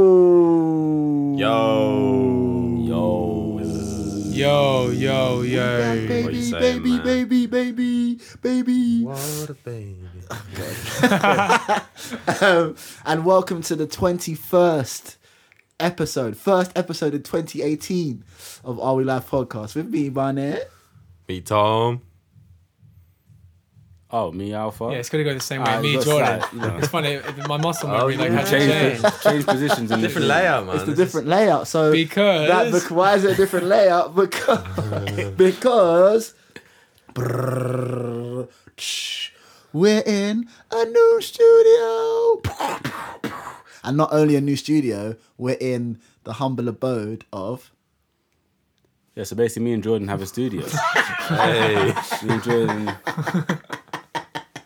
Hello. Yo. Yo. Yo, yo, Baby, yo. What you baby, saying, baby, man? baby, baby, baby. What a baby. Um, and welcome to the 21st episode, first episode in 2018 of Are We Live podcast with me, Barnett. Me, Tom. Oh, me alpha. Yeah, it's gonna go the same way. Ah, Me, that's Jordan. right, you know. It's funny. it- My muscle Oh, memory like yeah. had to Change, change change positions in Different the film. layout, man. It's the This different layout. So because that bec- why is it a different layout? Because because brrrr, tsh, we're in a new studio, and not only a new studio, we're in the humble abode of. Yeah, so basically, me and Jordan have a studio. is- Hey. me and Jordan.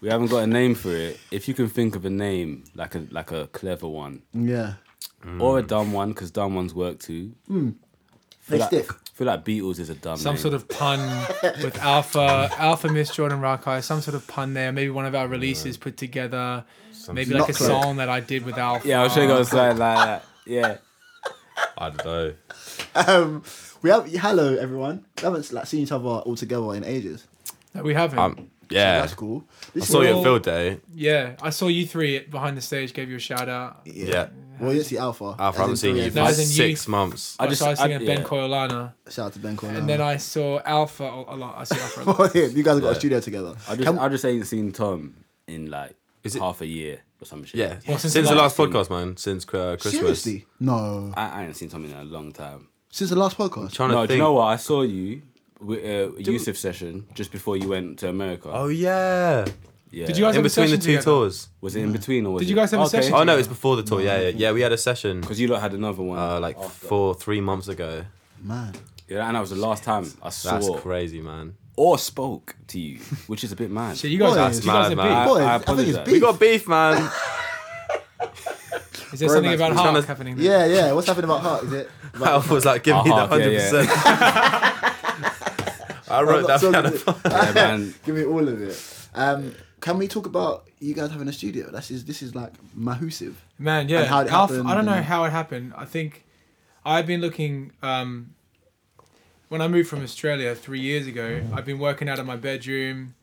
We haven't got a name for it. If you can think of a name, like a like a clever one Yeah, Mm. or a dumb one, because dumb ones work too. Hmm. they feel like, stick. feel like Beatles is a dumb. some name. sort of pun with Alpha, Alpha Miss Jordan Rakai, some sort of pun there. Maybe one of our releases put together. Maybe like a Not clear. song that I did with Alpha. Yeah, I was trying Ah, to go something like that. Yeah. I don't know. Um, we have hello everyone. We haven't like seen each other all together in ages. No, we haven't. Um, yeah. That's cool. I This saw is- you at Field Day. yeah, I saw you three behind the stage. Gave you a shout out. Yeah. Yeah. Well, you didn't see Alpha. Alpha, I As in haven't seen three you of for No, us. as in six months. I, just- saw I was I- singing at Ben yeah. Coilana, Shout out to Ben Cornell. and then I saw Alpha a a lot. I saw Alpha a lot. Oh, yeah, you guys have got a studio together. I just Can- I just ain't seen Tom in like Is it- half a year or some shit. Yeah. Well, since, since the the last podcast, man. Since uh, Christmas. Seriously? No. I, I ain't seen Tom in a long time. Since the last podcast? Trying no, to do think. you know what? I saw you with uh, Yusuf session just before you went to America. Oh yeah. yeah. Did you guys In between have a the session two together? tours. Was it in between or was Did you guys have a session Oh no, it's before the tour. Yeah, yeah, yeah. We had a session Because you lot had another one. uh, like after. four, three months ago. Man. Yeah, and that was the last time I That's saw crazy, man. or spoke to you, which is a bit mad. So you guys, Boys. you guys That's mad, are man. big. Boy, I I, think it's apologise. We beef. got beef, man. Is there Romance. something about He's trying Hark to- happening? There? Yeah, yeah. What's happening about Heart? Is it? Alf was like, give me the Uh-huh, yeah, hundred yeah. percent. I wrote that So down. good. Yeah, man. Give me all of it. Um, can we talk about you guys having a studio? This is this is like mahusive. Man, yeah. and how it Alf- happened I don't know and- how it happened. I think I've been looking. Um, when I moved from Australia three years ago, I've been working out of my bedroom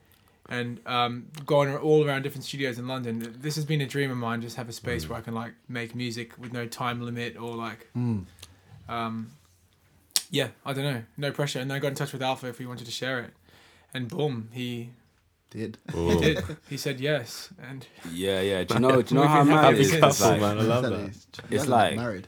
and um, going all around different studios in London. This has been a dream of mine. Just have a Mm. space where I can like make music with no time limit or like. Mm. Um, yeah, I don't know. No pressure. And I got in touch with Alpha if he wanted to share it. And boom, he Did Ooh. did. He said yes. And Yeah, yeah. Do you know? Do you know We've how been mad happy it is? since. It's like- I It's like- married.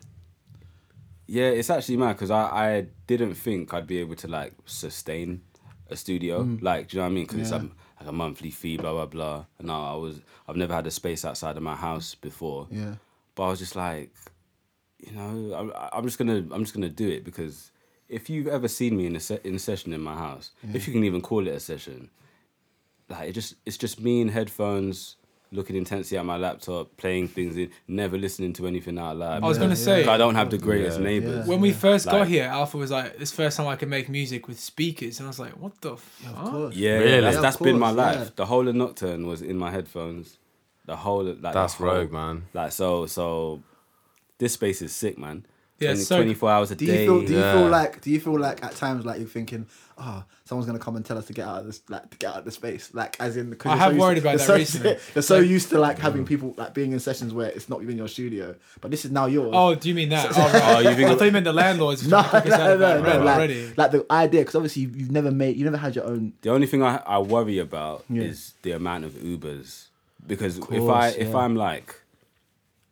Yeah, it's actually mad because I, I didn't think I'd be able to like sustain a studio. Mm. Like, do you know what I mean? Because it's Yeah. like, like a monthly fee, blah blah blah. And no, I was I've never had a space outside of my house before. Yeah. But I was just like, you know, I, I'm just gonna I'm just gonna do it because if you've ever seen me in a se- in a session in my house, if you can even call it a session, like it just it's just me in headphones. Looking intensely at my laptop, playing things in, never listening to anything out loud. I was gonna because say- I don't have the greatest Yeah. neighbors. when we first got Like- here, Alpha was like, "This first time I can make music with speakers," and I was like, "What the fuck?" Of course. Yeah, Really? yeah that's, Yeah, that's of been my course, life. yeah. The whole of Nocturne was in my headphones. The whole of, like That's the whole- rogue, man. Like so, so this space is sick, man. Yeah, 20 so- 24 hours a Do you day. feel? Do you yeah. feel like? Do you feel like at times like you're thinking, oh, someone's gonna come and tell us to get out of this, like to get out of the space, like as in. 'cause I you're have used worried to- about you're that so, recently. You're so used to like having people like being in sessions where it's not even your studio, but this is now yours. Oh, do you mean that? Oh, right. Oh, you think- I thought you meant the landlords. no, trying to no, kick us out no, of that no, room Like, already. like the idea, because obviously you've never made, you never had your own. The only thing I, I worry about Yeah. is the amount of Ubers because if I course, if yeah. I'm like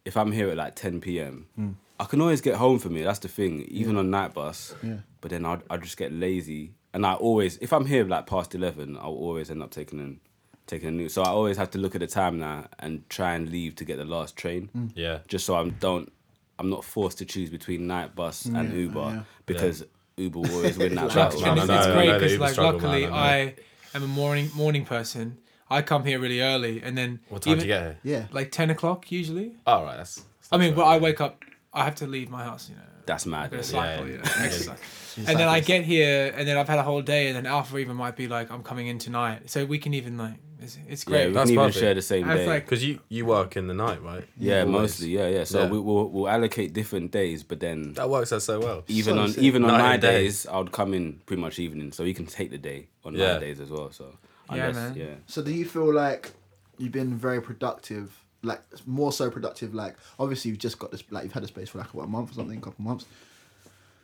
if I'm here at like 10 p.m. Hmm. I can always get home from here. That's the thing, even on night bus. Yeah. But then I I just get lazy and I always if I'm here like past 11, I'll always end up taking an taking a new. So I always have to look at the time now and try and leave to get the last train Hmm. Yeah. just so I'm don't I'm not forced to choose between night bus and Uber yeah. because Uber will always win that It's battle. like- and No, it's, no, it's no, great no, they because even like struggle, man, luckily I know. I am a morning morning person. I come here really early, and then What time even- did you get here? Yeah. Like ten o'clock usually. All right, that's. I mean, well, I wake up. I have to leave my house. You know. That's mad. Go yeah. cycle, yeah. you know, Yeah. exercise. And then I get here, and then I've had a whole day, and then Alpha even might be like, "I'm coming in tonight," so we can even like, It's, it's Yeah, great. we That's can even perfect. share the same That's day. like- Because you, you work in the night, right? yeah, Always. mostly. Yeah, yeah. So Yeah. We, we'll we'll allocate different days, but then That works out so well. even So on sick. even on Night my and day. days, I would come in pretty much evening, so you can take the day on my Yeah. days as well. So Yeah, unless, man. yeah. So do you feel like you've been very productive, like more so productive? Like obviously you've just got this, like you've had a space for like what a month or something, a couple months.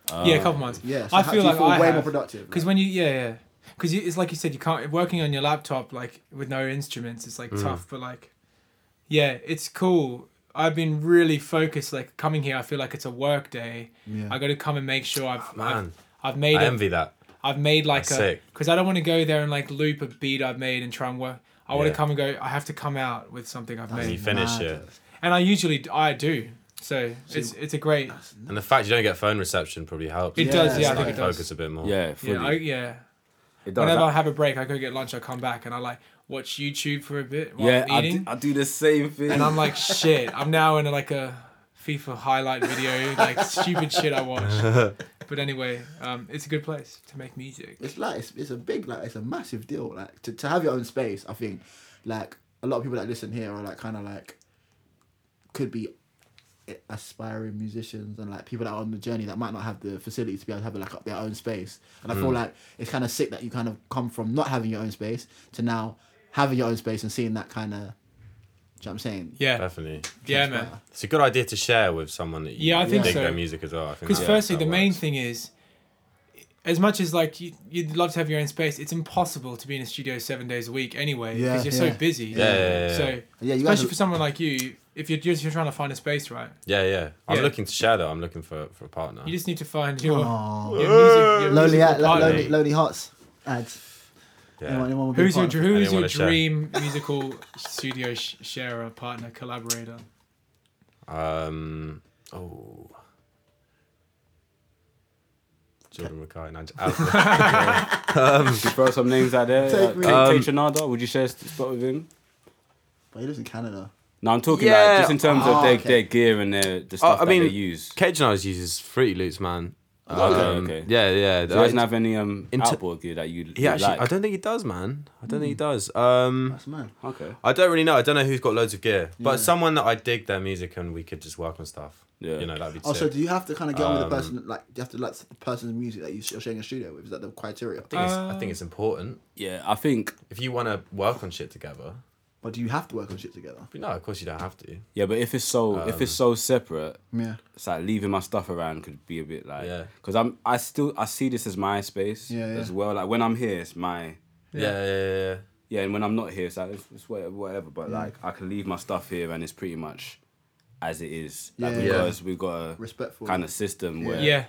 yeah, uh, a couple months. Yeah, so I how- feel do you like feel I way have, more productive. Because like? when you, yeah, yeah, because it's like you said, you can't working on your laptop like with no instruments. It's like tough, but like, yeah, it's cool. I've been really focused. Like coming here, I feel like it's a work day. Yeah. I got to come and make sure I've Man, I've, I've made I a- envy that. I've made like That's a sick. because I don't want to go there and like loop a beat I've made and try and work. I want to Yeah. come and go. I have to come out with something I've And made, you finish mad. it. and I usually I do. So it's it's a great. And the fact you don't get phone reception probably helps. It You does, just, yeah, I like, think it does. Focus a bit more. Yeah, fully. Yeah, I, yeah. it does. Whenever I I- have a break, I go get lunch. I come back and I like watch YouTube for a bit while yeah, I'm I do, eating, I do the same thing. and I'm like, shit. I'm now in like a FIFA highlight video, like stupid shit I watch. But anyway, um, it's a good place to make music. it's like it's, it's a big like it's a massive deal like to, to have your own space i think like a lot of people that listen here are like kind of like could be aspiring musicians and like people that are on the journey that might not have the facility to be able to have like their own space and i Mm. feel like it's kind of sick that you kind of come from not having your own space to now having your own space and seeing that kind of do you know what i'm saying Yeah, Definitely. yeah, man. It's a good idea to share with someone that you Yeah, I think dig so. their music as well. I think Because that- firstly, that the main works. thing is, as much as like you, you'd love to have your own space, it's impossible to be in a studio seven days a week anyway Yeah, because you're yeah. so busy. Yeah, yeah, yeah, So yeah. yeah you guys especially for someone like you, if you're just you're trying to find a space, right? Yeah, yeah. I'm Yeah. looking to share that. I'm looking for, for a partner. You just need to find your, Aw. your music. Your lonely, musical partner. lonely, lonely hearts ads yeah. anyone, anyone will be Who's a your partner? who I is didn't your wanna share. dream musical studio sh- sharer, partner, collaborator? Um. Oh. Jordan Mackay and Alfred. Just throw some names out there. Take Take me. like, Um, Trinada, would you share a st- spot with him? but he lives in canada No, I'm talking Yeah. like just in terms Oh, of their, okay. their gear and their the stuff I that they mean, use. Cage Knives uses Fruity Loops, man. Oh, Okay, Um, okay. Yeah, yeah. So he doesn't I- have any um in ter- outboard gear that you he you actually, like. Hmm. I don't think he does, man. I don't think he does. Um, that's mad okay. I don't really know. I don't know who's got loads of gear, but Yeah. someone that I dig their music and we could just work on stuff. Yeah. You know, that'd be Oh, so sick. do you have to kind of get on with the Um, person? Like, do you have to like the person's music that you sh- you're sharing a studio with? Is that the criteria? I think, it's, Uh. I think it's important. Yeah, I think If you want to work on shit together, Or do you have to work on shit together? but no, of course you don't have to. yeah, but if it's so if it's so separate, Yeah. it's like leaving my stuff around could be a bit like Yeah. because I'm I still I see this as my space Yeah, yeah. as well. Like when I'm here, it's my Yeah, yeah, yeah. yeah. yeah, and when I'm not here, it's like it's, it's whatever, whatever. But like I can leave my stuff here, and it's pretty much as it is. Like Yeah. because we've got a Respectful. kind of system where Yeah,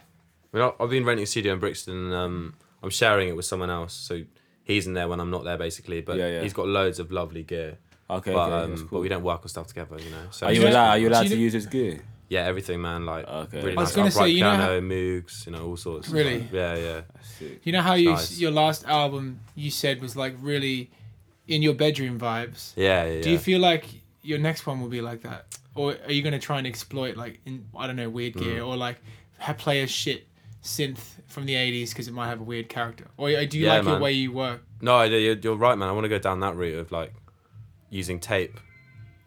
I mean, I- I've been renting a studio in Brixton. And, um, I'm sharing it with someone else, so he's in there when I'm not there, basically. But Yeah, yeah. he's got loads of lovely gear. Okay, but, okay, um, that's but cool. we don't work on stuff together, you know. So Are you Yeah. allowed? Are you allowed Do you to know- use his gear? yeah, everything, man. Like Okay. really I was nice gonna upright say, you know piano, Moogs, you know, all sorts. Really? yeah, yeah. you know how you Nice. your last album you said was like really in your bedroom vibes. Yeah, yeah. Do you yeah. feel like your next one will be like that, or are you gonna try and exploit like in I don't know weird gear Mm. or like ha- play a shit synth from the '80s because it might have a weird character? Or uh, do you Yeah, like your man. way you work? No, I- you're, you're right, man. I want to go down that route of like using tape,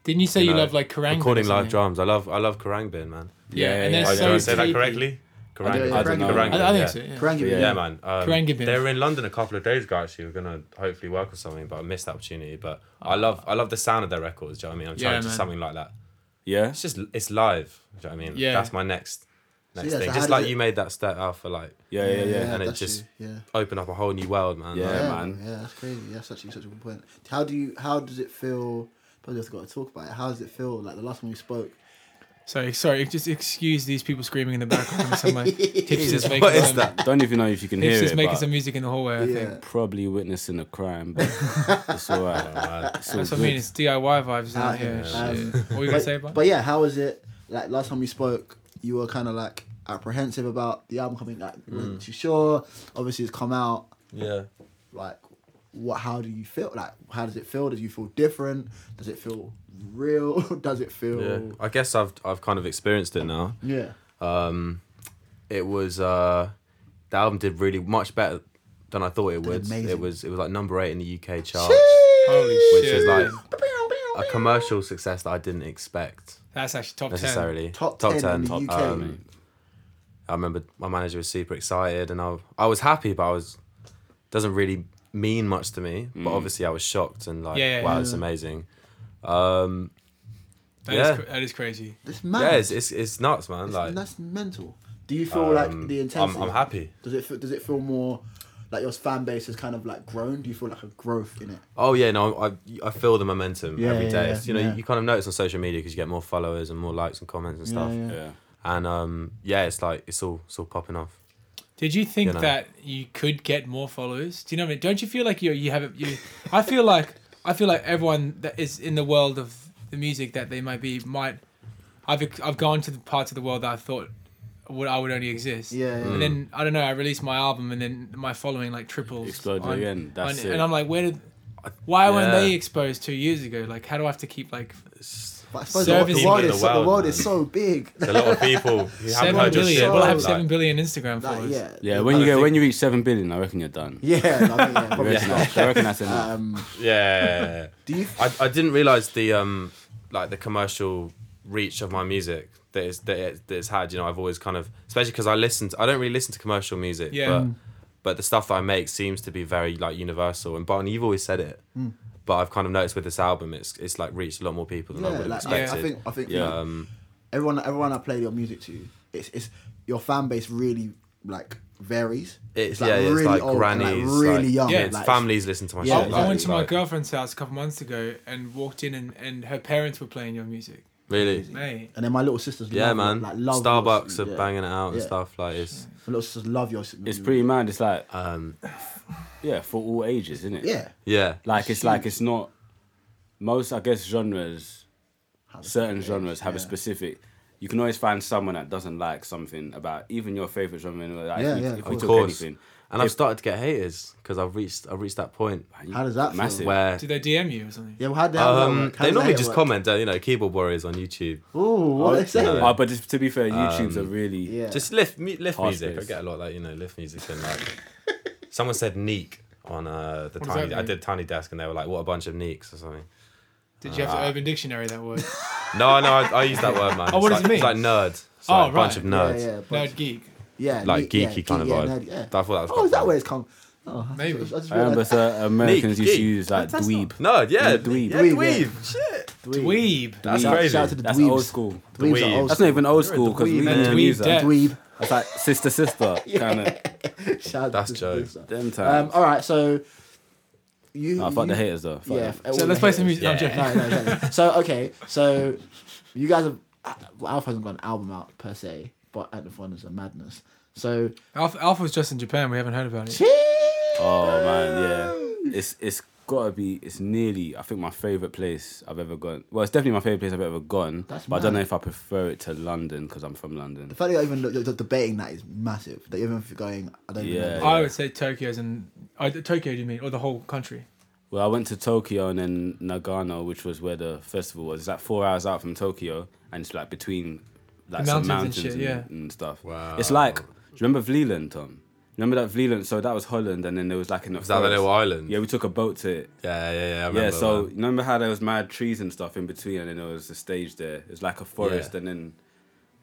Didn't you say you, You know, love like Kerrang? recording live drums. I love, I love Karangbin, man. Yeah, Yeah, and yeah, they're yeah. I, so did I say that creepy. correctly? Karang- I do, yeah, I don't know. Karangbin, I, I think yeah. so. Yeah. Karangi, Yeah. Yeah, yeah. man. Um, Karangbin. They were in London a couple of days ago. Actually, we're gonna hopefully work with something, but I missed that opportunity. But I love, I love the sound of their records. Do you know what I mean? I'm trying Ah. Yeah, to do man. something like that. Yeah. It's just, it's live. Do you know what I mean? Yeah. That's my next, yeah, next thing. so how just does like it- you made that step out for like Yeah, yeah, yeah. and it that's just- true, yeah. open up a whole new world, man. Yeah. Like, Yeah, man. Yeah, that's crazy. That's actually such a good point. How do you? How does it feel? Probably just got to talk about it. How does it feel? Like the last time we spoke. Sorry, sorry. Just excuse these people screaming in the background. Some like hipsters making what is some, that? Don't even know if you can hear Hipsters it. making But some music in the hallway. I Yeah. think Probably witnessing a crime, but it's alright. It's all that's what I good. mean. It's DIY vibes out Ah, yeah. here. Shit. Um, What were you gonna But, say about? but yeah, how was it? Like last time we spoke, you were kind of like apprehensive about the album coming. Like, you weren't too sure. Obviously, it's come out. yeah. like what how do you feel like how does it feel does you feel different does it feel real does it feel Yeah. yeah, I guess I've I've kind of experienced it now. Um, it was uh, the album did really much better than I thought it would. amazing. It was it was like number eight in the UK charts. Holy Oh, which shit. is like a commercial success that I didn't expect That's actually top 10. necessarily. Top 10 in the UK. um, I remember my manager was super excited, and I I was happy, but I was doesn't really mean much to me. But obviously, I was shocked and like, Mm. Yeah, yeah, wow, yeah. it's amazing. Um, That is Yeah. cr- that is crazy. That's mad. yeah, it's, it's it's nuts, man. It's- like, that's mental. Do you feel like um, the I'm- intensity? I'm happy. Does it feel, does it feel more like your fan base has kind of like grown? Do you feel like a growth in it? oh yeah, no, I I feel the momentum Yeah, every yeah, day. yeah, It's, you know, yeah. you kind of notice on social media because you get more followers and more likes and comments and stuff. Yeah, yeah. And um, yeah, it's like it's all it's all popping off. Did you think You know. that you could get more followers? Do you know what I mean? Don't you feel like you you have it? You, I feel like I feel like everyone that is in the world of the music that they might be might. I've ex- I've gone to the parts of the world that I thought would I would only exist. Yeah, yeah. And Mm. then I don't know. I released my album, and then my following like triples. Exploded on- again. That's on- it. And I'm like, where did? Why weren't yeah. they exposed two years ago? Like, how do I have to keep like? But I suppose the, wo- Service the world in is the so, the world, world man. is so big. There's a lot of people who haven't Seven heard your billion. shit. Well, I have like- seven billion Instagram Like, followers. yeah, Uh, yeah, when I you go, think- when you reach seven billion, I reckon you're done. yeah, I mean, yeah, probably I reckon that's- I reckon that's enough. Um, yeah. do you? I, I didn't realize the um like the commercial reach of my music that it's that, it, that it's had. You know, I've always kind of especially because I listen. To, I don't really listen to commercial music. Yeah. But, Mm. but the stuff that I make seems to be very like universal. And Barney, you've always said it. Mm. But I've kind of noticed with this album, it's it's like reached a lot more people than Yeah, I would like, have I, I expected. think I think Yeah. um, everyone everyone I play your music to, it's it's your fan base really like varies. it's, yeah, it's like old and, grannies, like really like, young. yeah, it's like, families listen to my Yeah, shit. I, I went to my like- girlfriend's house a couple months ago and walked in, and, and her parents were playing your music. really. Mate, And then my little sisters, Yeah, love, man. Like love Starbucks your, are yeah. banging it out and Yeah. stuff. Like it's My little sisters love your. It's pretty mad. It's like, um, yeah, for all ages, isn't it? Yeah, yeah. Like it's like it's not most I guess genres Have a certain specific genres have a yeah. specific you can always find someone that doesn't like something about even your favorite genre and like, Yeah, if, we- yeah, if of we course. took course. anything And I've started to get haters because I've reached I've reached that point How does that Massive. feel? where did they DM you or something? Yeah, well, how the hell does that work? um, How they does that normally hit just work? comment, uh, you know, keyboard warriors on YouTube. Ooh, what they say? Oh, but just, to be fair YouTube's are really yeah, Just lift mu- lift Harsh music. bass. I get a lot of that, you know, lift music and like someone said neek on uh, the What does tiny that I mean? did tiny desk and they were like, What a bunch of neeks or something. Did you have Ah. to Urban Dictionary that word? No, no, I, I use that word man. Oh, what it's does like, it It's like nerd. It's Oh, like a bunch right. of yeah, nerds. yeah, but- Nerd geek. yeah, Like neat, yeah, geeky kind of yeah, vibe. nerd, yeah. I thought that was Oh, quite is that cool. where it's come? Oh, I Maybe. just- I just I remember realised- certain Americans used to geek. use like dweeb Nerd, yeah. Dweeb. Yeah, Dweeb, dweeb. yeah. Shit. Dweeb. That's Shout- crazy. Shout out to the that's dweebs. old school Dweebs are Dweeb. old that's not even old You're a school because we dweeb, didn't man. use Dweeb, that yeah. dweeb. it's like sister sister kind of Shout out That's to the Joe. dweebs. them times Um, all right, so you. Nah, fuck you- the haters though fuck Yeah. them. all So the let's play some haters. music. I'm Yeah. joking. No, no, exactly. so okay, so you guys have well, Alpha hasn't got an album out per se, but at the front is a madness. So Alpha, Alpha was just in Japan. We haven't heard about it. Oh man, yeah. It's it's gotta be. It's nearly. I think my favorite place I've ever gone. Well, it's definitely my favorite place I've ever gone. That's but I don't mad. know if I prefer it to London because I'm from London. the fact that you're even you're debating that is massive. That you're even going, I don't even Yeah. know. I would say Tokyo's in uh, Tokyo. Do you mean or the whole country? Well, I went to Tokyo and then Nagano, which was where the festival was. It's like four hours out from Tokyo, and it's like between like The mountains some mountains and and, shit, and stuff. Wow. It's like. Do you remember Vleeland, Tom? Remember that Vleeland? So that was Holland, and then there was like an. Was that the little island? Yeah, we took a boat to it. yeah, yeah, yeah. I Yeah, remember, so man. you remember how there was mad trees and stuff in between, and then there was a stage there. It was like a forest, Yeah. and then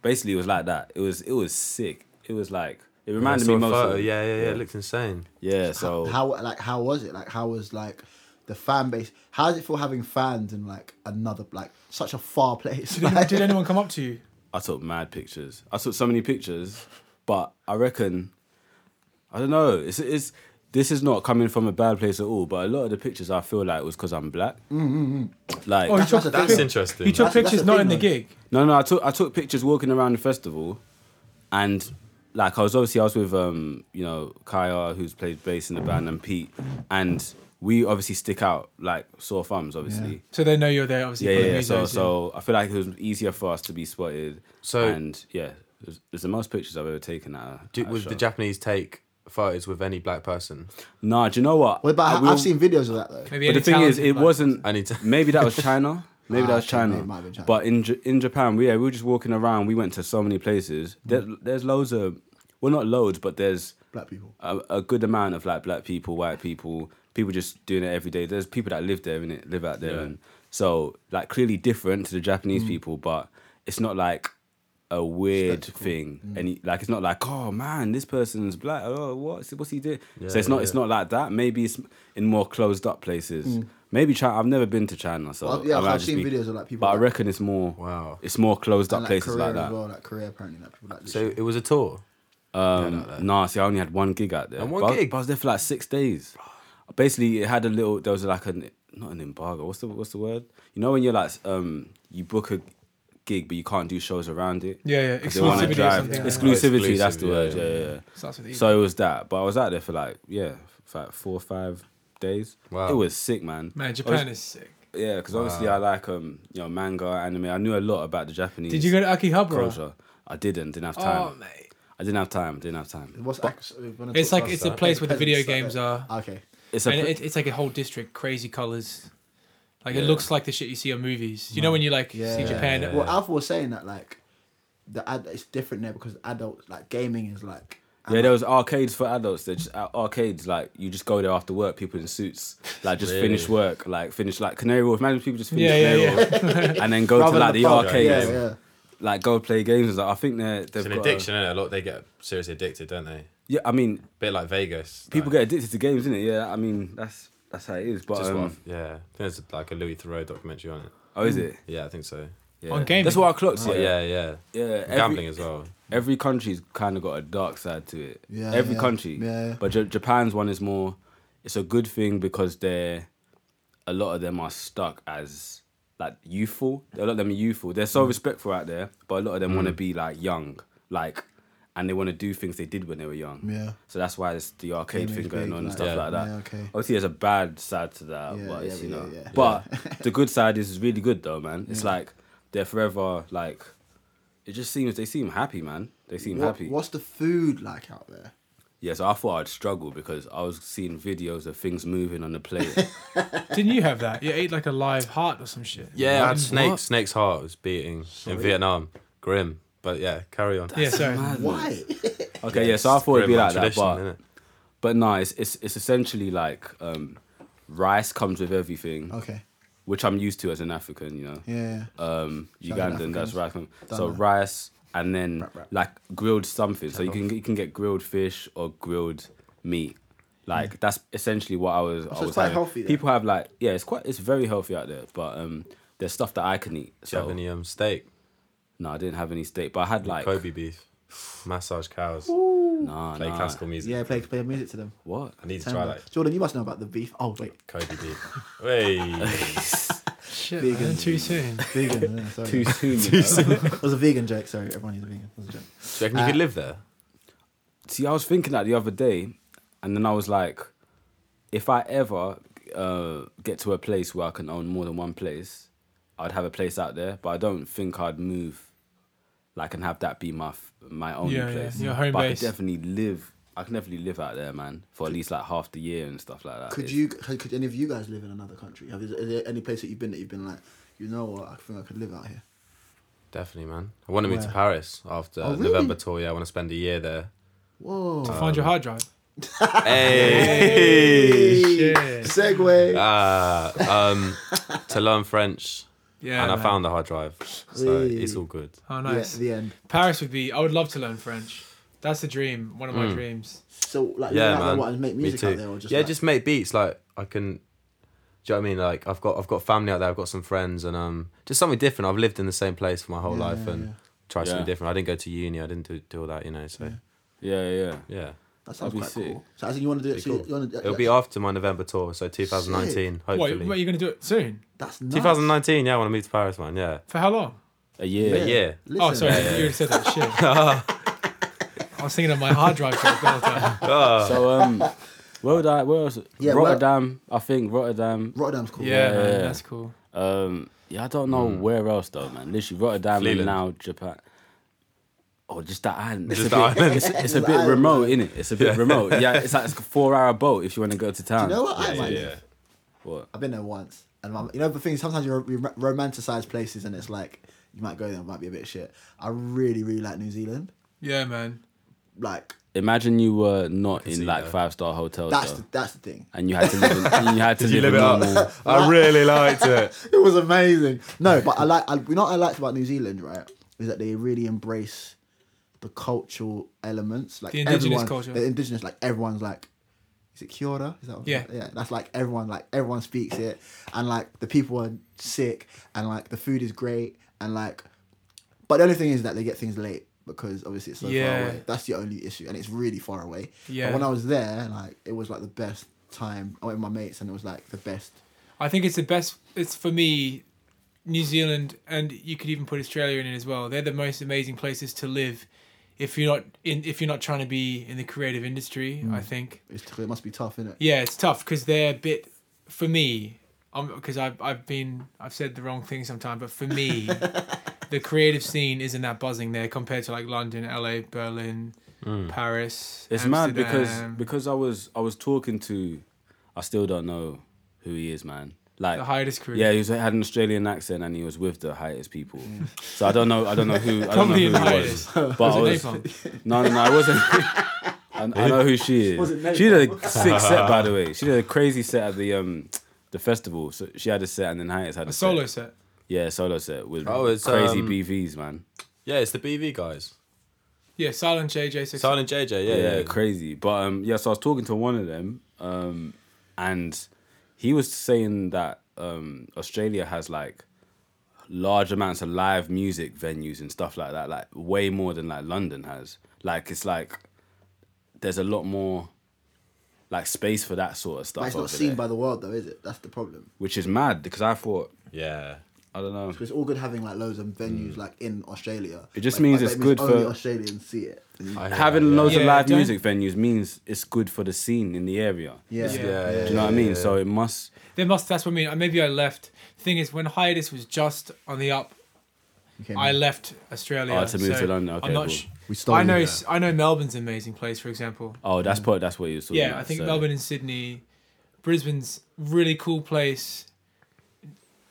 basically it was like that. It was it was sick. It was like it I reminded saw me a most. photo. of, Yeah, yeah, yeah. It looked insane. yeah. So how like how was it? Like how was like the fan base? How does it feel having fans in like another like such a far place? Did, Like, did anyone come up to you? I took mad pictures. I took so many pictures, but I reckon I don't know. It's it's this is not coming from a bad place at all. But a lot of the pictures I feel like was because I'm black. Like Oh, you that's took, the That's thing. pic- interesting. you took That's- that's pictures the not thing, in the though. gig. No, no, I took I took pictures walking around the festival, and like I was obviously I was with um you know Kaya who's played bass in the band and Pete, and we obviously stick out like sore thumbs obviously. So they know you're there. Obviously, Yeah, for yeah. the yeah, music, So so I feel like it was easier for us to be spotted. So- and yeah, it's, it's the most pictures I've ever taken at. A, Do, at a would the show. Japanese take photos with any black person? Nah, do you know what? What I about? will- I've seen videos of that though. Maybe But the any thing is, talented it black- wasn't. I need to. Maybe that was China. Maybe that was Ah, okay, China. it might have been China. But in J- in Japan, we, yeah, we were just walking around. We went to so many places. There, there's loads of, well, not loads, but there's Mm. Black people. a, a good amount of like black people, white people, people just doing it every day. There's people that live there, innit? Live out there. Yeah. And so, like, clearly different to the Japanese Mm. people, but it's not like a weird Spectacle. Mm. thing. And like, it's not like, oh man, this person's black. Oh, what's what's he doing? so Yeah, it's not yeah, it's yeah. not like that. Maybe it's in more closed up places. Maybe China. I've never been to China, so Mm. Well, yeah, I I've, might I've just seen be- videos of like people. But I like- reckon it's more. Wow. It's more closed up and, places Korea like that. as well, like Korea apparently, like people like this. So it was a tour. Um, nah, see, I only had one gig out there. And one but I was- gig? but I was there for like six days. Basically, it had a little. There was like an not an embargo. What's the what's the word? You know when you're like um you book a gig but you can't do shows around it. Yeah, yeah. 'Cause they wanna Exclusivity or drive- something. like that. Exclu- Exclusivity. Exclusive, that's the yeah, word. Oh, yeah. Yeah, yeah. yeah. Starts with E. So it was that, but I was out there for like yeah, for like four or five days. Wow. It was sick, man. Man, I was- Japan is sick. yeah, because obviously I like um you know manga, anime. I knew a lot about the Japanese. Did you go to Akihabara? culture? I didn't. Didn't have Oh, time. mate. I didn't have time. Didn't have time. What's ac- when I It's talk like about it's a stuff, place where the peasants video stuff like games that. are. Okay, It's and pr- it, it's like a whole district, crazy colors. Like it Yeah. looks like the shit you see on movies. You know when you like yeah. see Japan. Yeah. Well, Alpha was saying that like the ad it's different there because adults like gaming is like Yeah, there was arcades for adults. They're just ar- arcades like you just go there after work. People in suits, like just Really? finish work, like finish like Canary Wharf. Imagine people just finish Yeah, yeah, Canary yeah. Wharf and then go Rather to than like the, pub. arcade, Yeah, yeah. like go play games. Like, I think they're they've It's an got addiction, isn't it? A lot they get seriously addicted, don't they? A, yeah, I mean, bit like Vegas. people like, get addicted to games, innit? Yeah, I mean that's that's how it is. But just um, what I've- yeah. I think there's like a Louis Theroux documentary on it. oh, is it Yeah, I think so. yeah. On gaming? That's what I clocked. Oh, yeah, yeah, yeah. yeah. Gambling Every, as well. every country's kind of got a dark side to it. Yeah, every yeah. country. Yeah, yeah. But J- Japan's one is more. It's a good thing because they're a lot of them are stuck as like youthful. A lot of them are youthful. They're Mm. so respectful out there, but a lot of them want to be like young, like, and they want to do things they did when they were young. Yeah. So that's why it's the arcade Gaming's thing going big, on and like- stuff Yeah. like that. Yeah, okay. Obviously, there's a bad side to that, Yeah, but it's, yeah, you yeah, know. yeah. But the good side is really good though, man. It's like they're forever like. It just seems they seem happy, man. They seem What- happy. What's the food like out there? Yeah, so I thought I'd struggle because I was seeing videos of things moving on the plate. Didn't you have that? You ate like a live heart or some shit. Yeah, I had What? snakes. Snake's heart was beating in Vietnam. Grim. But yeah, carry on. Yeah, sorry. Madness. Why? Okay, yeah, so I thought it'd be Grim, like that, tradition, but innit? but no, it's it's, it's essentially like um, rice comes with everything, okay. which I'm used to as an African, you know. Yeah. Um, Shout out Ugandan, that's Africans. rice. come- Done So that. rice and then Rap, rap. like grilled something. So you can you can get grilled fish or grilled meat. Like that's essentially what I was. I it's was quite having. healthy then. People have like yeah, it's quite it's very healthy out there, but um, there's stuff that I can eat. Do you So have any um, steak? no, I didn't have any steak, but I had like Kobe beef. Massage cows. Nah, Play nah. classical music. Yeah, play play music to them. What? I need to try that. Jordan, you must know about the beef. Oh wait, Kobe beef. Hey. Shit, Vegan. man, too soon. vegan. yeah, sorry. Too soon. you know? it was a vegan joke. Sorry, everyone is a vegan. It was a joke. Do you reckon you Uh, could live there? See, I was thinking that the other day, and then I was like, if I ever uh, get to a place where I can own more than one place, I'd have a place out there. But I don't think I'd move, like, and have that be my f- my only Yeah, yeah, place. your home but base. I could definitely live. I could definitely live out there, man, for at least like half the year and stuff like that. Could It's- you? Could any of you guys live in another country? Have is, is there any place that you've been that you've been like, you know what? I think I could live out here. Definitely, man. I want to move to Where? Paris after Oh, really? November tour. Yeah, I want to spend a year there. Whoa. Find your hard drive. Hey. Hey, shit. Segway. Ah, um, to learn French, Yeah. and I man. found the hard drive, so Hey. it's all good. Oh, Yeah, nice. the end. Paris would be. I would love to learn French. That's a dream. One of my Mm. dreams. So like, yeah, yeah, like, man. What, and make music Me too. out there, or just yeah, like- just make beats. Like I can. Do you know what I mean? Like I've got I've got family out there. I've got some friends, and um, just something different. I've lived in the same place for my whole Yeah, life, yeah, and yeah. try Yeah. something different. I didn't go to uni. I didn't do, do all that, you know. So yeah, Yeah, yeah. that sounds That'd quite be sick. cool. So I think you want to do it. Be So you, cool. you want to, it'll be after my November tour, so 2019, hopefully. What, what, you're going to do it soon? that's nice. 2019, yeah, I want to move to Paris, man. Yeah, For how long? A year. a year. Listen, oh, sorry. You already said that shit. I was thinking of my hard drive for the whole time. Oh. So um, where would I? Where else? Yeah, where- Rotterdam. I think Rotterdam. Rotterdam's cool. Yeah, man, Yeah. that's cool. Um, yeah, I don't know Hmm. where else though, man. Literally Rotterdam Vleeland. and now Japan. Oh, just that island. Just it's that a bit, island. It's, it's a That bit island. remote, isn't it? It's a bit remote. Yeah, it's like it's a four-hour boat if you want to go to town. You know what? I yeah, might yeah. live. What? I've been there once, and my, you know the thing. is Sometimes you ro- you ro- romanticize places, and it's like you might go there, it might be a bit shit. I really, really like New Zealand. Yeah, man. like Imagine you were not in like Casino. five star hotels uh, that's though, the, that's the thing. and you had to live. In, and you had to Did you live live it in up? normal- I really liked it. It was amazing. No, but I like I, you know what I liked about New Zealand, right? Is that they really embrace the cultural elements, like The indigenous everyone, culture. The indigenous, like everyone's like, is it Kia ora? Is that what Yeah. yeah? That's like everyone, like everyone speaks it, and like the people are sick, and like the food is great, and like, but the only thing is that they get things late because obviously it's so Yeah. far away. That's the only issue, and it's really far away. Yeah. But when I was there, like it was like the best time. I went with my mates, and it was like the best. I think it's the best. It's for me, New Zealand, and you could even put Australia in it as well. They're the most amazing places to live if you're not in if you're not trying to be in the creative industry. Mm. I think. It's, it must be tough, innit? Yeah, it's tough because they're a bit for me. Because I've I've been I've said the wrong thing sometimes, but for me, the creative scene isn't that buzzing there compared to like London, LA, Berlin, Paris. Mm. It's mad because Amsterdam, because I was I was talking to, I still don't know who he is, man. Like the hiatus crew. Yeah, he was, had an Australian accent and he was with the hiatus people. So I don't know. I don't know who. I don't know Mm. Probably in who he hiatus. was. But I Was was, it no, no, no, I wasn't. I, I know who she Was it is. Napalm? She did a sick set, by the way. She did a crazy set at the um the festival. So she had a set and then hiatus had a, A solo Set. set. Yeah, solo set with Oh, it's, crazy um, BVs, man. Yeah, it's the BV guys. Yeah, Silent JJ. Six. Silent JJ, yeah, yeah, yeah. crazy. But um, yeah, so I was talking to one of them, um, and he was saying that um, Australia has like large amounts of live music venues and stuff like that, like way more than like London has. Like it's like there's a lot more like space for that sort of stuff, But it's not over seen there, by the world though, is it? That's the problem. which is mad because I thought Yeah. I don't know. 'Cause It's all good having like loads of Mm. venues like in Australia. It just Like, means but it's that good only for- Australians see it. I hear Having that, loads of Yeah, live don't- music venues means it's good for the scene in the area. Yeah. yeah. Yeah. Yeah, yeah. Do you know what I mean? So it must. They must. That's what I mean. Uh, Maybe I left. Thing is, when hiatus was just on the up, Okay, I man. left Australia. Oh, to move so to London, okay, I'm not. cool. sh- We stole I know. you. s- I know Melbourne's an amazing place, for example. Oh, that's part. That's what he was talking Mm. yeah, about, I think so- Melbourne and Sydney, Brisbane's really cool place.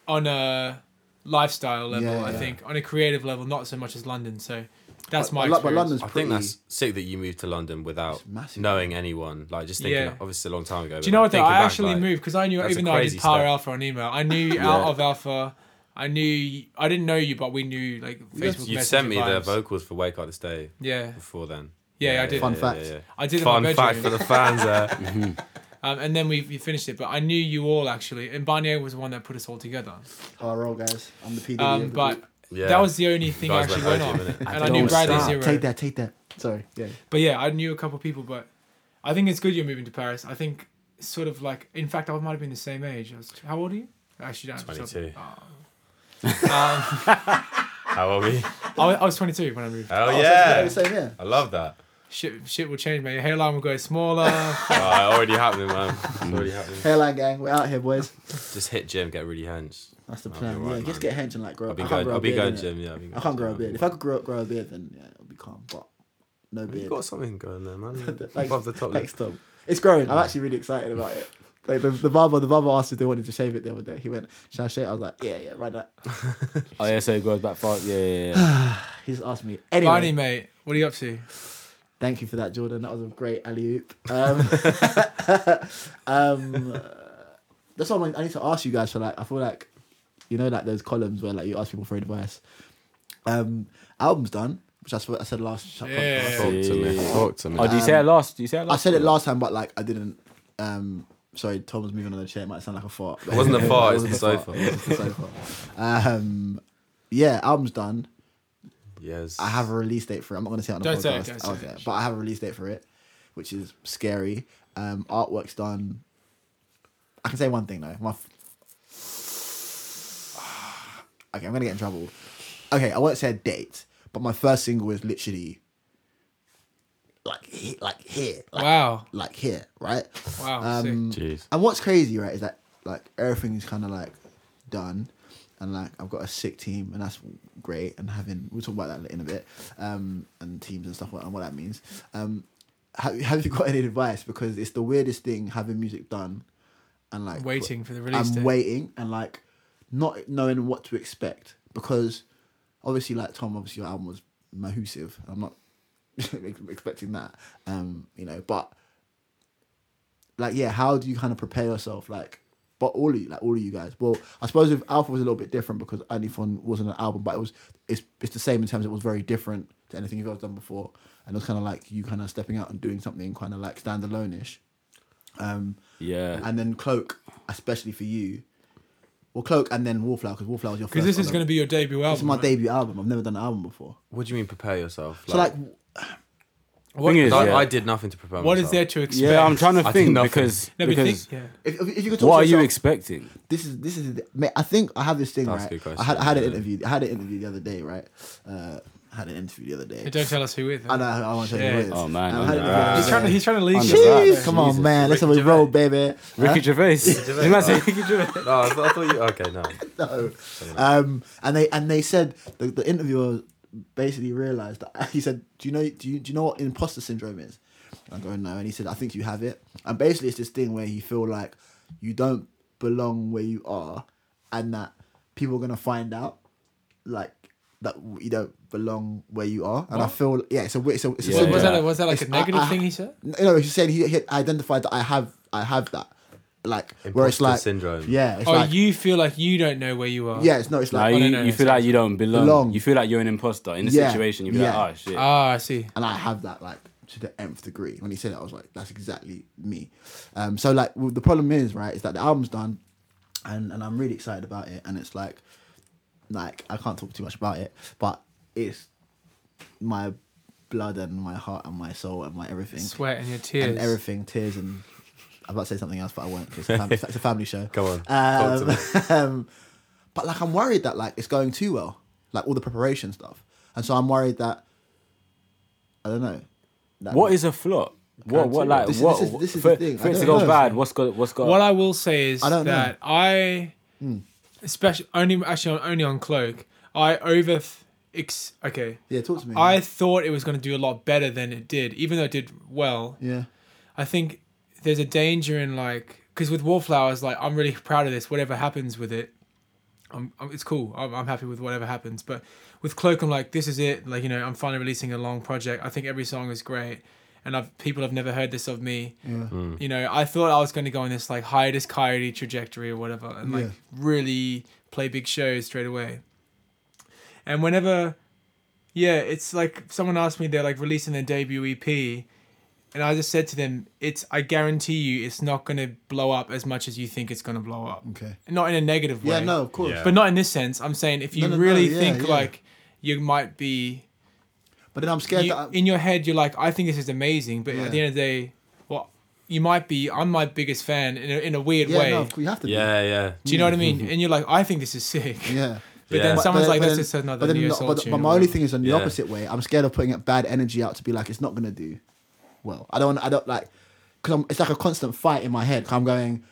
On a lifestyle level, Yeah, I yeah. think on a creative level, not so much as London. So that's But- my. but Lo- but experience. London's I pretty. think that's sick that you moved to London without It's massive. knowing anyone. Like just thinking, Yeah. obviously a long time ago. Do you know what though? Thinking I back, actually like, moved because I knew that's even a though I did crazy Power step. Alpha on email, I knew you out Yeah. of Alpha. I knew you, I didn't know you, but we knew like Facebook. You sent me Messenger the vibes. vocals for Wake Up This Day Yeah, before then. yeah, I did. Fun yeah, fact. yeah, yeah. I did it in my Fun bedroom, fact for the fans uh, there. um, and then we, we finished it. But I knew you all actually, and Barnier was the one that put us all together. how I roll, guys. I'm the PDD. Um, of the but group. Yeah. that was the only thing I guys actually went went on, home, didn't it? and I I knew don't Bradley stop. Zero. Take that. Take that. Sorry. Yeah. But yeah, I knew a couple people, but I think it's good you're moving to Paris. I think sort of like, in fact, I might have been the same age. I was, how old are you? Actually, don't have to tell- 22. Oh. um, How are we? I was, I was 22 when I moved. Oh, so yeah. it's the Same, yeah. I love that. Shit, shit will change, man. Your hairline will go smaller. Oh, it already happening, man. It's already happening. Hairline gang, we're out here, boys. Just hit gym, get really hench. That's the I'll be plan. alright, yeah, just man. get hench and like grow. I'll be I can't going. grow a I'll be beard, going innit? gym. Yeah, I'll be I can't grow a going beard. gym. If I could grow grow a beard, then yeah, it'll be calm. But no You've beard. got something going there, man. Thanks- Above the top. lip. Thanks, Tom. It's growing. I'm actually really excited about it. Like the, the barber, the barber asked if they wanted to shave it the other day. He went, "Should I shave?" it?" I was like, "Yeah, yeah, right." That. Oh yeah, so it goes back far. Yeah, yeah, yeah. He just asked me. Anyway, Barney, mate, what are you up to? thank you for that, Jordan. That was a great alley oop. Um, um, uh, that's what I'm- I need to ask you guys for. Like, I feel like you know, like those columns where like you ask people for advice. Um, album's done, which I, sw- I said last. Yeah. Talk to me. Talk to me. Oh, do you say it last? Do you say it I last? said it last time, but like I didn't. Um, sorry, Tom was moving on the chair. It might sound like a fart. It wasn't a fart, it was the wasn't a fart, it was the sofa. Um, yeah, album's done. Yes. I have a release date for it. I'm not going to say it on the Don't podcast. say it, don't say Oh, it. okay. But I have a release date for it, which is scary. Um, artwork's done. I can say one thing though. My f- okay, I'm gonna get in trouble. Okay, I won't say a date, but my first single is literally like he- like here, like, Wow. like here, right? Wow, sick. Um, Jeez. and what's crazy, right, is that like everything's kind of like done, and like I've got a sick team, and that's great. And having we'll talk about that in a bit, um, and teams and stuff, and what that means. Um, have, have you got any advice? Because it's the weirdest thing having music done, and like Waiting for the release I'm date. waiting and like not knowing what to expect because obviously, like Tom, obviously your album was massive. I'm not expecting that. Um, you know, but like yeah, how do you kind of prepare yourself? Like, but all of you, like all of you guys. Well, I suppose with Alpha was a little bit different because Anifon wasn't an album, but it was it's it's the same in terms. It was very different to anything you've ever done before, and it was kind of like you kind of stepping out and doing something kind of like standalone ish. Um, Yeah. and then Cloak, especially for you. Well, Cloak and then Wallflower because Wallflower was your Because first. this is other- going to be your debut album. This is my right? debut album. I've never done an album before. What do you mean prepare yourself? So like, What, Thing is, I, yeah. I did nothing to prepare. what is myself. there to expect? yeah, I'm trying to I think think nothing. because No, but because think, yeah. if, if, if you could talk what to are you yourself- expecting? this is this is mate, I think I have this thing That's a right. good question, I had I had an yeah. interview. I had an interview the other day, right? Uh, I had an interview the other day. Hey, Don't tell us who with. I know. I want to tell you who it Shit. is. Oh, man, Um, I had an interview the underground. other He's trying to day. he's trying to leash Under- you. Jeez. Jeez, Come on, Jesus. man. Let's have Ricky a roll, Gervais. baby. Ricky Gervais. Gervais, You might say oh. Ricky Gervais. No, I, th- I thought you. Okay, no. no. Um, and they and they said the, the interviewer basically realized that he said, "Do you know? Do you do you know what imposter syndrome is?" I go, "No," and he said, "I think you have it." And basically, it's this thing where you feel like you don't belong where you are, and that people are gonna find out, like that you don't belong where you are. And I feel, yeah, it's a weird- it's a, it's a Yeah, So syndrome. was yeah. that a, was that like It's- a negative I- I- thing he said? No, no, he's saying he, he had identified that I have I have that, like where it's Imposter like syndrome. Yeah, it's Oh, like you feel like you don't know where you are. yeah, it's Oh, no, it's Like like no, you, no, you no, feel like you don't belong. Belong. You feel like you're an imposter in a Yeah. situation. You feel Yeah. like, oh shit. Ah, I see. and I have that like to the nth degree. When he said it, I was like, that's exactly me. Um, so like well, the problem is right is that the album's done, and and I'm really excited about it, and it's like, like I can't talk too much about it, but it's my blood and my heart and my soul and my everything Sweat and your tears. and everything, tears and. I'm about to say something else, but I won't. 'cause It's a, fam- it's a family show. Come on, talk to Um, um, but like, I'm worried that like it's going too well, like all the preparation stuff, and so I'm worried that I don't know. That What is a flop? What what like This is- what this is- this is for, the thing. for I it to don't go know. bad? What's got what's got? What I will say is I don't know. Hmm. that I, especially only actually on, only on Cloak, I over ex, okay. Yeah, talk to me. I thought it was going to do a lot better than it did, even though it did well. yeah, I think there's a danger in like because with Wallflowers, like I'm really proud of this. Whatever happens with it, I'm, I'm it's cool. I'm, I'm happy with whatever happens. But with Cloak, I'm like, this is it. Like you know, I'm finally releasing a long project. I think every song is great, and I've people have never heard this of me. Mm. You know, I thought I was going to go on this like hiatus coyote trajectory or whatever, and like Yeah. really play big shows straight away. And whenever, yeah, it's like someone asked me they're like releasing their debut EP, and I just said to them, "It's I guarantee you, it's not going to blow up as much as you think it's going to blow up. okay. Not in a negative way. Yeah, no, of course. Yeah. but not in this sense. I'm saying if you No, no, no, really yeah, think yeah. like you might be But then I'm scared you- that I, in your head, you're like, I think this is amazing, but Yeah. at the end of the day, well, you might be. I'm my biggest fan in a, in a weird yeah, way. no, of course, you have to. be. Yeah, yeah. Do you know what I mean? and you're like, I think this is sick. yeah. But Yeah. then But- someone's But- like, but that's then- just another but then Neo not- Soul but, tune. but or my only whatever. thing is on the Yeah. opposite way. I'm scared of putting up bad energy out to be like it's not gonna do well. I don't. I don't like because it's like a constant fight in my head. 'cause I'm going.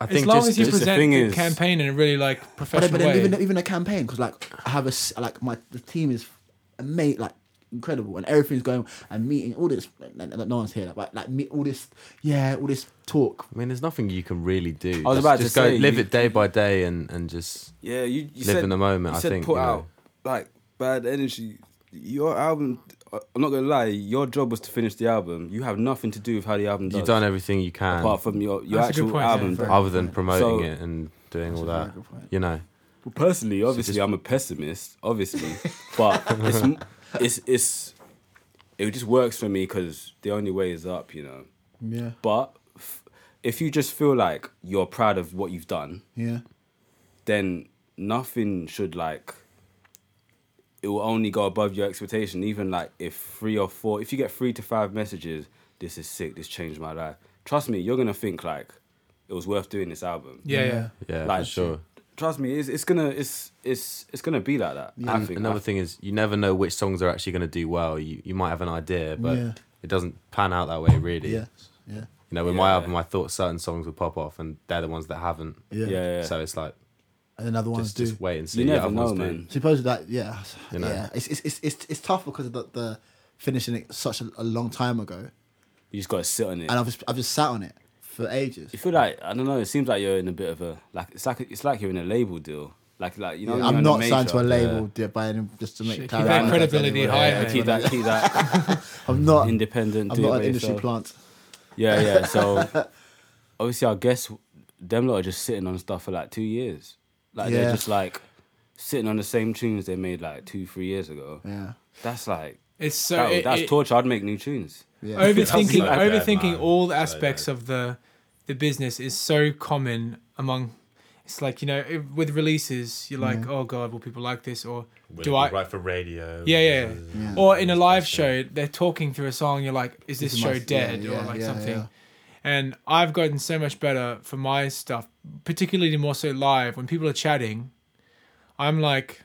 I As think long just, as you just the present thing the is- campaign in a really like But, professional but then way. even even a campaign because like I have a s- like my the team is amazing like incredible and everything's going and meeting all this like, no no one's here like, but like meet all this yeah all this talk I mean, there's nothing you can really do. I was Just- about to just say, go live you- it day by day and and just. Yeah, you, you Live said, in the moment, You I said think, put you know. out like bad energy. Your album. I'm not gonna lie. Your job was to finish the album. You have nothing to do with how the album does. You've done everything you can, Apart apart from your your That's a good actual point, yeah, album. fair. other than promoting So- it and doing all a very that. good point. You know. Well, personally, obviously, just- I'm a pessimist, obviously, but it's m- it's it's it just works for me because the only way is up, you know. yeah But f- if you just feel like you're proud of what you've done, yeah then nothing should like it will only go above your expectation even like if three or four if you get three to five messages this is sick this changed my life trust me you're gonna think like it was worth doing this album yeah, yeah. Yeah, Like, for sure. trust me it's, it's gonna it's it's it's gonna be like that i And think another thing is, you never know which songs are actually going to do well. You you might have an idea, but Yeah. it doesn't pan out that way, really. yeah yeah You know, with my Yeah. album, I thought certain songs would pop off, and they're the ones that haven't. yeah, yeah, yeah. So it's like and then other ones just, do just wait and see. you what never other know ones do. man Suppose that yeah, s- You know? yeah. It's, it's it's it's it's tough because of the, the finishing it such a, a long time ago, you just gotta sit on it and I've just I've just sat on it for ages. you feel like i don't know it seems like you're in a bit of a like it's like it's like you're in a label deal Like, like you know, Yeah, when I'm you're not in a signed to a major, label yeah. by any, just to make Shit, keep Tyler that Adams credibility anyway. high, Yeah, mate. keep that, keep that I'm not. independent. I'm do it not an by industry yourself. plant. Yeah, yeah. So obviously, I guess them lot are just sitting on stuff for like two years. Like Yeah. they're just like sitting on the same tunes they made like two, three years ago. Yeah. That's like It's so that- it- that's it- torture. I'd make new tunes. Yeah. overthinking so bad, overthinking man. all the So aspects bad. of the the business is so common among it's like you know if- with releases you're like oh god will people like this or Will do it be i right for radio? Yeah, yeah. Yeah. or in a live show they're talking through a song you're like is this This show must- yeah, dead or yeah, like yeah, something yeah. and i've gotten so much better for my stuff particularly more so live when people are chatting i'm like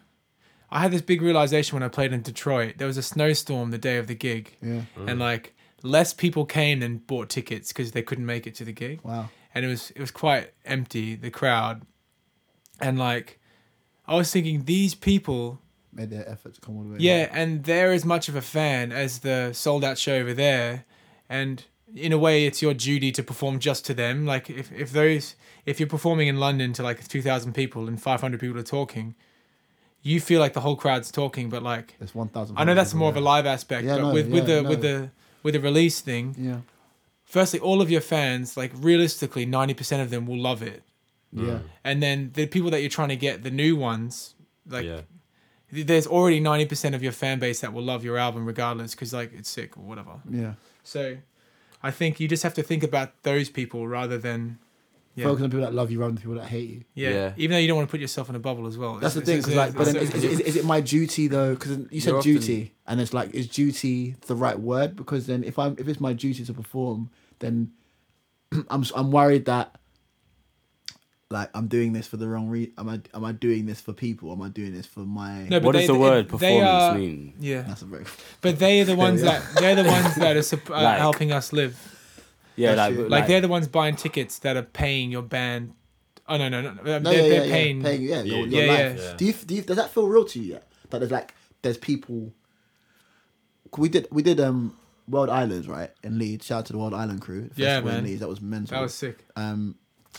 i had this big realization when i played in detroit there was a snowstorm the day of the gig Yeah. and like less people came and bought tickets because they couldn't make it to the gig Wow. and it was it was quite empty the crowd and like i was thinking these people Made their effort to come all the way. yeah, and they're as much of a fan as the sold out show over there, and in a way, it's your duty to perform just to them. Like if if those if you're performing in London to like two thousand people and five hundred people are talking, you feel like the whole crowd's talking, but like It's one thousand. I know that's more of a live aspect, Yeah, but no, with with yeah, the with no. the with the release thing, Yeah. firstly, all of your fans, like realistically, ninety percent of them will love it, Yeah. and then the people that you're trying to get, the new ones, like yeah. there's already 90% of your fan base that will love your album regardless because like it's sick or whatever Yeah. so i think you just have to think about those people rather than yeah Focus on people that love you rather than people that hate you. yeah. Yeah. even though you don't want to put yourself in a bubble as well That's the It's- thing, it's- 'cause, it's- like, but then it's- is, is, is, is it my duty though? Because you said You're often- duty, and it's like, is duty the right word? Because then, if I'm, if it's my duty to perform, then I'm, s- I'm worried that, like, I'm doing this for the wrong reason. Am I, am I doing this for people? Am I doing this for my? No, but what they- does the they- word they performance are- mean? yeah That's a very. but they're the ones Yeah. that they're the ones that are supp- uh, Like- helping us live Yeah, That's like, it. like, like, they're the ones buying tickets that are paying your band oh no no no, no. they're, No, they're yeah, yeah, paying yeah, paying, yeah, your, your Yeah, life. yeah. Do you, do you, does that feel real to you? Yet? That there's like, there's people. 'cause We did, we did um, World Islands right in Leeds. Shout out to the World Island crew. the Yeah, festival in man. Leeds that was mental. that was sick Um,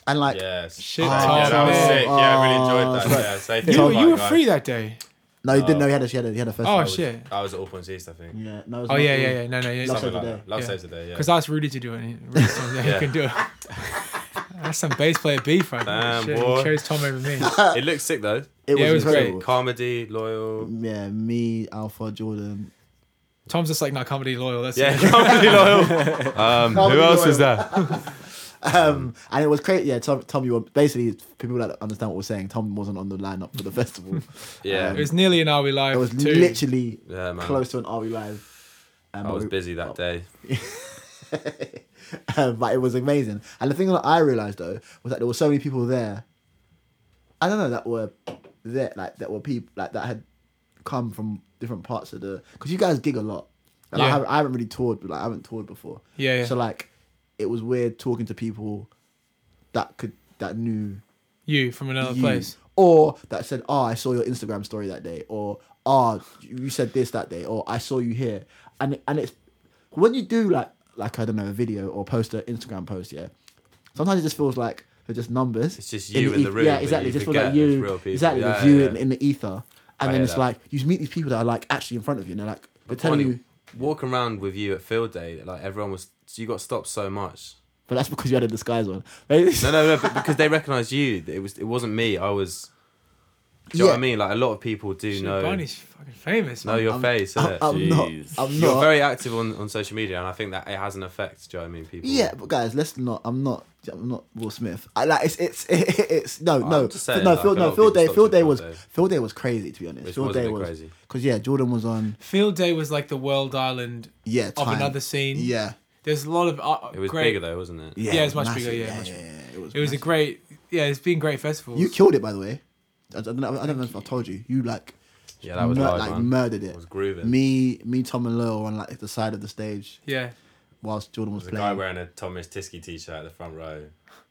and like, Yes. Shit, yeah, Tom, that was man. sick. Yeah, I really Oh, enjoyed sorry. that. Yeah, safe you, as were- fuck, you were guys. free that day no, he didn't know he had a, he had a, he had a festival. oh shit I was at All Points East, I think. Yeah, no, it was oh not yeah cool. yeah yeah no no yeah Love Something Saves like the that. Day. Love Yeah. saves the day. Yeah. Because I asked Rudy to do it. and he- Rudy told me, yeah, Yeah. you can do it. That's some bass player beef right there. Damn, Shit, boy. he chose Tom over me. It looks sick though. It was, Yeah, it was great. incredible. Comedy, loyal. Yeah, me, Alpha, Jordan. Tom's just like, no, comedy loyal. That's Yeah, yeah. comedy loyal. Um, Comedy who else is loyal. there? Um, and it was crazy. Yeah, Tom, Tom, you were basically people that understand what we're saying. Tom wasn't on the lineup for the festival. Yeah. Um, It was nearly an Are We Live it was too. literally Yeah, man. close to an RE live. Um, I but was we- busy that day. Um, but it was amazing. And the thing that I realized though was that there were so many people there. I don't know that were there like that were people like that had come from different parts of the because you guys gig a lot. And I Yeah. haven't I haven't really toured, but like I haven't toured before. Yeah, yeah. So like, it was weird talking to people that could that knew you from another you. place. Or that said, oh, I saw your Instagram story that day, or oh, you said this that day, or I saw you here, and and it's when you do like like I don't know a video or post an Instagram post, yeah. Sometimes it just feels like they're just numbers. It's just in you in the eth- room, Yeah, but exactly. you It just feels forget like it's you, real people. exactly, Yeah, it's you yeah, In, yeah. in the ether, and I then hear it's that. like you meet these people that are like actually in front of you, and they're like they're telling you, Walking around with you at field day, like everyone was, you got stopped so much. but that's because you had a disguise on. No, no, no, but because they recognised you. It was, it wasn't me. I was. Do you know what I Yeah. mean? Like a lot of people do Shit, know Barney's fucking famous. know man. your face. I'm, innit? I'm not. Jeez. I'm You're not. very active on, on social media, and I think that it has an effect. Do you know what I mean? People. Yeah, but guys, let's not. I'm not. I'm not Will Smith. I like it's it's it's no I'm no just saying, no like, Phil a lot no of Phil people Day stopped Phil at Day Phil was Day. Phil Day was crazy to be honest. Which Phil was a Day bit was crazy. because yeah Jordan was on Field Day was like the world island yeah of time. another scene. yeah There's a lot of uh, It was great. bigger though, wasn't it? yeah Yeah, it was much bigger, yeah, yeah, much- yeah, it was It was a massive. great. Yeah, it's been great festivals. you killed it by the way. I, I don't know, I don't know if I told you you like Yeah, that was mur- live, like man. murdered it. It was grooving. me me Tom and Lil were on like the side of the stage yeah. whilst Jordan was There's a guy playing. wearing a Thomas Tisky t-shirt at the front row.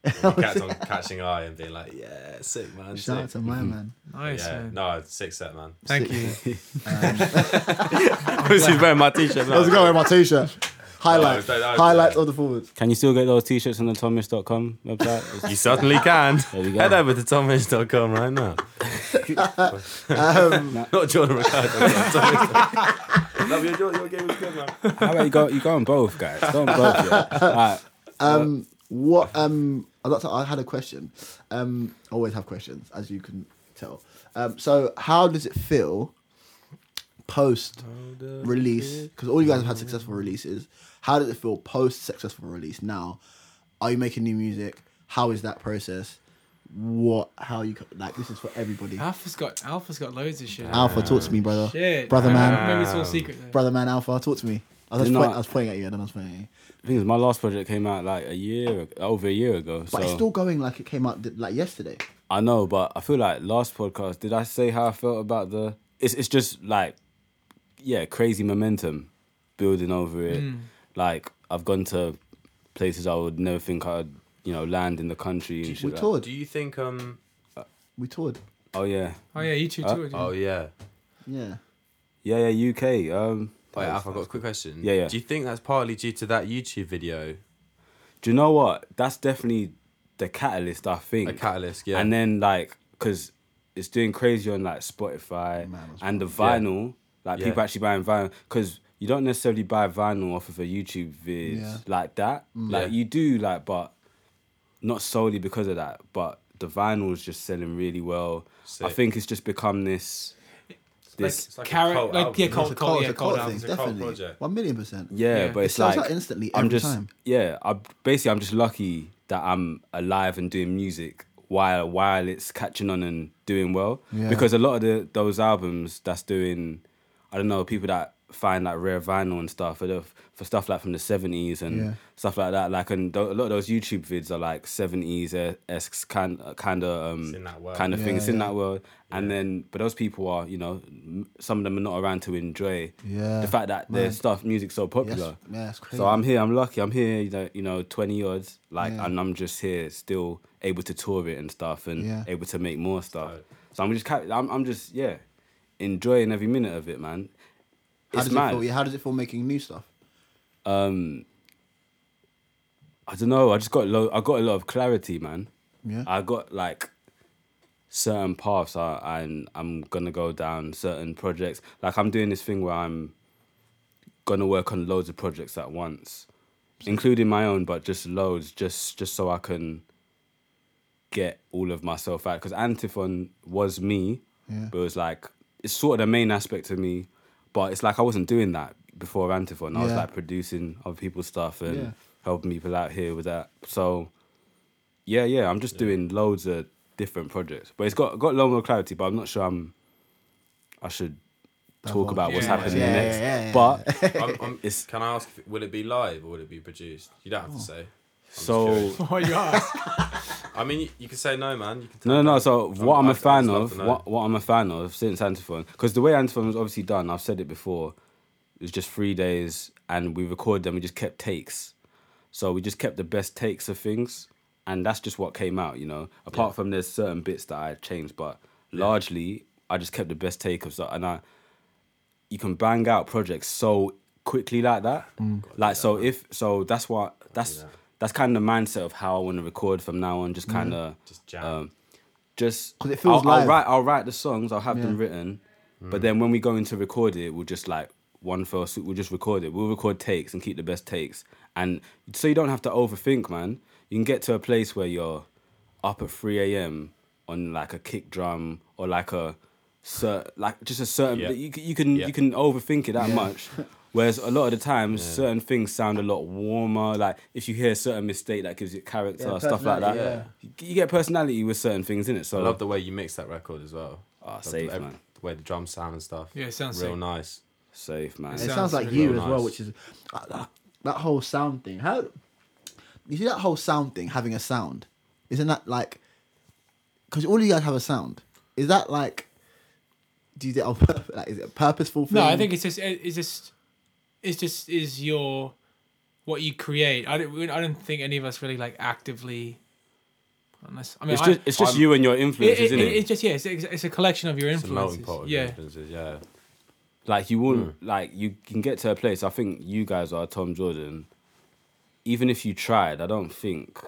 He kept on catching eye and being like, "Yeah, sick man." Shout out sick." to my man. Nice, yeah, man. no, sick set man. Thank you. He's wearing my t-shirt. There was a guy wearing my t-shirt. highlights, No, don't- don't- highlights of the forwards. Can you still get those t-shirts on the Thomas.com website? You certainly can. we go. Head over to tommy's.com right now. Not Jordan Ricardo. Love your, your, your game was good, man. How about you go? You go on both, guys. Go on both. Yeah. All right. Um, what? Um, I'd like to, I had a question. Um, I always have questions, as you can tell. Um, so how does it feel post release? Because all you guys have had successful releases. How does it feel post successful release? Now, are you making new music? How is that process? What? How you co- like? This is for everybody. Ah, Alpha's got Alpha's got loads of shit. Alpha, talk to me, brother. Shit. Brother I man. Ah. remember- Maybe it's all secret. Though. Brother man, Alpha, talk to me. I was, Did point, not- I was pointing at you and then I was pointing at you. The thing is, my last project came out like a year, ag- over a year ago. But so it's still going like it came out th- like yesterday. I know, but I feel like last podcast, did I say how I felt about the? It's it's just like, yeah, crazy momentum building over it. Mm. Mm. Like I've gone to places I would never think I'd, you know, land in the country and shit. We like- toured. Do you think, um, We toured. Oh yeah, Oh yeah, you two Uh, too. didn't you? oh, yeah. Yeah. yeah, yeah, UK. Um, Oh, yeah, Alf, I've got a quick question. Yeah, yeah. Do you think that's partly due to that YouTube video, do you know what? That's definitely the catalyst. I think a catalyst? Yeah. And then like, cause it's doing crazy on like Spotify Man, that's and the vinyl. Like Yeah. people actually buying vinyl, cause you don't necessarily buy vinyl off of a YouTube vid Yeah. Mm. like that. Yeah. Like you do like, but not solely because of that. But the vinyl is just selling really well. I Sick. think it's just become this. This It's like a Carrot, cult like album. yeah, It's cold, It's a cold, cult- yeah, it's a cold cult album. thing, a cult definitely. project. One million percent. yeah, Yeah. but It it's sells like out instantly I'm every just time. yeah. I basically I'm just lucky that I'm alive and doing music while while it's catching on and doing well. Yeah. Because a lot of the those albums that's doing, I don't know, people that find like rare vinyl and stuff for the, for stuff like from the seventies and Yeah. stuff like that. Like and tho- a lot of those YouTube vids are like seventies esque kind kind of um It's in that world. kind of thing. Yeah, It's in yeah. that world. And then, but those people are, you know, m- some of them are not around to enjoy Yeah, the fact that man. their stuff, music's so popular. Yes, yeah, it's crazy. So I'm here. I'm lucky. I'm here. You know, you know, twenty odds. Like, Yeah. and I'm just here, still able to tour it and stuff, and Yeah. able to make more stuff. So I'm just, ca- I'm, I'm just, yeah, enjoying every minute of it, man. how It's does mad. it feel? Yeah, how does it feel making new stuff? Um, I don't know. I just got low. I got a lot of clarity, man. Yeah. Ah, I got like certain paths I, I'm I'm gonna go down certain projects. Like I'm doing this thing where I'm gonna work on loads of projects at once, including my own, but just loads, just just so I can get all of myself out. Because Antiphon was me, Yeah. but it was like it's sort of the main aspect of me, but it's like I wasn't doing that before Antiphon. I was Yeah. like producing other people's stuff and Yeah. helping people out here with that. So yeah, yeah, I'm just doing loads of different projects, but it's got got a lot more clarity. But I'm not sure I'm. I should talk Divulge. about what's Yeah, happening yeah, next. yeah, yeah, But I'm, I'm, It's- can I ask, if, will it be live or will it be produced? You don't have to say. so Oh, you are. I mean, you, you can say no, man. You can no, no, no. So what I'm, I'd- a I'd fan love of, to know. what what I'm a fan of since Antiphon, because the way Antiphon was obviously done, I've said it before, it was just three days, and we recorded them. We just kept takes, so we just kept the best takes of things, and that's just what came out. You know, apart from there's certain bits that I changed, but largely I just kept the best take of stuff, and I you can bang out projects so quickly like that. Like so if so that's what that's that's kind of the mindset of how I want to record from now on. Just kind of Mm. Just jam. Um, just 'Cause it feels I'll, I'll live. write I'll write the songs. I'll have them Yeah. written, Mm. but then when we go in to record it, we'll just like one fell swoop. We'll just record it. We'll record takes and keep the best takes, and so you don't have to overthink, man. You can get to a place where you're up at three a.m. on like a kick drum or like a cer- like just a certain Yeah. you, c- you can Yeah. you can overthink it that Yeah. much. Whereas a lot of the times, certain things sound a lot warmer. Like if you hear a certain mistake, that gives it character, Yeah, stuff like that. personality, yeah. You- You get personality with certain things in it. So I love the way you mix that record as well. Ah, Love safe, the, ev- man. The way the drums sound and stuff. Yeah, it sounds real sick. nice. Safe man. it sounds, sounds like really you nice. as well, which is uh, uh, that whole sound thing. How you see that whole sound thing having a sound? Isn't that like because all you guys have a sound? Is that like do you do it on purpose? Like, is it a purposeful thing? No, I think it's just it- it's just it's just is your what you create. I don't we- I don't think any of us really like actively unless I mean It's I- just it's just I'm- you and your it, influences, it, isn't it? it, it's just yeah, it's, it's a collection of your It's a melting influences. pot of yeah. influences, yeah. Hmm. Like you won't like you can get to a place. I think you guys are Tom Jordan. Even if you tried, I don't think.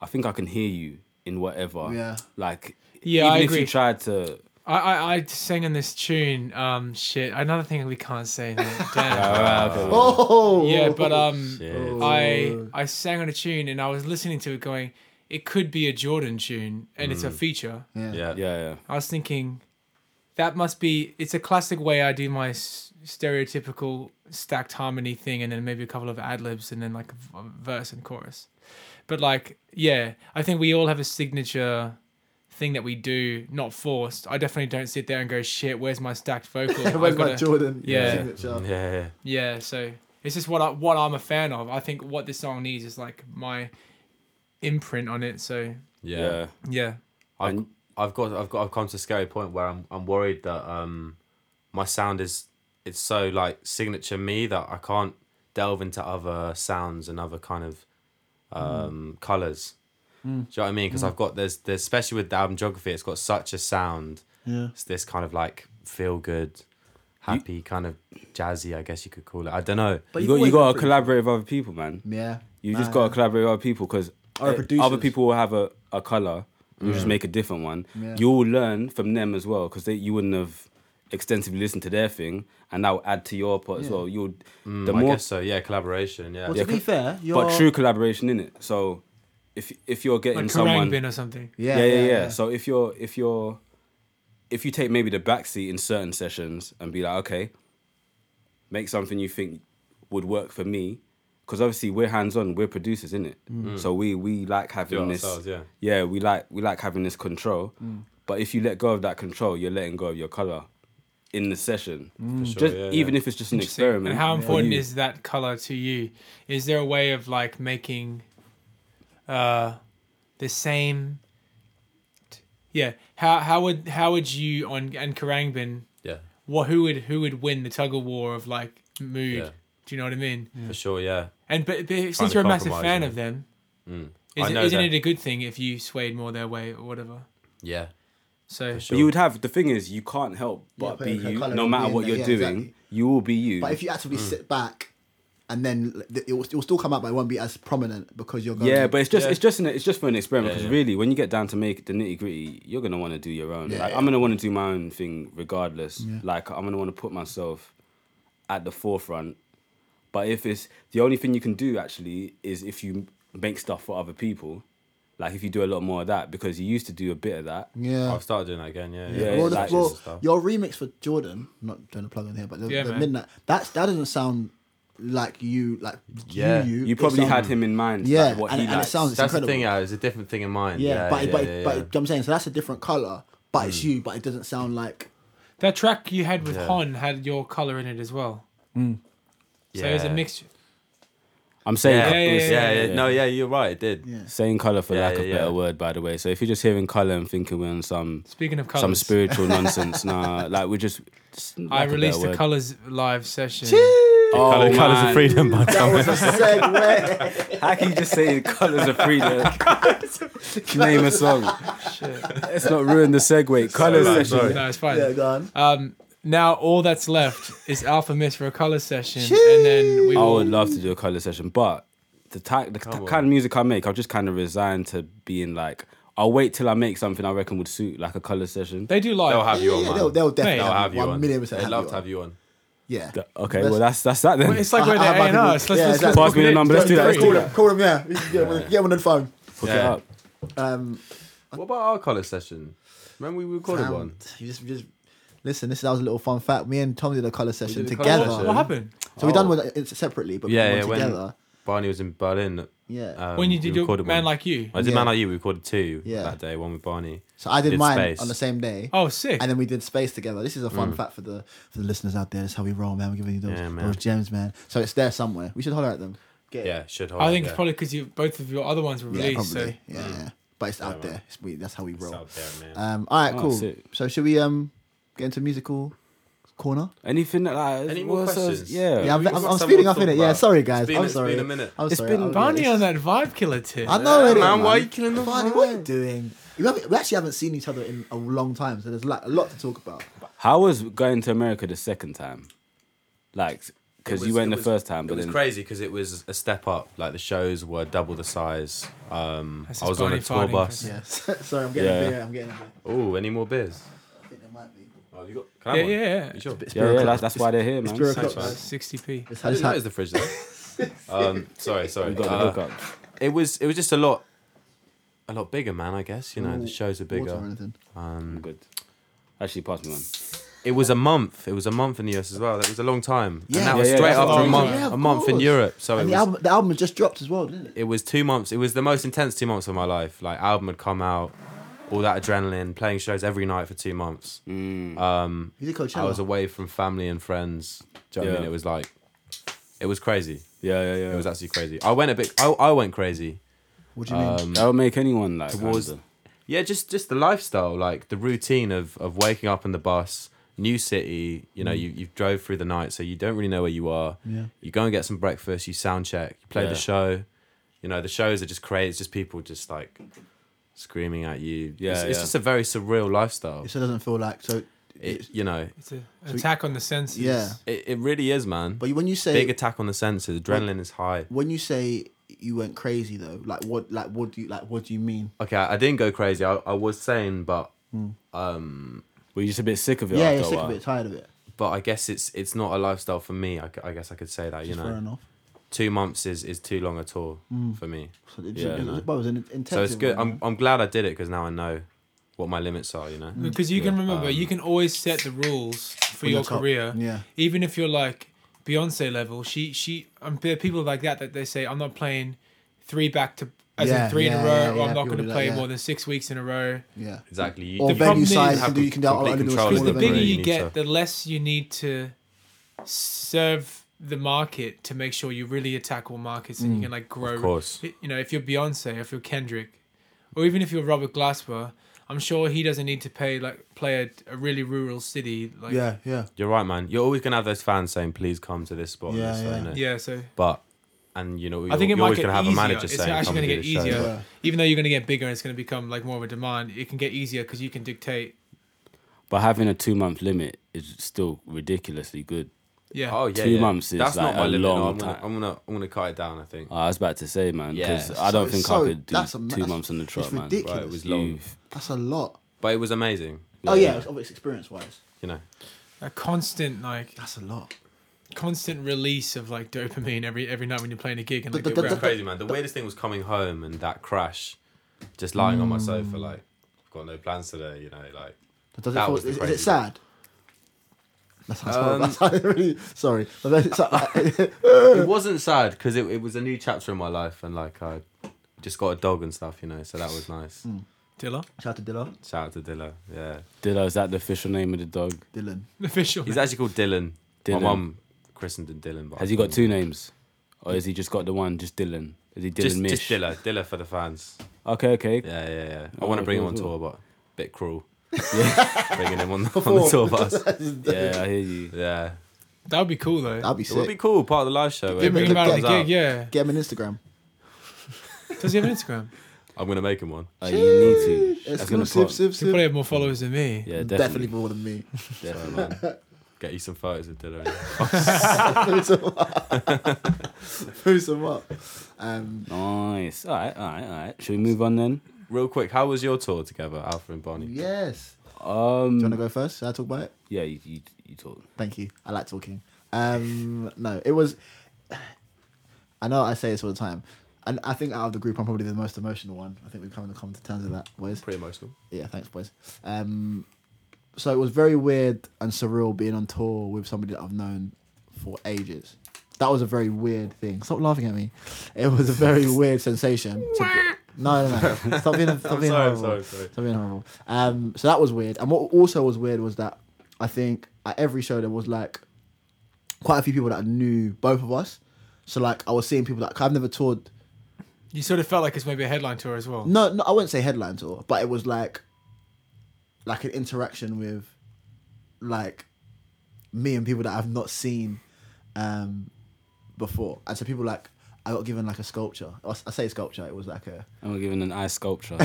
I think I can hear you in whatever. Yeah. Like. Yeah, Even I if agree. you tried to, I, I I sang in this tune. Um, shit. Another thing we can't say. now, Damn. Oh. yeah, but um, Shit. I I sang on a tune and I was listening to it, going, it could be a Jordan tune, and it's a Mm. feature. Yeah. Yeah. yeah, yeah. I was thinking, that must be. It's a classic way I do my s- stereotypical stacked harmony thing, and then maybe a couple of ad libs, and then like a v- a verse and chorus. But like, yeah, I think we all have a signature thing that we do, not forced. I definitely don't sit there and go, shit, where's my stacked vocal? I've Where's my gotta- Jordan Yeah. signature? Yeah. yeah. yeah, so it's just what I what I'm a fan of. I think what this song needs is like my imprint on it. So yeah. yeah, I've, I've got I've got I've come to a scary point where I'm I'm worried that um my sound is it's so like signature me that I can't delve into other sounds and other kind of um colors. Do you know what I mean? Because I've got there's there's especially with the album geography, it's got such a sound. Yeah. It's this kind of like feel good, happy kind of jazzy, I guess you could call it. I don't know. But You got you got to always- collaborate with other people, man. Yeah. You just Nah. got to collaborate with other people because Other producers. Mm. other people will have a, a color. You just make a different one. Yeah. You'll learn from them as well because you wouldn't have extensively listened to their thing, and that will add to your pot as Yeah. well. You'll the Mm, I more, guess so. Yeah, collaboration. Yeah. Well, Yeah, to be co- fair, you're. but true collaboration in it. So if if you're getting like someone, Kerrang! bin or something. Yeah. yeah, yeah, yeah. So if you're if you're if you take maybe the backseat in certain sessions and be like, okay, make something you think would work for me, because obviously we're hands on, we're producers in it, Mm. so we we like having Do it this, ourselves, yeah. we like we like having this control. Mm. But if you let go of that control, you're letting go of your color in the session, Mm. sure, just yeah, even yeah. if it's just an Interesting. experiment. And how for important you. is that color to you? Is there a way of like making uh the same? Yeah. How how would how would you on and Karangbin? yeah. What who would who would win the tug of war of like mood? Yeah. Do you know what I mean? For sure, yeah. And but, but Trying since to you're a massive compromise, fan yeah. of them, I isn't, know isn't that- it a good thing if you swayed more their way or whatever? Yeah. So sure. But you would have the thing is you can't help Yeah, but but be your you, colour no will matter be in what there, you're yeah, doing. exactly. You will be you. But if you actively sit back, and then like, th- it will, it will still come out, but it won't be as prominent because you're going. Yeah, but it's just Yeah. it's just an, it's just for an experiment Yeah, because yeah. really, when you get down to make the nitty gritty, you're gonna want to do your own. Yeah, like, yeah. I'm gonna want to do my own thing regardless. Yeah. Like I'm gonna want to put myself at the forefront. But if it's the only thing you can do actually is if you make stuff for other people, like if you do a lot more of that because you used to do a bit of that. yeah. I've started doing that again, yeah. Yeah, well, it's the, like- well, Stuff. your remix for Jordan, not doing a plug in here, but the, Yeah, the man. midnight. That's that doesn't sound like you, like Yeah. you. You It probably sounds- had him in mind. Yeah, like, what and- he and it likes. sounds- That's incredible. the thing, yeah. It's a different thing in mind. Yeah, Yeah, but yeah, but, yeah, but yeah. I'm saying so that's a different color, but it's you, but it doesn't sound like. that track you had with Yeah. Hon had your color in it as well. So it was a Yeah. mixture. I'm saying Yeah, it yeah, was- yeah, yeah, No, yeah, you're right. It did. Yeah. Saying color for Yeah, lack of yeah, better yeah. word, by the way. So if you're just hearing color and thinking we're on some Speaking of colors, some spiritual nonsense, nah, like we're just. just I lack of released better a word. colors live session. Oh, Colours- Colours of man. freedom. by That was a segue. How can you just say colors of freedom? Name a song. Shit. Let's not ruin the segue. Color Sorry, session. sorry. No, it's fine. yeah, go on. Um, now all that's left is Alpha Miss for a color session, and then we I will. would love to do a color session, but the type, the t- on. kind of music I make, I've just kind of resigned to being like, I'll wait till I make something I reckon would suit like a color session. they do live. They'll have you Yeah, on, yeah, man. they'll, they'll definitely They'll They'll have have you one on. million percent. have They'd love you to on. have you on. Yeah. Okay, Let's- well that's that's that then. it's like we're I- I- the I- I- yeah, A&Rs. Let's, let's, let's exactly. Pass me the get- number, let's do that, let's let's Call do it. them, call them, yeah. Get them on the- get them on the phone. Hook it Yeah. up. Um, What about our colour session? Remember we recorded Damn. one? You just, you just listen. This that was a little fun fact. Me and Tom did a color session did a colour together. session. Oh. What happened? So we done one uh, separately, but Yeah, we yeah, did one when- together. Barney was in Berlin. Yeah. um, when you we did your recorded man one. like you? I did Yeah. Man Like You. We recorded two Yeah. that day, one with Barney. so I did did mine space. Mm. on the same day. Oh, sick. And then we did space together. This is a fun fact for the for the listeners out there. That's how we roll, man. We're giving you those, Yeah, man. those gems, man. So it's there somewhere. We should holler at them. Get it. Yeah, should hold. I think yeah. it's probably because you both of your other ones were yeah, released. probably. so Yeah, yeah. But it's out there. It's, we, that's how we Mm. It's roll. out there, man. Um, all right, Oh, cool. sick. So should we um get into musical corner? Anything that like Any more what's else? questions? Yeah. Yeah, I'm, we've got I'm, I'm some speeding more up to in it. talk Yeah, about. sorry guys. It's been- I'm it's sorry. been a minute. I'm It's sorry. been- I'm- Barney it's- on that vibe killer tip. I know it, man, man. why are you killing the Barney, what are you doing? You haven't, we actually haven't seen each other in a long time, so there's like a lot to talk about. How was going to America the second time? Like, because It you was- went it the was- first time, It but was then crazy because it was a step up. Like the shows were double the size. Um, That's I was just on a Barney tour farting, bus. Chris. Yes. Sorry, I'm getting Yeah. a beer. I'm getting a beer. Oh, any more beers? I think there might be. Oh, you got? Can I Yeah, have one? yeah, You sure? It's yeah, beer yeah, o'clock. that's, that's why they're here, It's man. beer It's o'clock. yeah. guys. Sixty p. It's- I I didn't just know had- it was the fridge though. um, sorry, sorry. We've got Uh, the hookup. it was it was just a lot, a lot bigger, man. I guess you know the Ooh, shows are water or bigger. anything. Um, Good. Actually, pass me one. it was a month. It was a month in the US as well. That was a long time. Yeah. and that Yeah, was yeah, straight that's a after a long month. time. Yeah, of a month in course. Europe. So and it the was, album, the album had just dropped as well, didn't it? it was two months. It was the most intense two months of my life. Like album had come out, all that adrenaline, playing shows every night for two months. Um, You did Coachella. I was away from family and friends. Do you know what I Yeah. mean? It was like, it was crazy. Yeah, yeah, yeah. It was actually crazy. I went a bit. I, I went crazy. What do you uh, mean? that would make anyone like. Towards- under. Yeah, just just the lifestyle, like the routine of of waking up on the bus, new city. You know, you you drove through the night, so you don't really know where you are. Yeah. You go and get some breakfast. You sound check. You play Yeah. the show. You know, the shows are just crazy. It's just people just like screaming at you. Yeah, it's, it's yeah. just a very surreal lifestyle. So it doesn't feel like so. It, you know, It's an attack on the senses. Yeah, it, it really is, man. but when you say Big attack on the senses. Adrenaline is high. when you say you went crazy though, like what, like what do you like? What do you mean? Okay, I I didn't go crazy. I, I was sane, but Were you just a bit sick of it? yeah, after you're a sick while? of it, tired of it. but I guess it's it's not a lifestyle for me. I, c- I guess I could say that. Just you know. fair enough. two months is is too long a tour Mm. for me. So it, Yeah, it, no. was, well, it was an intensive. So it's good. one, I'm I'm glad I did it because now I know what my limits are. You know. Mm. Because you can remember, you can always set the rules for From um, the your top, career. yeah. Even if you're like Beyonce level, she she um, there are people like that that they say I'm not playing three back to as Yeah, in three in yeah, a row, yeah, or yeah, I'm people not going to do that, play yeah. more than six weeks in a row. yeah. Exactly. You, Or you venue problem is- size, you have can do you can do complete only do a control smaller of the the venue. bigger venue, you need get, to- the less you need to serve the market to make sure you really attack all markets Mm. and you can like grow. Of course. You know, if you're Beyonce, if you're Kendrick, or even if you're Robert Glasper, I'm sure he doesn't need to pay like play a, a really rural city. Like, Oh, Yeah, yeah. You're right, man. You're always gonna have those fans saying, "Please come to this spot." and Yeah, this, you yeah. know. yeah. So But and you know, you're, I think it you're might always get gonna have easier. a manager it's saying, actually "Come going to and get do this show." easier, Yeah. even though you're going to get bigger and it's going to become like more of a demand. It can get easier because you can dictate. But having a two month limit is still ridiculously good. Yeah. Oh yeah, Two yeah. months is That's like not my a limit. no. long I'm gonna, time. I'm gonna I'm gonna cut it down. I think. Ah, I was about to say, man, Yeah. because I don't So- think so I could do that's a ma- two that's- months on the trot, it's man. ridiculous. Right, it was long. You've- That's a lot. But it was amazing. Oh yeah, it's obvious experience wise. You know. A constant like That's a lot. constant release of like dopamine every every night when you're playing a gig and But like the- it but wraps- the- crazy, man. The weirdest thing was coming home and that crash, just lying on my sofa, like, I've got no plans today, you know, like. Does it That feel, is, was the is it crazy sad? That sounds horrible. Um, That sounds really, sorry. But then it's like- It wasn't sad because it, it was a new chapter in my life and, like, I just got a dog and stuff, you know, so that was nice. Dilla Shout out to Dylan. Shout out to Dilla, yeah. Dilla, is that the official name of the dog? Dylan. official. He's actually called Dylan. My Dylan. mum christened him Dylan. But I Has he got couldn't- two names? Or has he just got the one, just Dylan? Is he Dylan Just, Mish? just Dilla, Dilla for the fans. Okay, okay. Yeah, yeah, yeah. I Oh, want to bring him cool, on cool. tour, but bit cruel. Yeah. Bringing him on, on the tour bus. Yeah, I hear you. Yeah. That would be cool though. That'd be It would sick. be cool, part of the live show. They Give where me it bring him out of comes the gig, yeah. Get him an Instagram. Does he have an Instagram? I'm going to make him one. Oh, you need to. That's gonna Exclusive, pop. siv, He siv. probably have more followers than me. Yeah, Definitely definitely. more than me. definitely. Get you some photos of Dilla. Boost him up. Boost him up. Um, Nice. All right, all right, all right. Should we move on then? Real quick, how was your tour together, Alpha and Bonnie? yes. Do you want Um, to go first? Should I talk about it? yeah, you, you, you talk. Thank you. I like talking. Um, no, it was. I know I say this all the time, and I think out of the group, I'm probably the most emotional one. I think we've come to come to terms with that. Whereas Pretty emotional. yeah, thanks, boys. Um, so it was very weird and surreal being on tour with somebody that I've known for ages. That was a very weird thing. Stop laughing at me. It was a very weird sensation. to be- no, no, no. Stop being, stop being sorry, I'm horrible. sorry, sorry. Stop being horrible. Um, so that was weird. And what also was weird was that I think at every show there was like quite a few people that knew both of us. So like I was seeing people that I've never toured You sort of felt like it's maybe a headline tour as well. no, no, I wouldn't say headline tour, but it was like, like an interaction with, like, me and people that I've not seen, um, before. And so people like, I got given like a sculpture. I s- I say sculpture. It was like a And we're giving an ice sculpture.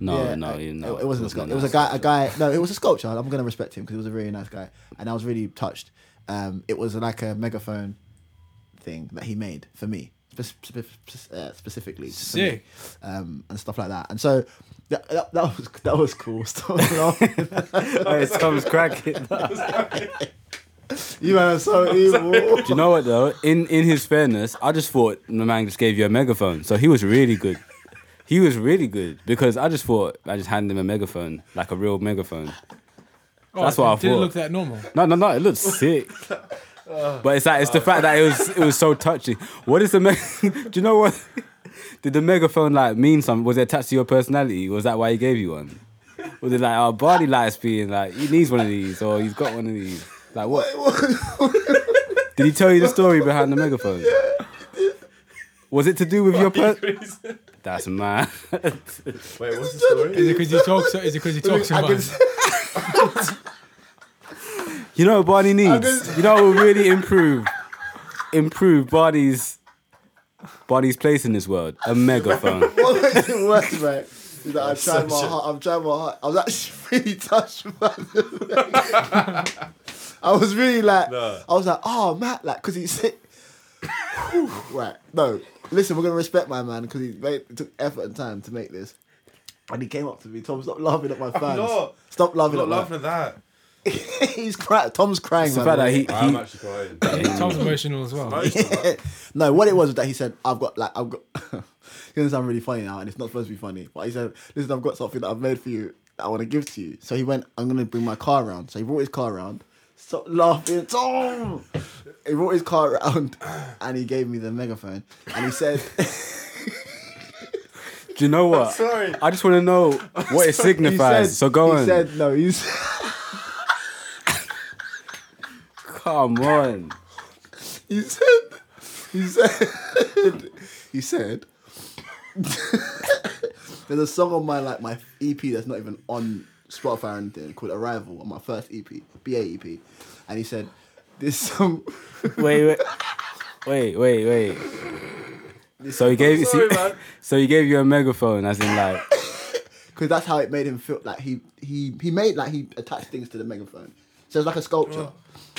no, yeah, no, I- you know. It, it wasn't a sculpture. It was a guy. A guy. No, it was a sculpture. I'm gonna respect him because he was a really nice guy, and I was really touched. Um, it was like a megaphone thing that he made for me spe- spe- spe- uh, specifically. for me Sick. um, and stuff like that. And so that, that, that was that was cool. Stop laughing. it's Tom's Oh, cracking. Do you man are so evil. you know what though? In in his fairness, I just thought the man just gave you a megaphone, so he was really good. He was really good because I just thought I just handed him a megaphone, like a real megaphone. Oh, That's what I did Did it thought. look that normal? No, no, no. It looks sick. But it's like it's the fact that it was it was so touching. What is the me- do you know what? Did the megaphone like mean something? Was it attached to your personality? Was that why he gave you one? Was it like our body lights being like he needs one of these or he's got one of these? Like what? Did he tell you the story behind the megaphone? Was it to do with your per- That's mad. Wait, what's the story? Is it because you talk so? Is it because you talk so I can much? s- You know what Barney needs? You know what will really improve improve Barney's Barney's place in this world? A megaphone. what makes it worse, mate? Is that I've tried my heart. I've tried my heart. I was actually really touched by the- I was really like, No. I was like, oh Matt, like, cause he said, right, no, listen, we're gonna respect my man because he made, took effort and time to make this, and he came up to me. Tom, stop laughing at my fans. not. Stop I'm laughing not at my laughing at that. He's crying. Tom's crying. It's the man. fact that he, I'm he actually crying. Tom's emotional as well. Most of that. no, what it was was that he said, "I've got like I've got." it's gonna sound really funny now, and it's not supposed to be funny. But he said, "Listen, I've got something that I've made for you that I want to give to you." So he went, "I'm gonna bring my car around." So he brought his car around. Stop laughing, Tom. He brought his car around, and he gave me the megaphone, and he said, do you know what? sorry. I just want to know what it "He said, signifies. so go he on. said, "No, he's." Come on. He said, he said, he said, there's a song on my like my EP that's not even on Spotify or anything called Arrival on my first E EP, BA EP, and he said, this song, Wait, wait. Wait, wait, wait. So he gave sorry, so- man. so he gave you a megaphone as in like because that's how it made him feel. Like he he he made like he attached things to the megaphone, so it's like a sculpture.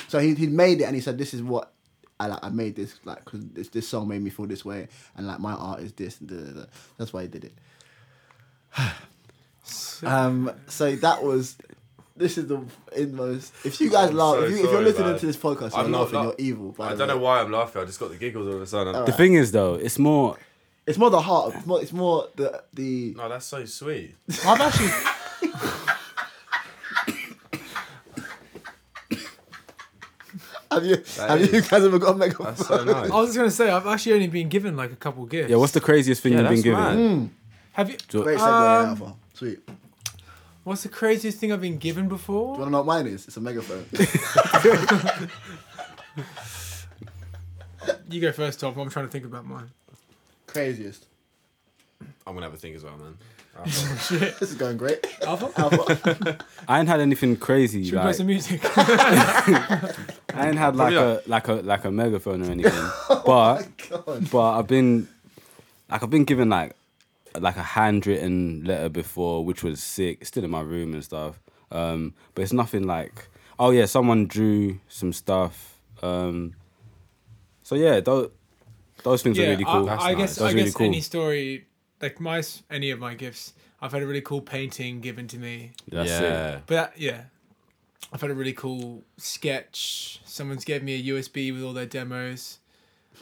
So he he made it and he said, this is what. I, like, I made this like 'cause this this song made me feel this way and like my art is this and da, da, da. that's why he did it. Um, so that was. This is the inmost. If you guys I'm laugh, so if, you, if you're sorry, listening man. to this podcast, I'm you're not laughing. la- you're evil. by I the don't way. know why I'm laughing. I just got the giggles all of a sudden. the thing is though, it's more It's more the heart. It's more. It's more the the. No, that's so sweet. I've actually. Have you have you is- guys ever got a megaphone? That's so nice. I was just gonna say I've actually only been given like a couple gifts. yeah, what's the craziest thing Yeah, you've been that's given? mad. Have you? Great segue, Um, Alpha. Sweet. Do you What's the craziest thing I've been given before? want to know what mine is? It's a megaphone. You go first, Tom. I'm trying to think about mine. Craziest. I'm gonna have a think as well, man. This is going great. Alpha, Alpha. I ain't had anything crazy should we play like some music? I ain't had like Probably a like a like a megaphone or anything, but God. but I've been like I've been given like like a handwritten letter before, which was sick. It's still in my room and stuff. Um, but it's nothing like oh yeah, someone drew some stuff. Um, so yeah, those those things are really cool. I, I guess Those I are really guess cool. any story, like my s- any of my gifts, I've had a really cool painting given to me. That's yeah. it. But that, yeah, I've had a really cool sketch. Someone's gave me a USB with all their demos.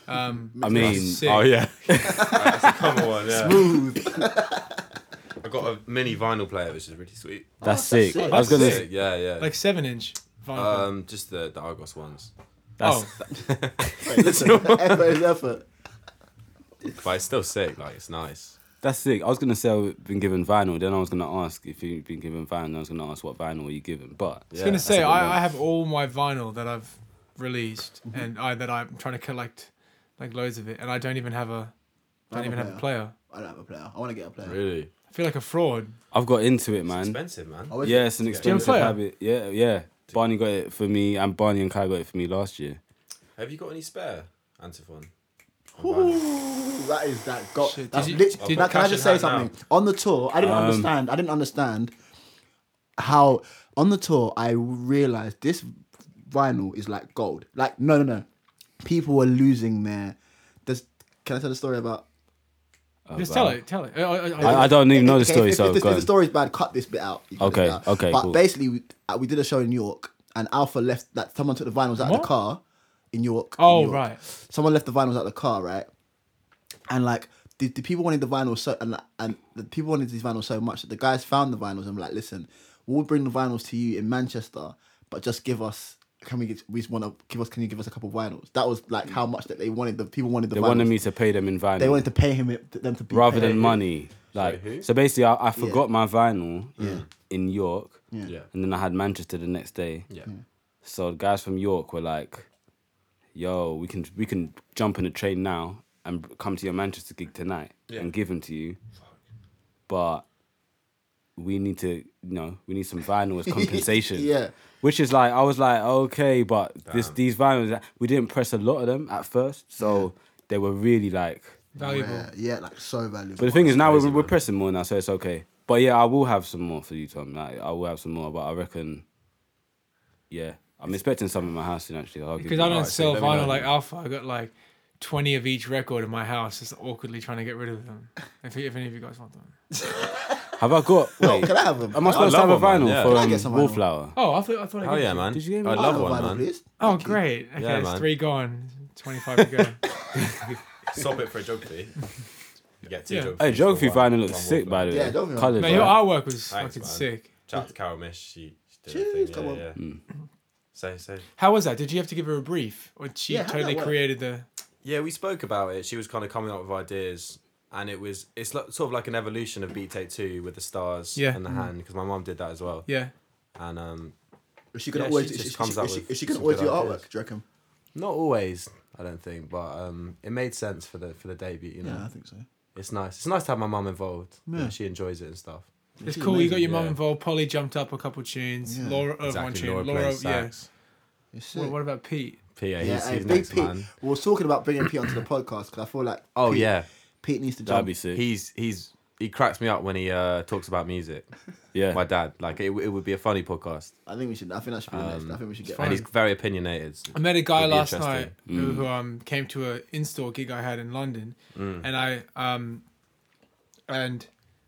Um, I mean, sick. Oh yeah. that's a common one. Yeah. Smooth. I got a mini vinyl player, which is really sweet. that's Oh, that's sick. sick. I was gonna. Sick, Yeah, yeah. like seven inch. vinyl. um, just the the Argos ones, That's, oh, Wait, listen. effort is effort. but it's still sick. Like it's nice. That's sick. I was gonna say I've been given vinyl. Then I was gonna ask if you've been given vinyl. I was gonna ask what vinyl were you given, but I was gonna that's say a good one. I, I have all my vinyl that I've released and I that I'm trying to collect like loads of it and I don't even have a don't Vinyl even have a player. I don't have a player. I want to get a player. Really I feel like a fraud. I've got into it, man. expensive, man. I wish- Yeah, it's an you have a expensive player? habit. Yeah, yeah. Barney got it for me, and Barney and Kai got it for me last year. Have you got any spare Antiphon? Ooh, that is that got. Shit, that's did you- lit- did you now, can I cash just in say hand now? something? On the tour, I didn't Um, understand. I didn't understand how on the tour I realized this vinyl is like gold. Like no, no, no. People were losing their. There's, can I tell the story about? Just tell it, tell it. I, I, I, I, I don't even know the Okay, story, if, so if, the, go if the on. story's bad, cut this bit out. You cut Okay, this out. okay, But cool. basically, we, uh, we did a show in York, and Alpha left. Like someone took the vinyls out of What? the car in York. in Oh, York. right. Someone left the vinyls out of the car, right? And like the, the people wanted the vinyls so and and the people wanted these vinyls so much that the guys found the vinyls and were like, listen, we'll bring the vinyls to you in Manchester, but just give us. Can we get? We just want to give us. Can you give us a couple of vinyls? That was like how much that they wanted. The people wanted the. They vinyls. wanted me to pay them in vinyl. They wanted to pay him it- them to be rather paid. than money. Like who? so, basically, I, I forgot my vinyl in York, Yeah. and then I had Manchester the next day. Yeah. So the guys from York were like, "Yo, we can we can jump in a train now and b- come to your Manchester gig tonight Yeah. and give them to you, but we need to, you know, we need some vinyl as compensation." Yeah. Which is like I was like, okay, but this these vinyls we didn't press a lot of them at first, so they were really like Valuable. Yeah, yeah, like so valuable. but the thing is, now crazy, we're, we're man. pressing more now, so it's okay. But yeah, I will have some more for you, Tom. Like, I will have some more, but I reckon, yeah, I'm expecting some in my house soon. Actually, I'll give Because you- I don't Alright, so sell let me vinyl know. like Alpha. I got like twenty of each record in my house, just awkwardly trying to get rid of them. If, if any of you guys want them. Have I got? Wait, Can I have them? am I supposed to love have a one, man, vinyl yeah. for Can I um, get some vinyl? Wallflower? Oh, I thought I thought. I Hell gave yeah, you- man. Did you get me I one? love Oh, one, vinyl, man. please. Oh, Thank you. great. Okay, Yeah, it's man. three gone. Twenty-five to go. Stop it for a geography. You get two Yeah. Hey, geography vinyl looks One sick, by the way. Yeah, don't worry. Coloured, Man, your right? artwork was Thanks, fucking man. sick. Shout out to Carol Mish. She, she did Cheers, her thing. come yeah, on. yeah. Mm. So, so How was that? Did you have to give her a brief, or she Yeah, how'd that totally work? created the? yeah, we spoke about it. She was kind of coming up with ideas, and it was it's like, sort of like an evolution of Beat Take Two with the stars Yeah. and the Mm. hand because my mum did that as well. Yeah. And um, Is she gonna Yeah, always? she Is just she, comes is she- up is she- with is she gonna some always do good your ideas. artwork? Do you reckon? not always, I don't think, but um, it made sense for the for the debut. You know, Yeah, I think so. it's nice. It's nice to have my mum involved. You know, Yeah. she enjoys it and stuff. It's cool. You got your mum yeah. involved. Polly jumped up a couple tunes. Yeah. Laura, uh, one Exactly. tune. Laura, Laura, plays yeah. sax. What, what about Pete? Pete, yeah, he's, Yeah, hey, he's Big next Pete. man. We were talking about bringing Pete onto the podcast because I feel like Oh Pete, yeah, Pete needs to That'd jump. be sick. he's he's he cracks me up when he uh, talks about music. yeah, My dad, like it, it would be a funny podcast, I think we should. I think that should be the next. I think we should get. and he's very opinionated. I met a guy It'd be last interesting. Mm. night who, who um came to a in-store gig I had in London, Mm. and I um and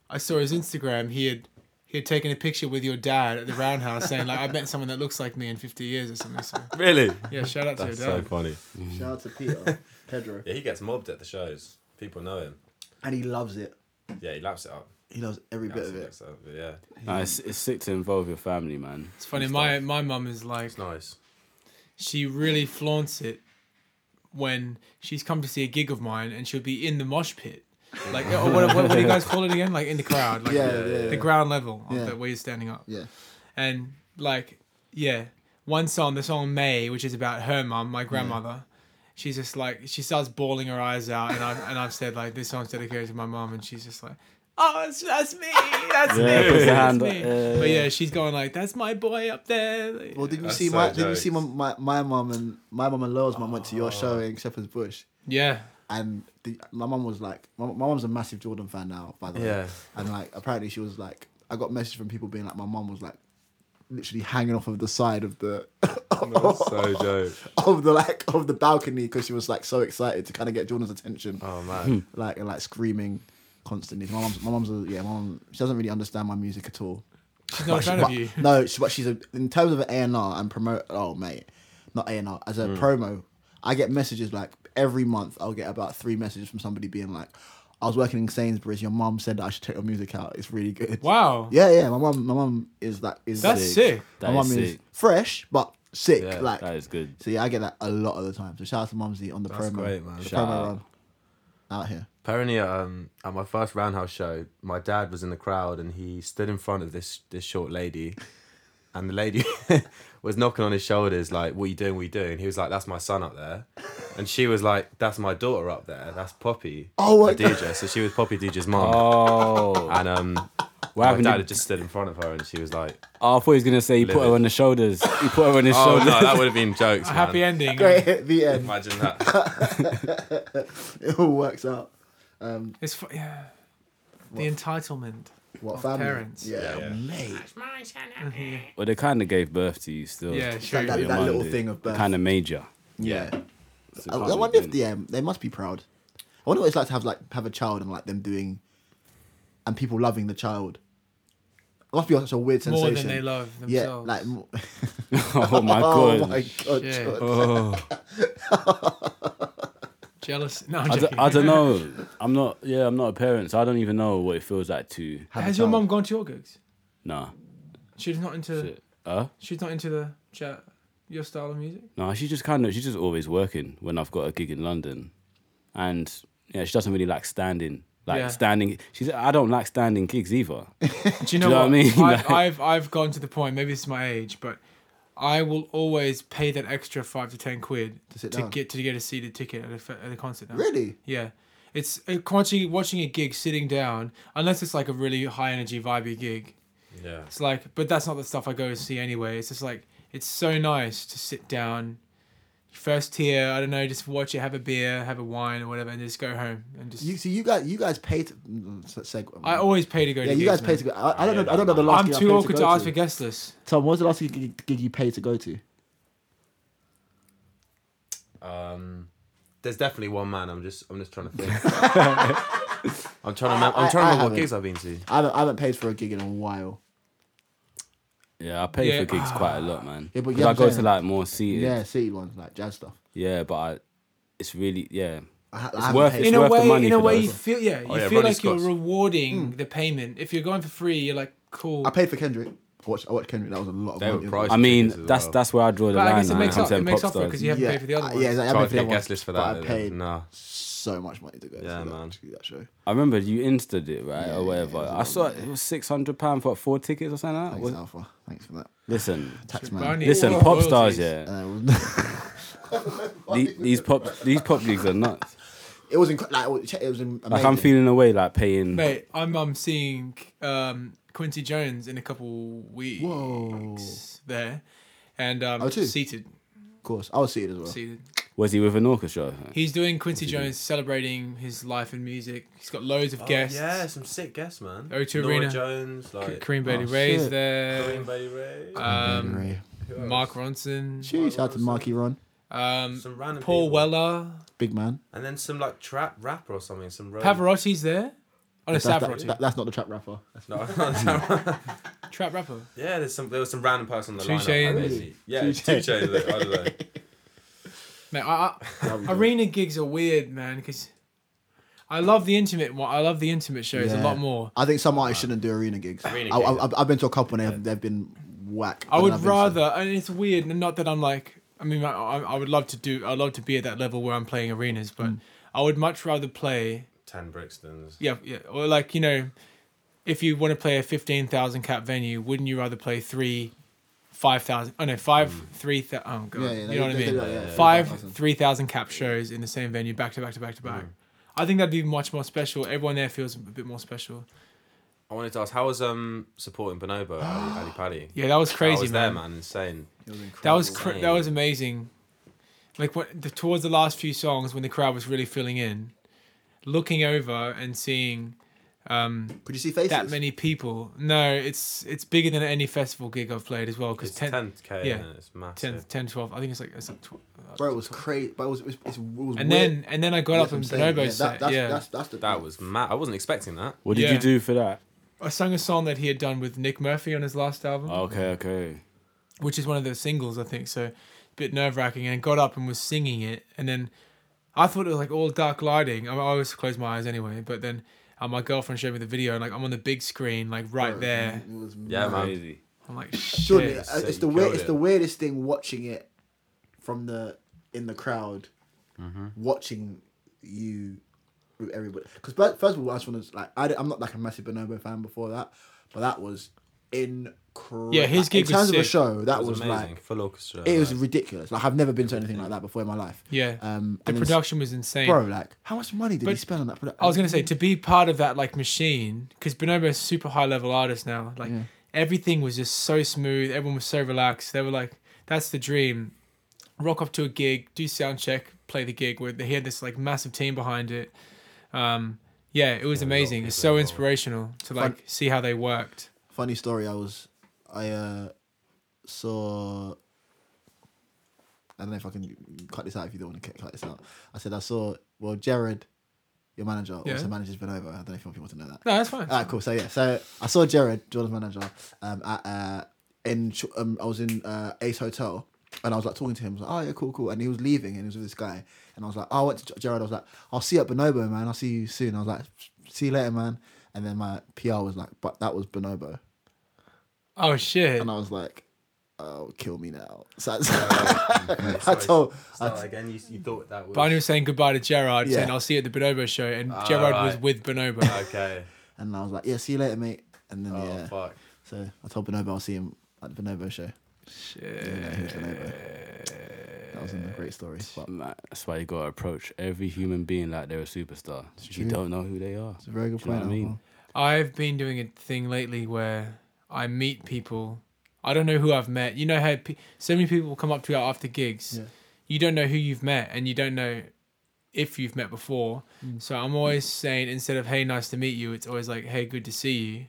I saw his Instagram. He had he had taken a picture with your dad at the Roundhouse, saying like I met someone that looks like me in fifty years or something. So Really? yeah, shout out to your That's so dad. funny. Shout out to Peter, Pedro, Yeah, he gets mobbed at the shows. People know him. and he loves it. Yeah, he laps it up. He loves every He bit of absolutely it. laps up. But yeah, Nah, it's, it's sick to involve your family, man. it's funny. My my mum is like it's nice. she really flaunts it when she's come to see a gig of mine, and she'll be in the mosh pit. Like, or what, what, what do you guys call it again? Like in the crowd, like Yeah, the, yeah, yeah. the ground level of Yeah. the, where you're standing up. Yeah, and like yeah one song the song may which is about her mum my grandmother she's just like she starts bawling her eyes out and i've, and I've said like this song's dedicated to my mum and she's just like oh it's, that's me that's Yeah, me puts that's her hand up, me yeah, but yeah she's going like that's my boy up there Like, Well, did you That's see so my? Did you jokes. Oh. see my my, my mum and my mum and Laura's mum went to your show in Shepherd's Bush, yeah and the, my mum was like, my my mum's a massive Jordan fan now, by the way. Yeah. And like, apparently she was like, I got messages from people being like, my mum was like, literally hanging off of the side of the so dope. of the like of the balcony because she was like so excited to kind of get Jordan's attention, Oh man. like and like screaming constantly. My mom's my mom's a, yeah, my mom she doesn't really understand my music at all. she's not a fan of But- you No, she, but she's a, in terms of an A and R and promote. Oh mate, not A and R as Mm. a promo. I get messages like every month. I'll get about three messages from somebody being like, "I was working in Sainsbury's. Your mum said that I should check your music out. It's really good." wow Yeah, yeah. My mum, my mum is that is that's sick, My That mum is is sick. fresh but sick. Yeah, like That is good. so yeah, I get that a lot of the time. So shout out to Mumsy on the That's promo. great, man. the Shout promo out. run out here. Apparently, um, at my first Roundhouse show, my dad was in the crowd and he stood in front of this this short lady, and the lady was knocking on his shoulders like, "What are you doing? What are you doing?" He was like, "That's my son up there," and she was like, "That's my daughter up there. That's Poppy." Oh, my the DJ. So she was Poppy DJ's mom, Oh, and um, what my happened? dad had just stood in front of her and she was like, Oh, I thought he was gonna say he put Livid. her on the shoulders. He put her on his "Oh no, shoulders. that would have been jokes." a man. happy ending Great, the end. Imagine that. It all works out. it's fu- yeah the entitlement What Of family? parents. Yeah, Yeah. mate. Well, they kind of gave birth to you still. Yeah, Your sure. That- that mum little did. thing of birth. Kind of major. Yeah. So I, it I can't be wonder if good. the um, they must be proud. I wonder what it's like to have like have a child and like them doing, and people loving the child. It must be such a weird More sensation. than they love themselves. Yeah, like. m- oh my oh god. my god. Shit. George. Jealous. No, I'm I, joking. d- I don't know. I'm not. Yeah, I'm not a parent, so I don't even know what it feels like to. Have a Has your child. mum gone to your gigs? Nah. She's not into. Shit. Uh? She's not into the chat. Your style of music. No, she's just kind of. She's just always working when I've got a gig in London, and yeah, she doesn't really like standing. Like Yeah. standing. She's. I don't like standing gigs either. Do you know Do you know what? what I mean? Like- I, I've I've gone to the point. Maybe it's my age, but I will always pay that extra five to ten quid To to, sit down. get to get a seated ticket at a, fe- at a concert. Now. Really? Yeah, it's uh, watching watching a gig sitting down unless it's like a really high energy vibey gig. Yeah. It's like, but that's not the stuff I go and see anyway. It's just like it's so nice to sit down, first tier. I don't know, just watch it, have a beer, have a wine or whatever, and just go home and just. You see, you guys, you guys pay to mm, s- seg- I always pay to go. yeah, to you gigs, guys pay man. to go. I, I don't Yeah, know. I don't know the last. I'm gig I too paid awkward to, go ask for guest lists. Tom, what was the last gig, gig you paid to go to? Um, there's definitely one man. I'm just I'm just trying to think. I'm trying to remember. I- I'm trying to I remember what haven't. gigs I've been to. I haven't, I haven't paid for a gig in a while. Yeah, I pay Yeah. for gigs quite a lot, man. Yeah, but 'Cause yeah, I I'm go to saying- like more seated. Yeah, Yeah, city ones like jazz stuff. but I, it's really yeah. I, ha- I It's haven't worth paid it. for- in a worth the way, money in a for way, those. you feel yeah, you Oh, yeah, feel Ronnie like you're Scott's. rewarding the payment. If you're going for free, you're like cool. Hmm. I paid for Kendrick. I watched, I watched Kendrick. That was a lot of They were money. pricey. I mean, Gigs as that's well. that's where I draw the But I line. guess it when makes comes up- to it makes pop up for it 'cause stars. you have to pay for the other I- ones. Yeah, exactly. I Try paid for to the get other guest ones, list for but that. I paid No. so much money to go. Yeah, to that- man. to that show. I remember you insta'd it right Yeah, or yeah, whatever. it was I saw it, it was six hundred pound for four tickets or something. Like that. Thanks, Was- Alpha. Thanks for that. Listen, Tax man. Barney. listen, Whoa, pop stars, royalties. yeah. Uh, it was- Uh, The- These pop these pop gigs are nuts. it was incredible. Like, it was- it was amazing. Like I'm feeling away, like paying. Mate, I'm um, seeing um, Quincy Jones in a couple weeks Whoa. there, and um, Oh, too? seated, Of course, I would see it as well. seated. Was he with an orchestra? He's doing Quincy Jones celebrating his life in music. He's got loads of guests. Oh, yeah, some sick guests, man. O2 Nora Arena. Jones, K- like Kareem Bailey Oh, Ray's shit. there. Kareem Bailey Ray. Um, Ray. Mark Ronson. Shout out to Marky Ron, Um, Some random Paul people. Weller. big man. and then some like trap rapper or something. Some road. Pavarotti's there. Oh, no, That's, that- Savarotti. that- that's not the trap rapper. No, not- Trap rapper. yeah, there's some. There was some random person on the Two lineup. Chainz. I basically- Yeah, Two two chains. I don't know. Mate, I, I, arena gigs are weird, man. Because I love the intimate one. I love the intimate shows a Yeah. lot more. I think some artists shouldn't do arena gigs. Arena I, gigs. I, I've- I've been to a couple and they've, they've been whack. I And would I've been to- rather, and it's weird. and Not that I'm like. I mean, I, I I would love to do. I'd love to be at that level where I'm playing arenas, but Mm. I would much rather play. Tan Brixton's. Yeah, yeah. Or like you know, if you want to play a fifteen thousand cap venue, wouldn't you rather play three? Five thousand, oh no, five, three thousand. Oh god, Mm. Yeah, yeah, they- you know what I they mean. do that, yeah, yeah. Five, three thousand cap shows in the same venue, back to back to back to Mm. back. I think that'd be much more special. Everyone there feels a bit more special. I wanted to ask, how was um supporting Bonobo Ali, Ali Pally? Yeah, that was I crazy, was man. there, man. Insane. It was incredible. That was cr- that Insane. was amazing. Like what the, towards the last few songs, when the crowd was really filling in, looking over and seeing um, Could you see faces? that many people. No, it's it's bigger than any festival gig I've played as well. Because It's 10, 10, 10k. yeah. Yeah, it's massive. 10, 10, 12, I think it's like, it's like tw- Bro, it was crazy. But it was, it was, it was weird. and then and then I got Yeah, up I'm and saying, Bonobo yeah, set. that, that's, yeah, That's, that's the, That was mad. I wasn't expecting that. What did Yeah. you do for that? I sung a song that he had done with Nick Murphy on his last Oh, album. Okay, okay. which is one of the singles, I think. So, a bit nerve wracking. And got up and was singing it. And then I thought it was like all dark lighting. I, mean, I always close my eyes anyway. But then uh, my girlfriend showed me the video, and like I'm on the big screen, like right bro, there. It was Yeah, mad. man. Crazy. I'm like, Surely, shit. uh, it's you the weird, killed it's it. the weirdest thing watching it from the in the crowd, Mm-hmm. watching you with everybody. Because first of all, I just want to like I am not like a massive Bonobo fan before that, but that was incredible. Yeah, his gig in terms was of a sick. show that It was, was amazing. like Full orchestra. it was like- ridiculous. Like I've never been to anything like that before in my life. Yeah. Um, the and then- production was insane. bro, like how much money did he But spend on that production? I was gonna say to be part of that like machine because Bonobo's a super high level artist now. Like Yeah. everything was just so smooth. Everyone was so relaxed. They were like, "That's the dream." Rock off to a gig, do sound check, play the gig. Where they had this like massive team behind it. Um, Yeah, it was Yeah, a lot of amazing. It's people so involved. inspirational to like see how they worked. funny story i was i uh saw i don't know if i can cut this out if you don't want to cut this out i said i saw well jared your manager Yeah. also manages Benova. i don't know if you want people to know that No, that's fine. Alright, Ah, cool. So yeah, so I saw Jared, Jordan's manager, um, at uh, in Ch- um, I was in uh, Ace Hotel, and I was like talking to him. I was like, oh yeah, cool, cool. And he was leaving, and he was with this guy, and I was like, oh, I went to J- Jared. I was like, I'll see you at Bonobo, man. I'll see you soon. I was like, see you later, man. And then my PR was like, but that was Bonobo, Oh shit. and I was like, oh, kill me now. So I, I told, I, Start again. You, you thought that was. Barney was saying goodbye to Gerard, Yeah. saying I'll see you at the Bonobo show, and Gerard was right. with Bonobo. Okay. and I was like, yeah, see you later, mate. And then Oh yeah, fuck. so I told Bonobo I'll see him at the Bonobo show. shit. Yeah, he was Bonobo. That was a great story. But Man, That's why you gotta approach every human being like they're a superstar. You don't know who they are. It's a very good Do you know point. what I mean? Alpha. I've been doing a thing lately where I meet people. I don't know who I've met. You know how pe- so many people come up to you after gigs. Yeah. You don't know who you've met, and you don't know if you've met before. Mm. So I'm always saying instead of "Hey, nice to meet you," it's always like "Hey, good to see you,"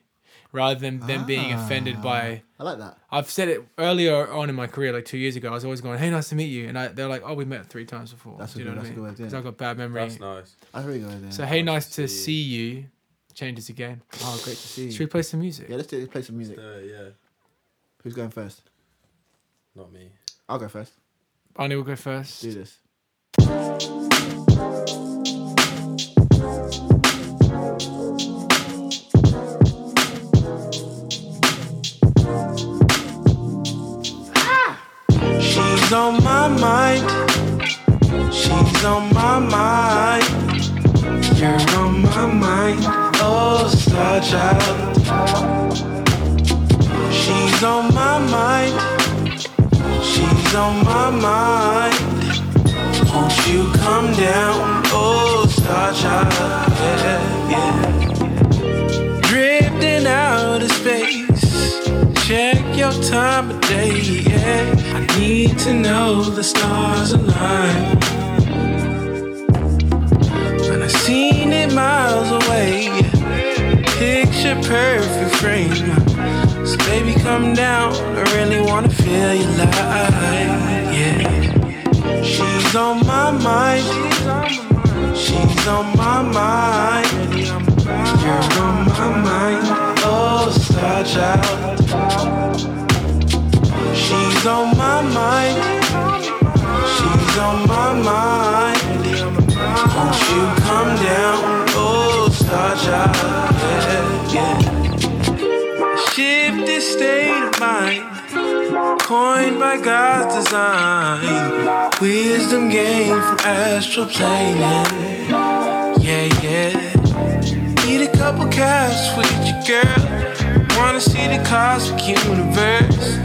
rather than them being offended by. I like that. I've said it earlier on in my career, like two years ago. I was always going, "Hey, nice to meet you," and I, they're like, "Oh, we met three times before." That's a Do you know good- what that's a I good mean? idea. Because I've got bad memory. That's nice. I really Oh, go there. So "Hey, Nice nice to to see see you" changes again. oh, great to see you. Should we play some music? Yeah, let's do let's play some music. Do it, yeah. Who's going first? Not me. I'll go first. Barney will go first. Do this. She's on my mind. She's on my mind. You're on my mind. Oh, star child. She's on my mind. She's on my mind. Won't you come down? Oh, star child. Yeah, yeah. Drifting out of space. Check your time of day, yeah. I need to know the stars align. And I seen it miles away, yeah. Picture perfect frame. So baby, come down. I really wanna feel your light, yeah. She's on my mind. She's on my mind. You're on my mind. Oh, such out. She's on my mind. She's on my mind. Won't you come down? Oh, star child. Yeah, yeah. Shift this state of mind. Coined by God's design. Wisdom gained from astral planning. Yeah, yeah. Need a couple caps with you, girl. Wanna see the cosmic universe?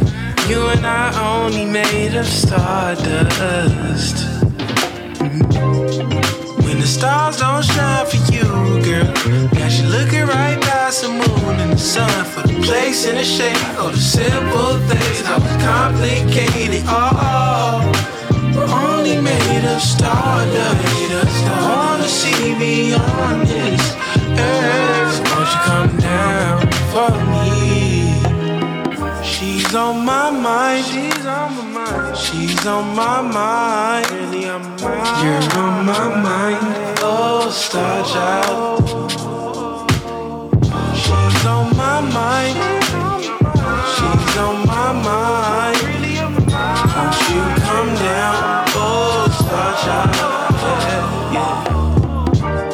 You and I only made of stardust. Mm. When the stars don't shine for you, girl, got you looking right past the moon and the sun for the place and the shape of the simple things. How complicated, oh. We're only made of stardust. I wanna see beyond this earth. Won't you come down for me? She's on my mind. She's on my mind. She's on my mind. Really on my mind. You're on my mind. Oh, star child. She's on my mind. She's on my mind. Really on my mind. Won't you come down? Oh, star child. Yeah, yeah.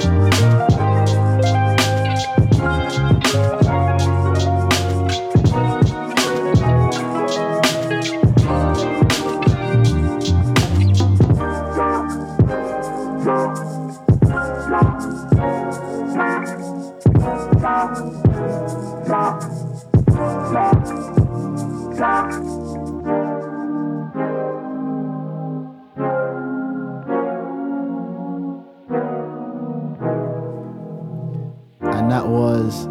And that was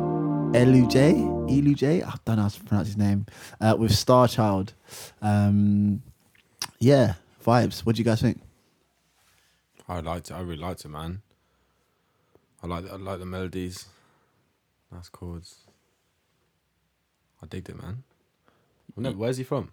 Elu J. Elu J. I don't know how to pronounce his name. Uh, with Star Child. Um, yeah, vibes. What do you guys think? I liked it. I really liked it, man. I like I like the melodies. Nice chords. I digged it, man. Well, no, where's he from?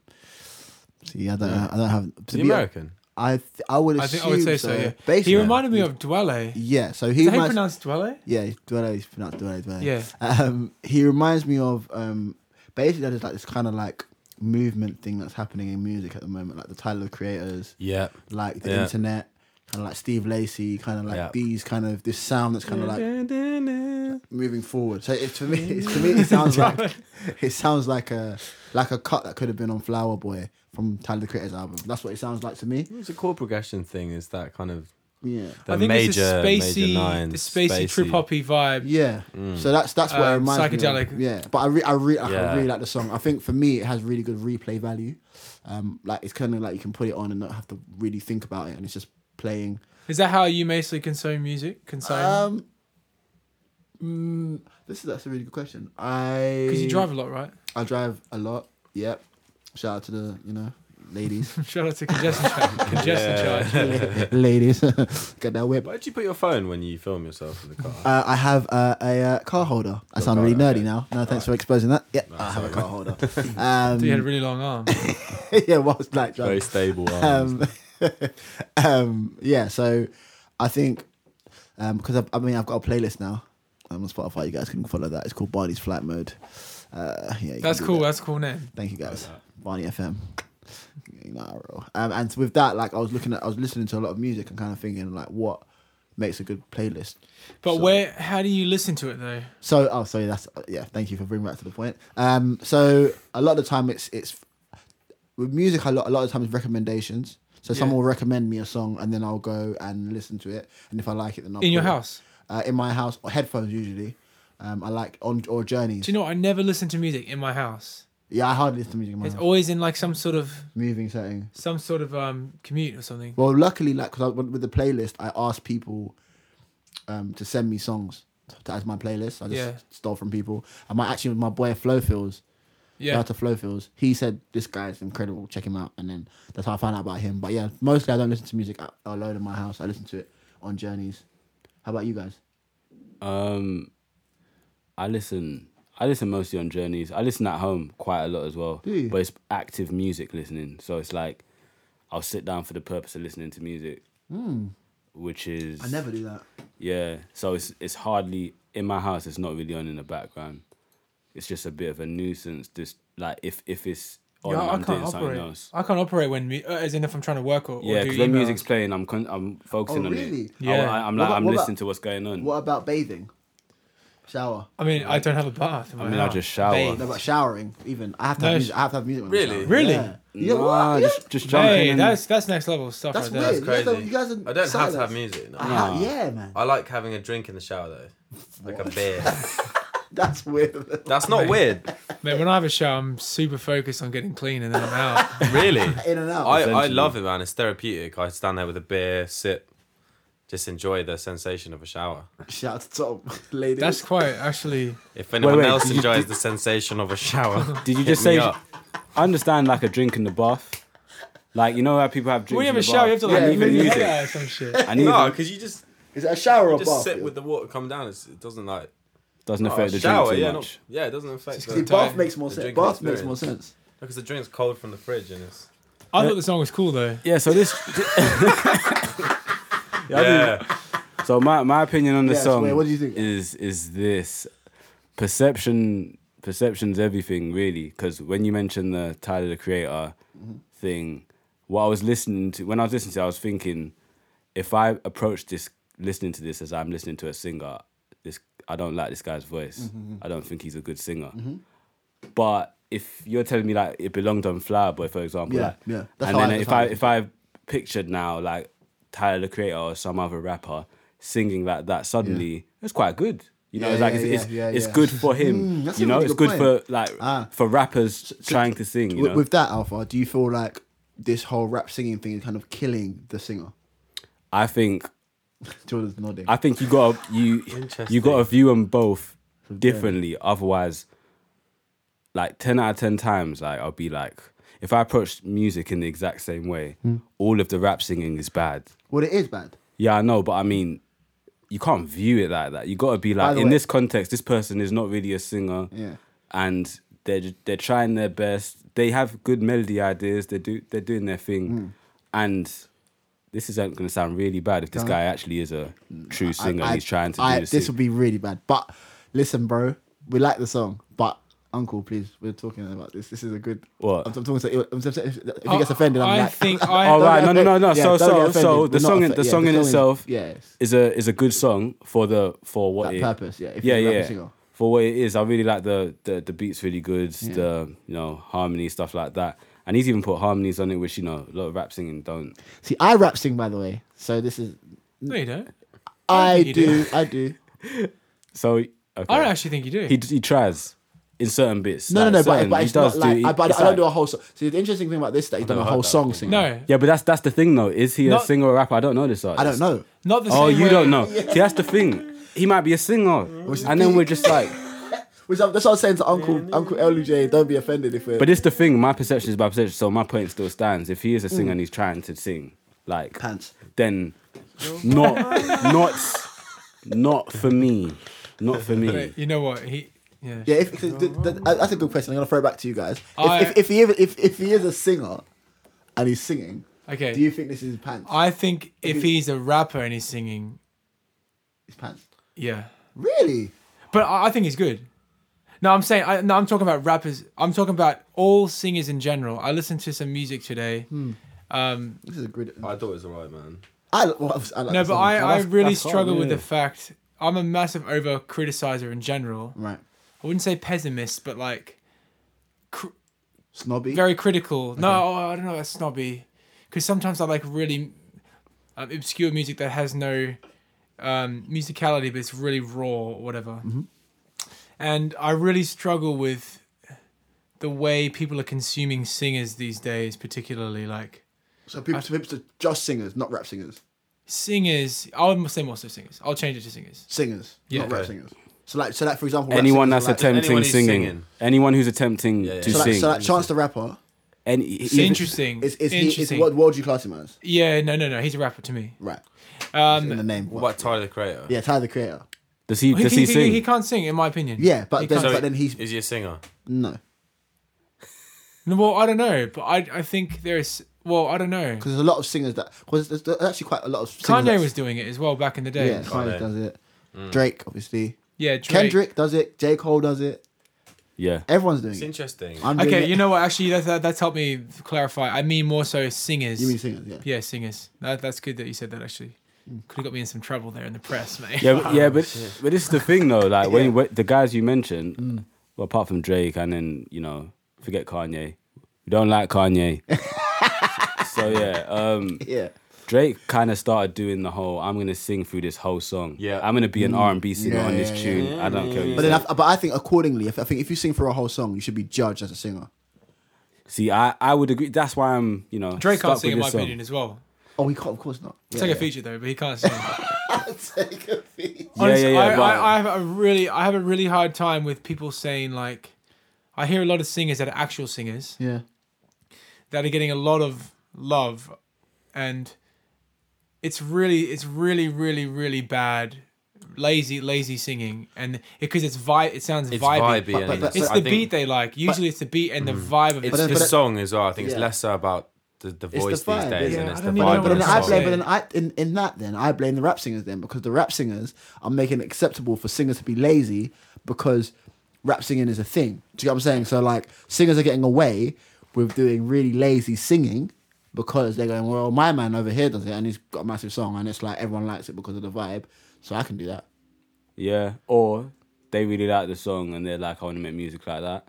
See, I don't, I don't have. Is To he be- American? I th- I would assume I think I would say so. yeah. Basically, He reminded me of Dwelle. Is Yeah, so he that how you reminds. pronounce Dwelle? yeah, Dwele is pronounced Dwele. Dwele. Yeah. Um, he reminds me of um, basically there's like this kind of like movement thing that's happening in music at the moment, like the Tyler creators, Yeah. like the Yeah. internet, kind of like Steve Lacy, kind of like Yeah. these kind of this sound that's kind of like moving forward. So it, for me, it's, for me, it sounds like it sounds like a like a cut that could have been on Flower Boy from Tyler the Creator's album. That's what it sounds like to me. It's a chord progression thing. Is that kind of Yeah, the I think major it's a spacey, major nine? the spacey, trip hoppy vibe. yeah. mm. So that's that's what it Um, reminds me. psychedelic. Of. Yeah, but I re- I, re- I Yeah. really like the song. I think for me, it has really good replay value. Um, like it's kind of like you can put it on and not have to really think about it, and it's just playing. Is that how you mostly consume music? Consume Um. mm, this is that's a really good question. I because you drive a lot, right? I drive a lot. Yep. Shout out to the you know ladies. Shout out to congestion charge. Congestion charge. ladies get that whip. Uh, Where do you put your phone when you film yourself in the car? I have uh, a uh, car holder. I Got sound car, really nerdy okay. now. No, thanks for exposing that. Yeah, I have a sorry, car holder. Um, So you had a really long arm. yeah, whilst like Very driving. stable. arms. Um, um, yeah, so I think um, because I've, I mean I've got a playlist now. I'm on Spotify. You guys can follow that. It's called Barney's Flight Mode. Uh, yeah, you can That's do cool. that. That's a cool name. Thank you guys. Barney FM. Nah, bro. Um, and with that, like I was looking at, I was listening to a lot of music and kind of thinking like, what makes a good playlist? But So- where? How do you listen to it though? So, oh, sorry, that's uh, yeah. Thank you for bringing that to the point. Um, so a lot of the time it's it's with music. A lot, a lot of the time it's recommendations. So Yeah. someone will recommend me a song, and then I'll go and listen to it. And if I like it, then I'll In your put it- house? uh, in my house, or headphones usually. Um, I like on or journeys. Do you know what? I never listen to music in my house. yeah, I hardly listen to music in my It's house. always in like some sort of moving setting. some sort of um commute or something. Well, luckily, like 'cause I, with the playlist, I asked people um, to send me songs to, as my playlist. I just Yeah. stole from people. And my actually with my boy Flowfields, Yeah. shout out to Flowfields. He said this guy's incredible. Check him out. And then that's how I found out about him. But yeah, mostly I don't listen to music a- alone in my house. I listen to it on journeys. How about you guys? Um, I listen. I listen mostly on journeys. I listen at home quite a lot as well, Do you? but it's active music listening. So it's like I'll sit down for the purpose of listening to music, which is Hmm. I never do that. yeah. So it's it's hardly in my house. It's not really on in the background. It's just a bit of a nuisance. Just like if if it's on, Yeah, I I'm doing can't something operate. else. I can't operate when mu- uh, as in if I'm trying to work or, or Yeah, do because when emails. music's playing, I'm con- I'm focusing Oh, on really? it. Yeah. I, I'm What like about- I'm what about- listening to what's going on. What about bathing? Shower. I mean, I don't have a bath. in I my mean, I house. just shower. Babe. No, about showering. Even I have to No, have sh- music. I have to have music. When Really? I'm showering. Really? Yeah. You know Nah, what? Yeah. just just jump Hey, in. that's that's next level stuff That's right weird. there. You That's guys crazy. don't- you guys are I don't have to have silence. music. No. I ha- yeah, man. I like having a drink in the shower though, like a beer. That's weird. That's not weird, Man, when I have a shower, I'm super focused on getting clean and then I'm out. really. In and out. I, I Essentially. love it, man. It's therapeutic. I stand there with a beer, sip, just enjoy the sensation of a shower. Shout out to Tom, ladies. That's quite actually. If anyone wait, else did you- enjoys did- the sensation of a shower, Did you hit just me say? up. I understand like a drink in the bath. Like you know how people have drinks. When you in have a the shower, you have bath? to like Yeah, leave it in even the music. air or some shit. I need no, it because you just is it a shower or just bath? sit with the water come down. It's, it doesn't like doesn't oh, affect the shower. drink too yeah, much. Not, yeah, it doesn't affect. Just the- See, the bath time, makes more the sense. drinking Bath makes more sense. Because the drink's cold from the fridge and it's. I thought the song was cool though. Yeah, so this. Yeah, I do- Yeah. So my, my opinion on the Yeah, so song wait, what do you think? is is this perception perception's everything really because when you mentioned the Tyler the Creator thing, what I was listening to when I was listening to, it, I was thinking if I approach this listening to this as I'm listening to a singer, this I don't like this guy's voice. Mm-hmm. I don't think he's a good singer. But if you're telling me like it belonged on Flower Boy, for example, Yeah, like, yeah. That's and how I- then that's if how I I listen if I pictured now like Tyler the Creator or some other rapper singing like that, suddenly it's quite good. You know, Yeah, it's like yeah, it's it's, yeah, yeah, it's yeah. good for him. Mm, that's you a know, really it's good good point. for like Ah. for rappers trying to sing. You With, know, with that, Alpha, do you feel like this whole rap singing thing is kind of killing the singer? I think Jordan's nodding. I think you got you you got to view them both differently. Otherwise, like ten out of ten times, like I'll be like, if I approach music in the exact Hmm. same way, all of the rap singing is bad. well, it is bad. Yeah, I know, but I mean, you can't view it like that. You got to be By like the in way- this context, this person is not really a singer, Yeah. and they're ju- they're trying their best. They have good melody ideas. They do they're doing their thing, Hmm. and this is going to sound really bad if this guy actually is a true singer. and he's trying to I- do this. this would be really bad. But listen, bro, we like the song, but Uncle, please, we're talking about this. This is a good. What? I'm, I'm talking to. I'm, saying if if he gets offended, I'm Uh, I like, think don't I- All get right, no, no, no, no. offended. so, Yeah, don't so, get so offended. We're the not song, in, offe- the yeah, song in itself yes, is a is a good song for the for what that it, purpose. Yeah, if you're yeah, a yeah. rapper singer. For what it is, I really like the the, the beats really good, the you know harmony stuff like that, and he's even put harmonies on it, which you know a lot of rap singing don't. See, I rap sing by the way. So this is No, you don't. I you do. do, I do. So okay, I don't actually think you do. he he tries in certain bits. No, like, no, no, but, certain- but he it's not does like, do- I, but it's I don't like- do a whole song. See, the interesting thing about this is that he's done a never whole heard that song before. singing. no, Yeah, but that's that's the thing though. Is he a Not- singer or rapper? I don't know this artist. I don't know. not the same. Oh, you way- don't know. See, that's the thing. He might be a singer, and then we're just like. Which I'm, that's what I was saying to Uncle Uncle LJ. Don't be offended if we're But it's the thing. My perception is my perception, so my point still stands. If he is a singer and he's trying to sing, like pants. then not not not for me, not for me. Wait, you know what? He. Yeah. Yeah, if, th- th- th- that's a good question. I'm gonna throw it back to you guys. If, I- if, if he is- if if he is a singer, and he's singing, Okay. do you think this is pants? I think if he's a rapper and he's singing, It's pants. yeah. Really? But I, I think he's good. No, I'm saying. I, no, I'm talking about rappers. I'm talking about all singers in general. I listened to some music today. Um, This is a good. I thought it was alright, man. I, well, I like no, the but song. I, I that's- really that's hard, struggle with yeah. the fact I'm a massive over criticizer in general. right I wouldn't say pessimist, but like cr- snobby. very critical. No, oh, I don't know. That's snobby. Because sometimes I like really um, obscure music that has no um, musicality, but it's really raw or whatever. And I really struggle with the way people are consuming singers these days, particularly like so people, so people, so just singers, not rap singers. singers. I would say more so singers. I'll change it to singers. Singers, Yeah. not rap Okay. singers. So like, so like for example, rap Anyone singers that's are like, attempting anyone who's singing, singing. anyone who's attempting yeah. to So like, sing, so like Chance the Rapper any, It's even- interesting. is is he is interesting. what what do you class him as? yeah, no, no, no. He's a rapper to me. Right. Um, In the name. What about Tyler the Creator? Yeah, Tyler the Creator. does he he, does he- he he- sing? he can't sing, in my opinion. Yeah, but He then can't- but then he's Is he a singer? no No, well, I don't know, but I I think there is. Well, I don't know. because there's a lot of singers that because there's, there's actually quite a lot of singers Kanye that- was doing it as well back in the day. yeah Yeah, Kanye Kanye. does it. Drake obviously. Drake. Kendrick does it. J Cole does it. yeah, Everyone's It's doing it. interesting. I'm doing Okay, it. you know what? Actually, that, that, that's helped me clarify. I mean, more so singers. You mean singers? Yeah. yeah, singers. That, that's good that you said that. Actually, Hmm. could have got me in some trouble there in the press, mate. yeah, but, yeah. Oh, But but this is the thing though. Like when, when the guys you mentioned, Mm. well, apart from Drake, and then you know, forget Kanye. We don't like Kanye. so yeah, um, Yeah. Drake kind of started doing the whole "I'm gonna sing through this whole song." Yeah. I'm gonna be an R and B singer Yeah, on this Mm. yeah, yeah. tune. I don't care. what you But then, say. I, but I think accordingly, if I think if you sing for a whole song, you should be judged as a singer. See, I, I would agree. That's why I'm, you know, Drake stuck can't sing, with in this my song. opinion, as well. Oh, he can't. Of course not. It's Yeah, like yeah. a feature though, but he can't sing. Take a feature. Yeah, yeah, yeah. I, but I, I have a really, I have a really hard time with people saying like, I hear a lot of singers that are actual singers Yeah. that are getting a lot of love and it's really it's really really really bad lazy lazy singing and because it's vi it sounds It's vibey, vibey. but- and but- it's I the think beat they like usually it's the beat and the vibe of it It's then- the but it- song as well. I think it's Yeah. less about the, the the voice vibe, these days, yeah. and I it's the don't even know vibe. But what then of the it's I about. song. blame. But then I in, in that then I blame the rap singers then because the rap singers are making it acceptable for singers to be lazy because rap singing is a thing. Do you get what I'm saying? So like singers are getting away with doing really lazy singing because they're going well my man over here does it and he's got a massive song and it's like everyone likes it because of the vibe so I can do that. Yeah. Or they really like the song and they're like, I want to make music like that.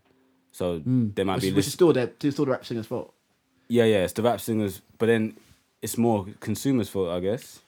So they might Mm. Which, be which is listening. still their it's still the rap singers fault. Yeah, yeah. It's the rap singers, but then it's more consumers' fault, I guess.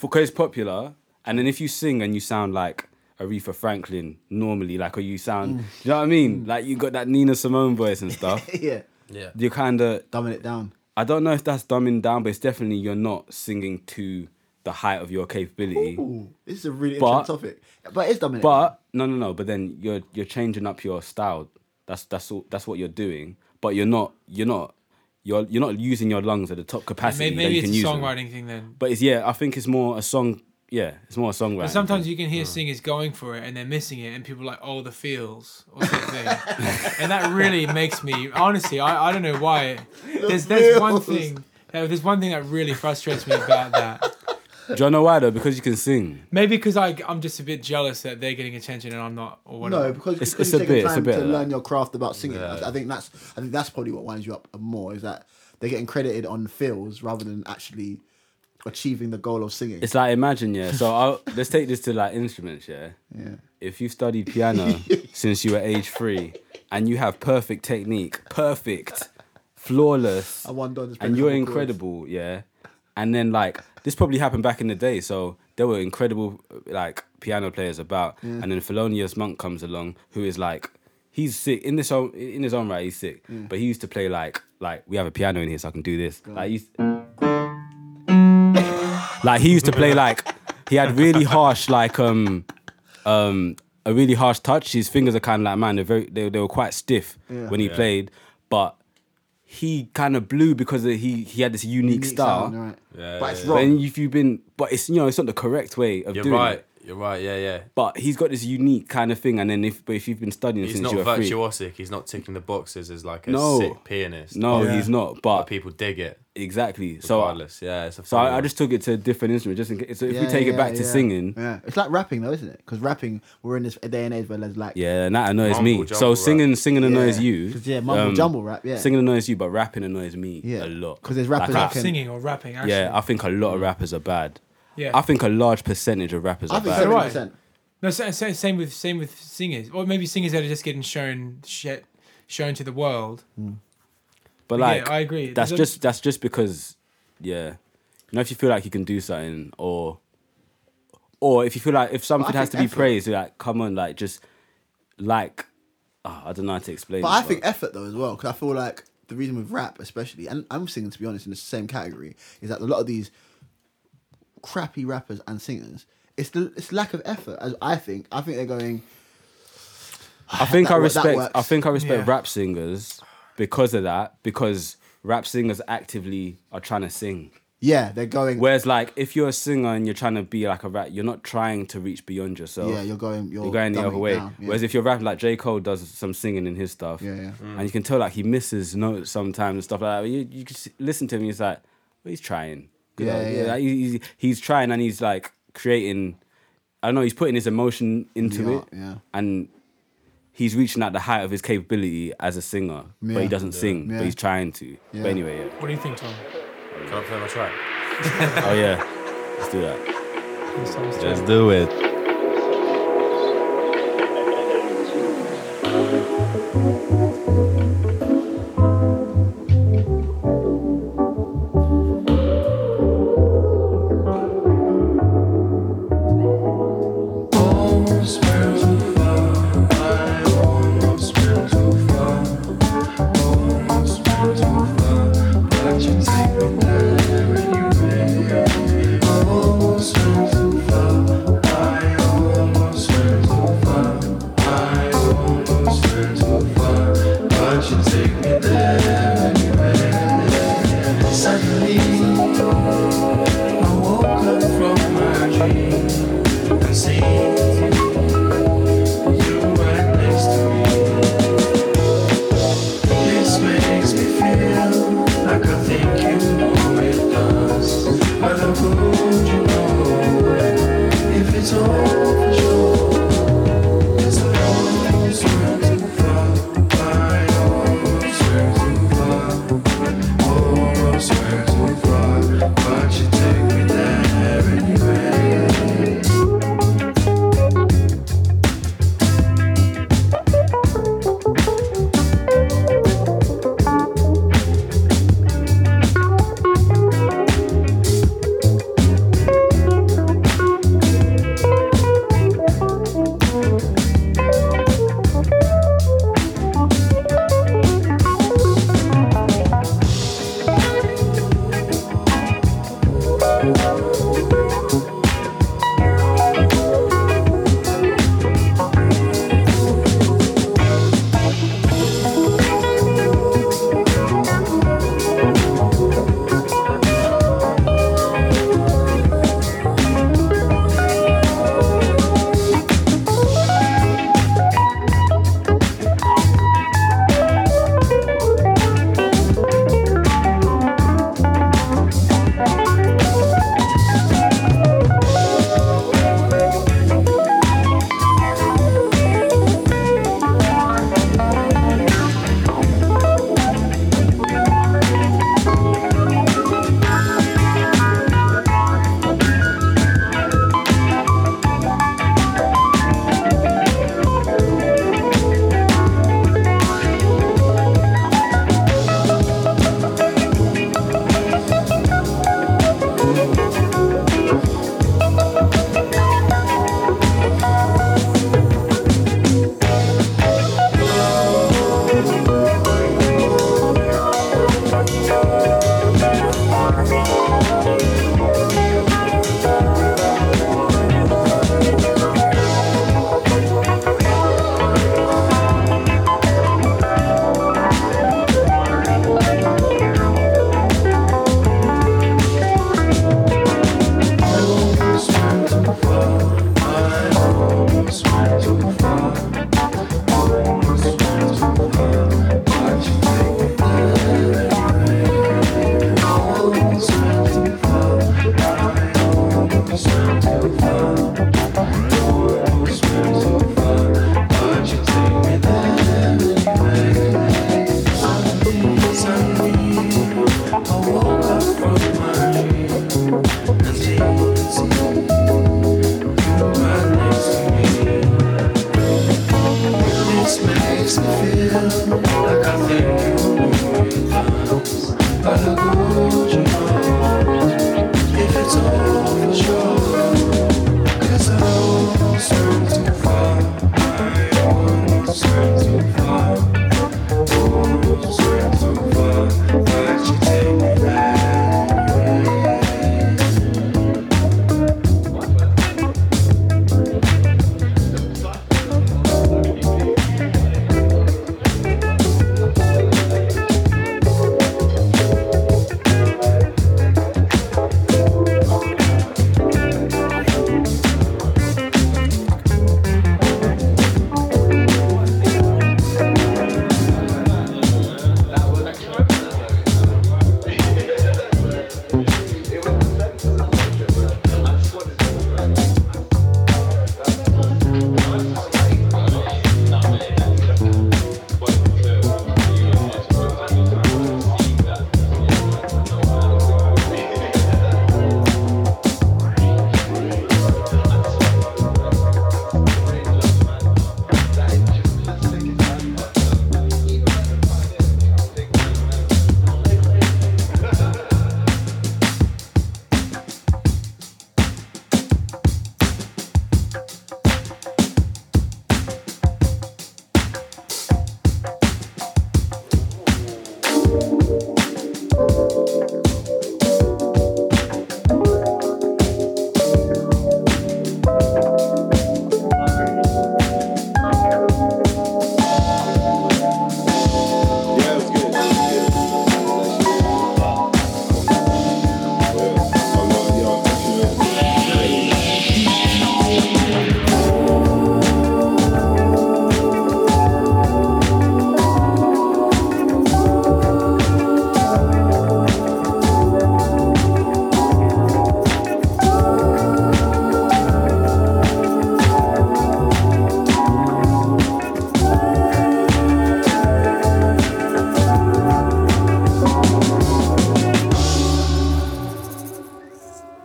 Because it's popular, and then if you sing and you sound like Aretha Franklin normally, like, or you sound, Mm. you know what I mean? Like you got that Nina Simone voice and stuff. yeah, Yeah. You're kind of dumbing it down. I don't know if that's dumbing down, but it's definitely you're not singing to the height of your capability. Ooh, this is a really But- interesting topic, but it's dumbing it down. But no, no, no. But then you're you're changing up your style. That's that's all. That's what you're doing. But you're not. You're not. You're you're not using your lungs at the top capacity maybe, that maybe you it's can a use. them. songwriting thing then But it's yeah. I think it's more a song yeah, it's more a songwriting. But sometimes you can hear singers going for it and they're missing it, and people are like, oh, the feels or something. and that really makes me, honestly, I, I don't know why. There's, there's one feels. thing. uh, There's one thing that really frustrates me about that. Do you know why though? Because you can sing. Maybe because I'm just a bit jealous that they're getting attention and I'm not, or whatever. No, because It's- because it's you've a taken bit- it's a time bit to of that. learn your craft about singing. I- Yeah. I think that's I think that's probably what winds you up more is that they're getting credited on feels rather than actually achieving the goal of singing. It's like imagine, yeah. So I'll, let's take this to like instruments, yeah. yeah. If you studied piano since you were age three and you have perfect technique, perfect, flawless, I wonder. there's been and a you're couple chords. incredible, yeah. And then like this probably happened back in the day, so there were incredible like piano players about. And then Thelonious Monk comes along, who is like he's sick in this own in his own right. He's sick, but he used to play like like we have a piano in here, so I can do this. Like he's like he used to play like he had really harsh like um um a really harsh touch. His fingers are kind of like man, they're very they, they were quite stiff Yeah. when he played, but he kind of blew because of- he he had this unique, Unique style. sound, right. Yeah, but yeah, it's yeah. wrong. But then if you've been, but it's you know it's not the correct way of You're doing right. it. You're right. Yeah, yeah. But he's got this unique kind of thing, and then if but if you've been studying He's since not you were three, virtuosic. He's not ticking the boxes as like a No. sick pianist. no, Yeah. he's not. But but people dig it. exactly. So Regardless, yeah. It's a so funny I, I one. just took it to a different instrument, just in case. So if we Yeah, take it yeah, back to yeah. singing, yeah, Yeah, it's like rapping though, isn't it? Because rapping, we're in this day and age where there's like and that annoys Mumble me. jumble So rap. singing, singing annoys Yeah. you. Um, 'Cause, yeah, mumble jumble rap, yeah. singing annoys you, but rapping annoys me Yeah. a lot. 'Cause there's Like, rappers I- that Stop can- singing or rapping, actually. yeah, I think a lot of rappers are bad. Yeah. I think a large percentage of rappers I are think bad. seventy so. percent. No, sa- sa- same with same with singers, or maybe singers that are just getting shown shit, shown to the world. But like, yeah, I agree. that's There's a- just that's just because, yeah, you know, if you feel like you can do something, or, or if you feel like if something I has to think be effort- praised, you're like, come on, like just, like, ah, I don't know how to explain. But it, I think effort though as well, because I feel like the reason with rap, especially, and I'm singing to be honest in the same category, is that a lot of these crappy rappers and singers, it's the it's lack of effort. As I think, I think they're going. I think that I wo- that respect. works. I think I respect Yeah. rap singers because of that. Because rap singers actively are trying to sing. Yeah, they're going. Whereas, like, if you're a singer and you're trying to be like a rap, you're not trying to reach beyond yourself. yeah, you're going. You're, you're going the dumbing other it way. down, yeah. Whereas if you're rapping, like J Cole does some singing in his stuff, Yeah, yeah. and you can tell like he misses notes sometimes and stuff like that. You you can s- listen to him, he's like, well, he's trying. Good Yeah, old- yeah, yeah. like, he- he's, he's trying and he's like creating. I don't know. He's putting his emotion into The it, art, yeah. and he's reaching at the height of his capability as a singer, but Yeah. he doesn't sing, Yeah. but he's trying to. Yeah. But anyway, yeah. What do you think, Tom? Can I play my track? oh yeah, let's do that. Yes, Tom's Let's turn. do it. Take me there anyway. Suddenly, I woke up from my dream and seen you right next to me. This makes me feel like I think you know it does. But how could you know if it's all for sure? It's I always went too far. I always went too far. Almost went too far, but you take me there anyway. Thank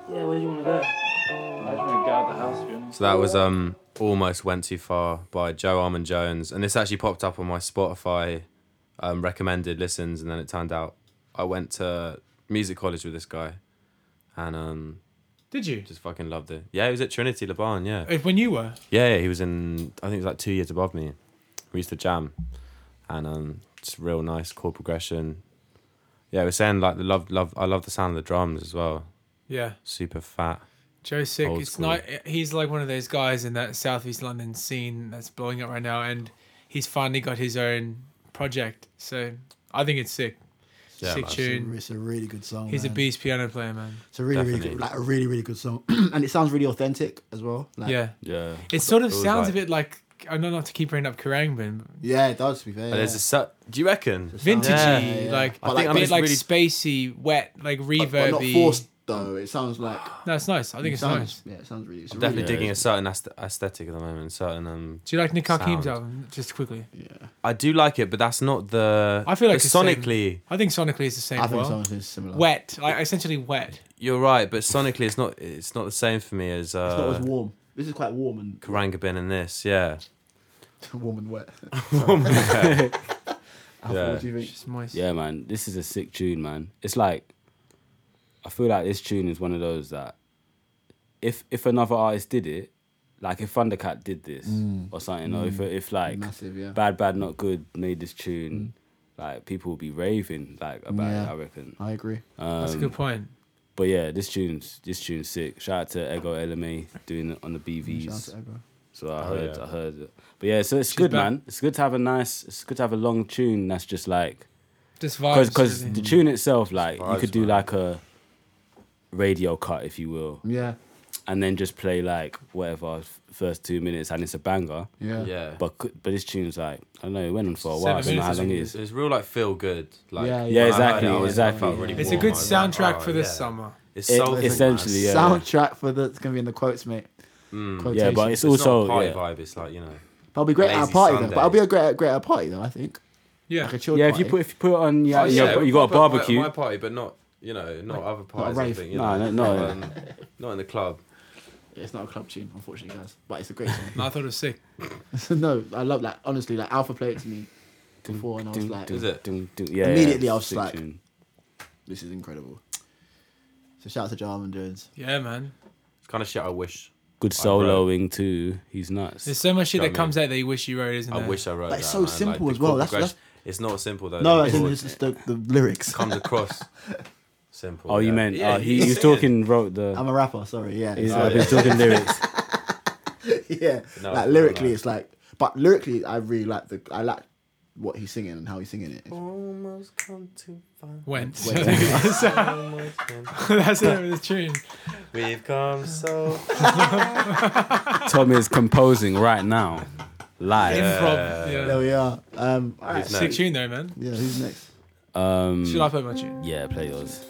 Yeah, where do you want to go? I just want to get out of the house, to be honest. So that was um almost went too far by Joe Armand Jones, and this actually popped up on my Spotify um, recommended listens, and then it turned out I went to music college with this guy, and um Did you? just fucking loved it. Yeah, he was at Trinity Laban. Yeah, Uh, When you were? yeah, yeah, he was in. I think he was like two years above me. We used to jam, and um, it's real nice chord progression. Yeah, we're saying like the love, love. I love the sound of the drums as well. Yeah. Super fat. Joe's sick. Old it's school. not. He's like one of those guys in that southeast London scene that's blowing up right now, and he's finally got his own project. So I think it's sick. Yeah, sick man. tune. It's a really good song. He's a man. beast piano player, man. It's a really, really Definitely. good, like a really, really good song, and it sounds really authentic as well. Like, yeah. Yeah. It sort of it was sounds a like- bit like I know not to keep bringing up Karangbin, but yeah, it does. To be fair, And yeah. there's a su- Do you reckon? vintagey, Yeah, yeah. like I a think bit I'm like just really- spacey, wet, like but, but not reverby. forced though. It sounds like No, it's nice. I think it it's sounds, nice. Yeah, it sounds really. It's a Definitely really, digging a certain aest- aesthetic at the moment. Certain um, Do you like Nick Hakim's Sound. album? Just quickly, Yeah, I do like it, but that's not the. I feel like but it's the same. sonically, I think sonically it's the same. I think well. someone says similar. Wet, like essentially wet. you're right, but sonically, it's not. It's not the same for me as It's not uh, as warm. This is quite warm and Karangabin and this. Yeah, warm and wet. Alpha, Yeah. What do you think? Just moist. Yeah, man, this is a sick tune, man. It's like I feel like this tune is one of those that if if another artist did it, like if Thundercat did this Mm. Mm. or something, or if if like Massive, yeah. Bad Bad Not Good made this Mm. tune, like people would be raving like about it, Yeah. I reckon. Um, I agree. That's um, a good point. But yeah, this tune's this tune's sick. Shout out to Ego LMA doing it on the Shout out BVs. to Ebro. So I Oh, heard, yeah. I heard. it. But yeah, so it's good, back. man. It's good to have a nice. It's good to have a long tune that's just like Just vibes. because because really. the tune itself, like you Vibes, could do man. like a radio cut, if you will, Yeah, and then just play like whatever f- first two minutes, and it's a banger. yeah, yeah. But c- but this tune's like I don't know, it went on for a while. I Seven don't know how minutes long it it's, is. it's real like feel good. Like Yeah, when yeah. I heard Um, exactly, it, I was- exactly. felt really It's a warm, good I was like, soundtrack oh, for this yeah. summer. It's It- soulful, man. essentially, yeah. Soundtrack for the. It's gonna be in the quotes, mate. Mm. Yeah, but Quotation. it's, It's also also not a party yeah. vibe. It's like you know. But I'll be great at a Lazy party though. Sunday. But I'll be a great, at- great at a party though. I think Yeah. like a chilled yeah. If party. you put if you put it on yeah, Oh, yeah, yeah, you got a proper- barbecue. My, my party, but not you know not other parties. I rave. think, you No, know, no, no. Um, not in the club. it's not a club tune, unfortunately, guys. But it's a great song. No, I thought it was sick. no, I love that. Honestly, like Alpha played it to me before, and I was like, Is it? Dun, dun, yeah, Immediately yeah, I was sick like- tune. "This is incredible." So shout out to Jarman Jones. Yeah, man. It's kind of shit. I wish. good I wrote- soloing too. He's nuts. There's so much shit Got that me. comes out that you wish you wrote, isn't I there? wish I wrote. But it's that, so man. Like, simple the as well, chord that's- progression- that's- It's not simple though. No, Uh, the I think chord- it's just the, the lyrics. comes across simple. oh, you yeah. meant Yeah, oh, he, he he's was singing. talking wrote the. I'm a rapper, sorry. Yeah, He's, it's uh, he's talking lyrics. like- yeah. No, like no, lyrically, no. it's like, but lyrically, I really like the. I like what he's singing and how he's singing it. Oh. Almost come too far. Went. Went. Almost come- That's the name of the tune. We've come so. Tom is composing right now, live. Improv. There Yeah. we are. Um, all right. Who's Sick next? tune though, man. Yeah, who's next? Mm. Um, Should I play my tune? Yeah, play yours.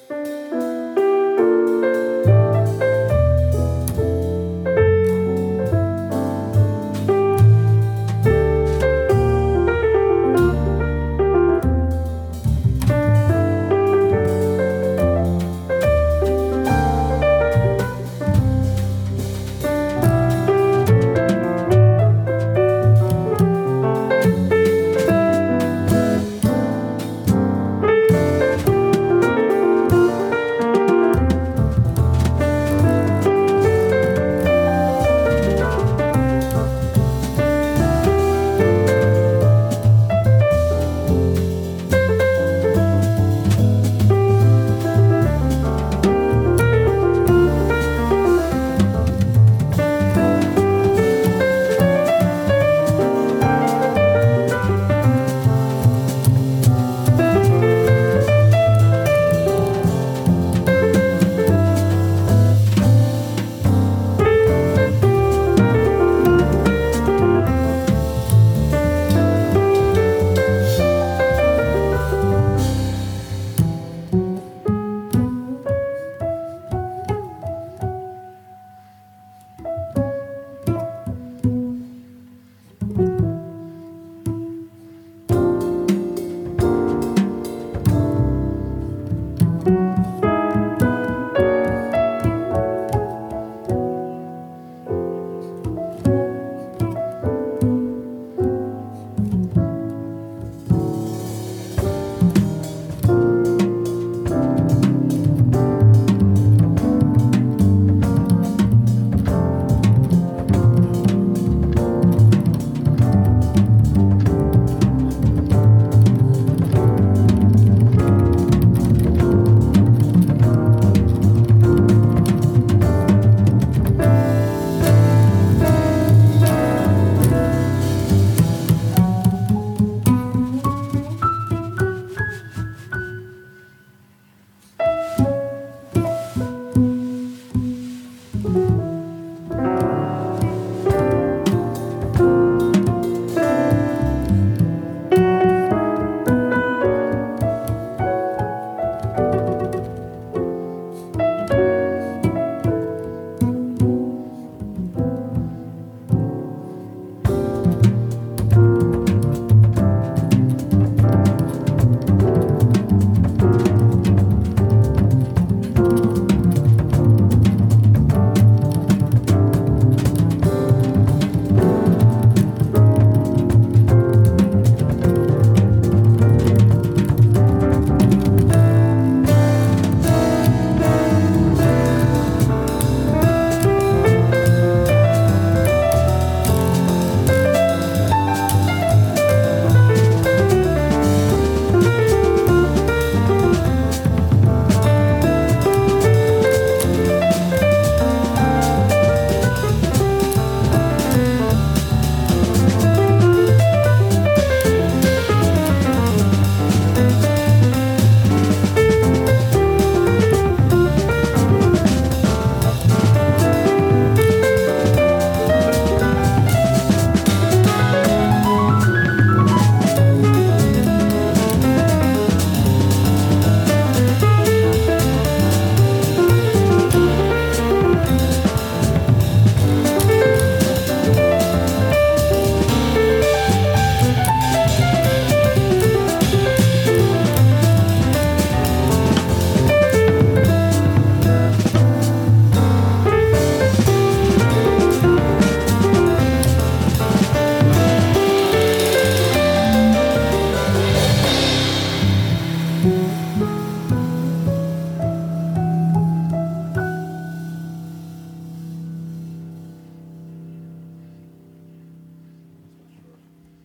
Thank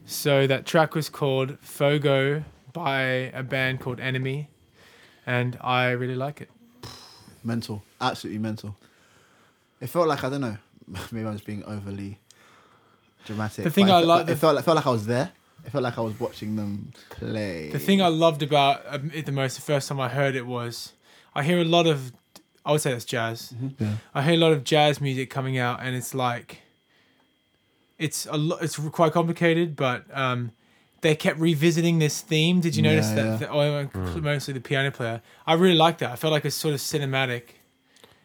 so that track was called Fogo by a band called Enemy, and I really like it. mental, absolutely mental. It felt like I don't know. Maybe I was being overly dramatic. The thing but it I felt like- it felt like, felt like I was there. It felt like I was watching them play. The thing I loved about um, it the most, the first time I heard it was, I hear a lot of, I would say that's jazz. Yeah. I hear a lot of jazz music coming out, and it's like, it's a lot. It's quite complicated, but um, they kept revisiting this theme. Did you notice Yeah, that? yeah. that- oh, mostly the piano player. I really liked that. I felt like it's sort of cinematic,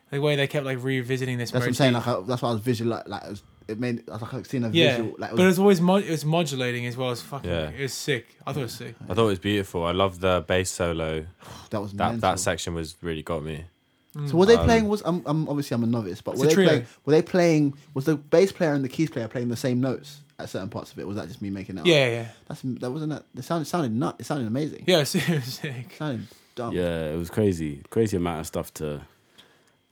the way they kept like revisiting this. that's what I'm saying. motif. Like I, that's what I was visual. Like, like it, was, it made. I was like seeing a Yeah, visual. Like, it but it was, was always mod- it was modulating as well as fucking. Yeah. It was sick. I thought it was sick. I thought it was beautiful. I loved the bass solo. that was That mental. that section was really got me. So were they Um, playing? Was I'm, I'm obviously I'm a novice, but were Hmm. It's a they trio. playing? Were they playing? Was the bass player and the keys player playing the same notes at certain parts of it? Was that just me making it up? Yeah, yeah, that's that wasn't that. It sounded sounded nut. It sounded amazing. yeah. It was, it was sick. it sounded dumb. Yeah, it was crazy, crazy amount of stuff to.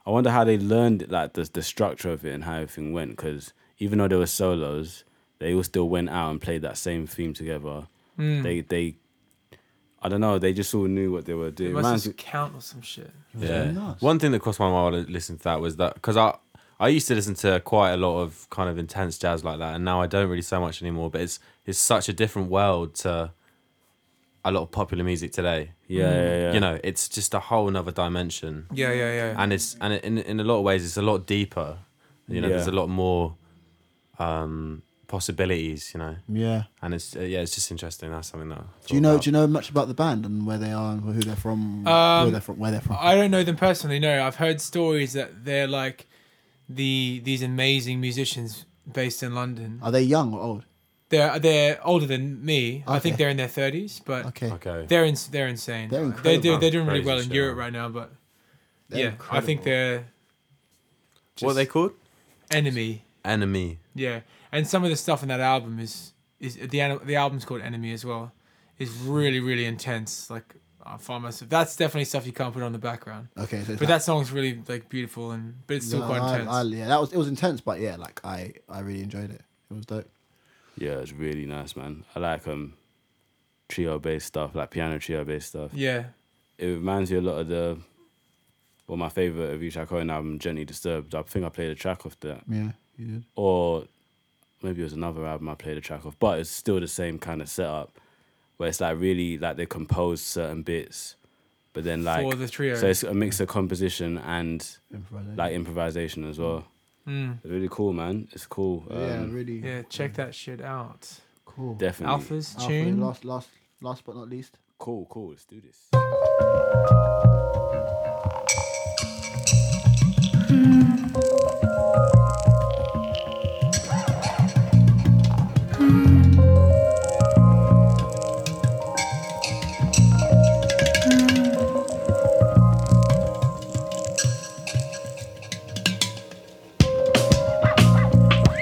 I wonder how they learned like the the structure of it and how everything went because even though there were solos, they all still went out and played that same theme together. Hmm. They they, I don't know. They just all knew what they were doing. It must Reminds me- have count or some shit. Yeah. nuts. One thing that crossed my mind while I listened to that was that because I I used to listen to quite a lot of kind of intense jazz like that, and now I don't really so much anymore. But it's it's such a different world to a lot of popular music today. yeah, Hmm. yeah, yeah. You know, it's just a whole nother dimension, Yeah, yeah, yeah. and it's and in in a lot of ways it's a lot deeper. You know, there's a Yeah. lot more um possibilities. You know, Yeah. and it's uh, yeah, it's just interesting. That's something that. I Do you thought know? about. Do you know much about the band and where they are and who they're from? Um, where they're from? Where they're from? I don't know them personally. No, I've heard stories that they're like the these amazing musicians based in London. are they young or old? They're they're older than me. I think Okay. they're in their thirties, but Okay. Okay. they're in, they're insane. They're They do, incredible. they're doing really Crazy well in shit, Europe man. right now, but They're yeah, I think incredible. they're what are they called? enemy. Enemy. Yeah, and some of the stuff in that album is is the an- the album's called Enemy as well. Is really really intense. Like I find myself that's definitely stuff you can't put on the background. Okay. So it's But like- that song's really like beautiful and but it's still No, quite I- intense. I- yeah, that was it was intense, but yeah, like I I really enjoyed it. It was dope. Yeah, it's really nice, man. I like um, trio based stuff, like piano trio based stuff. yeah, It reminds you a lot of the, well, my favorite Avicii Cohen album, Gently Disturbed. I think I played a track off that. Yeah, you did. or maybe it was another album I played a track of, but it's still the same kind of setup where it's like really like they compose certain bits, but then like for the trio. so it's a mix of composition and Improvisation. like improvisation as well. Mm. It's really cool, man. It's cool. Um, yeah, really Yeah, check that shit out. cool. definitely. Alpha's Alpha, tune. Last, last, last but not least. Cool, cool. Let's do this.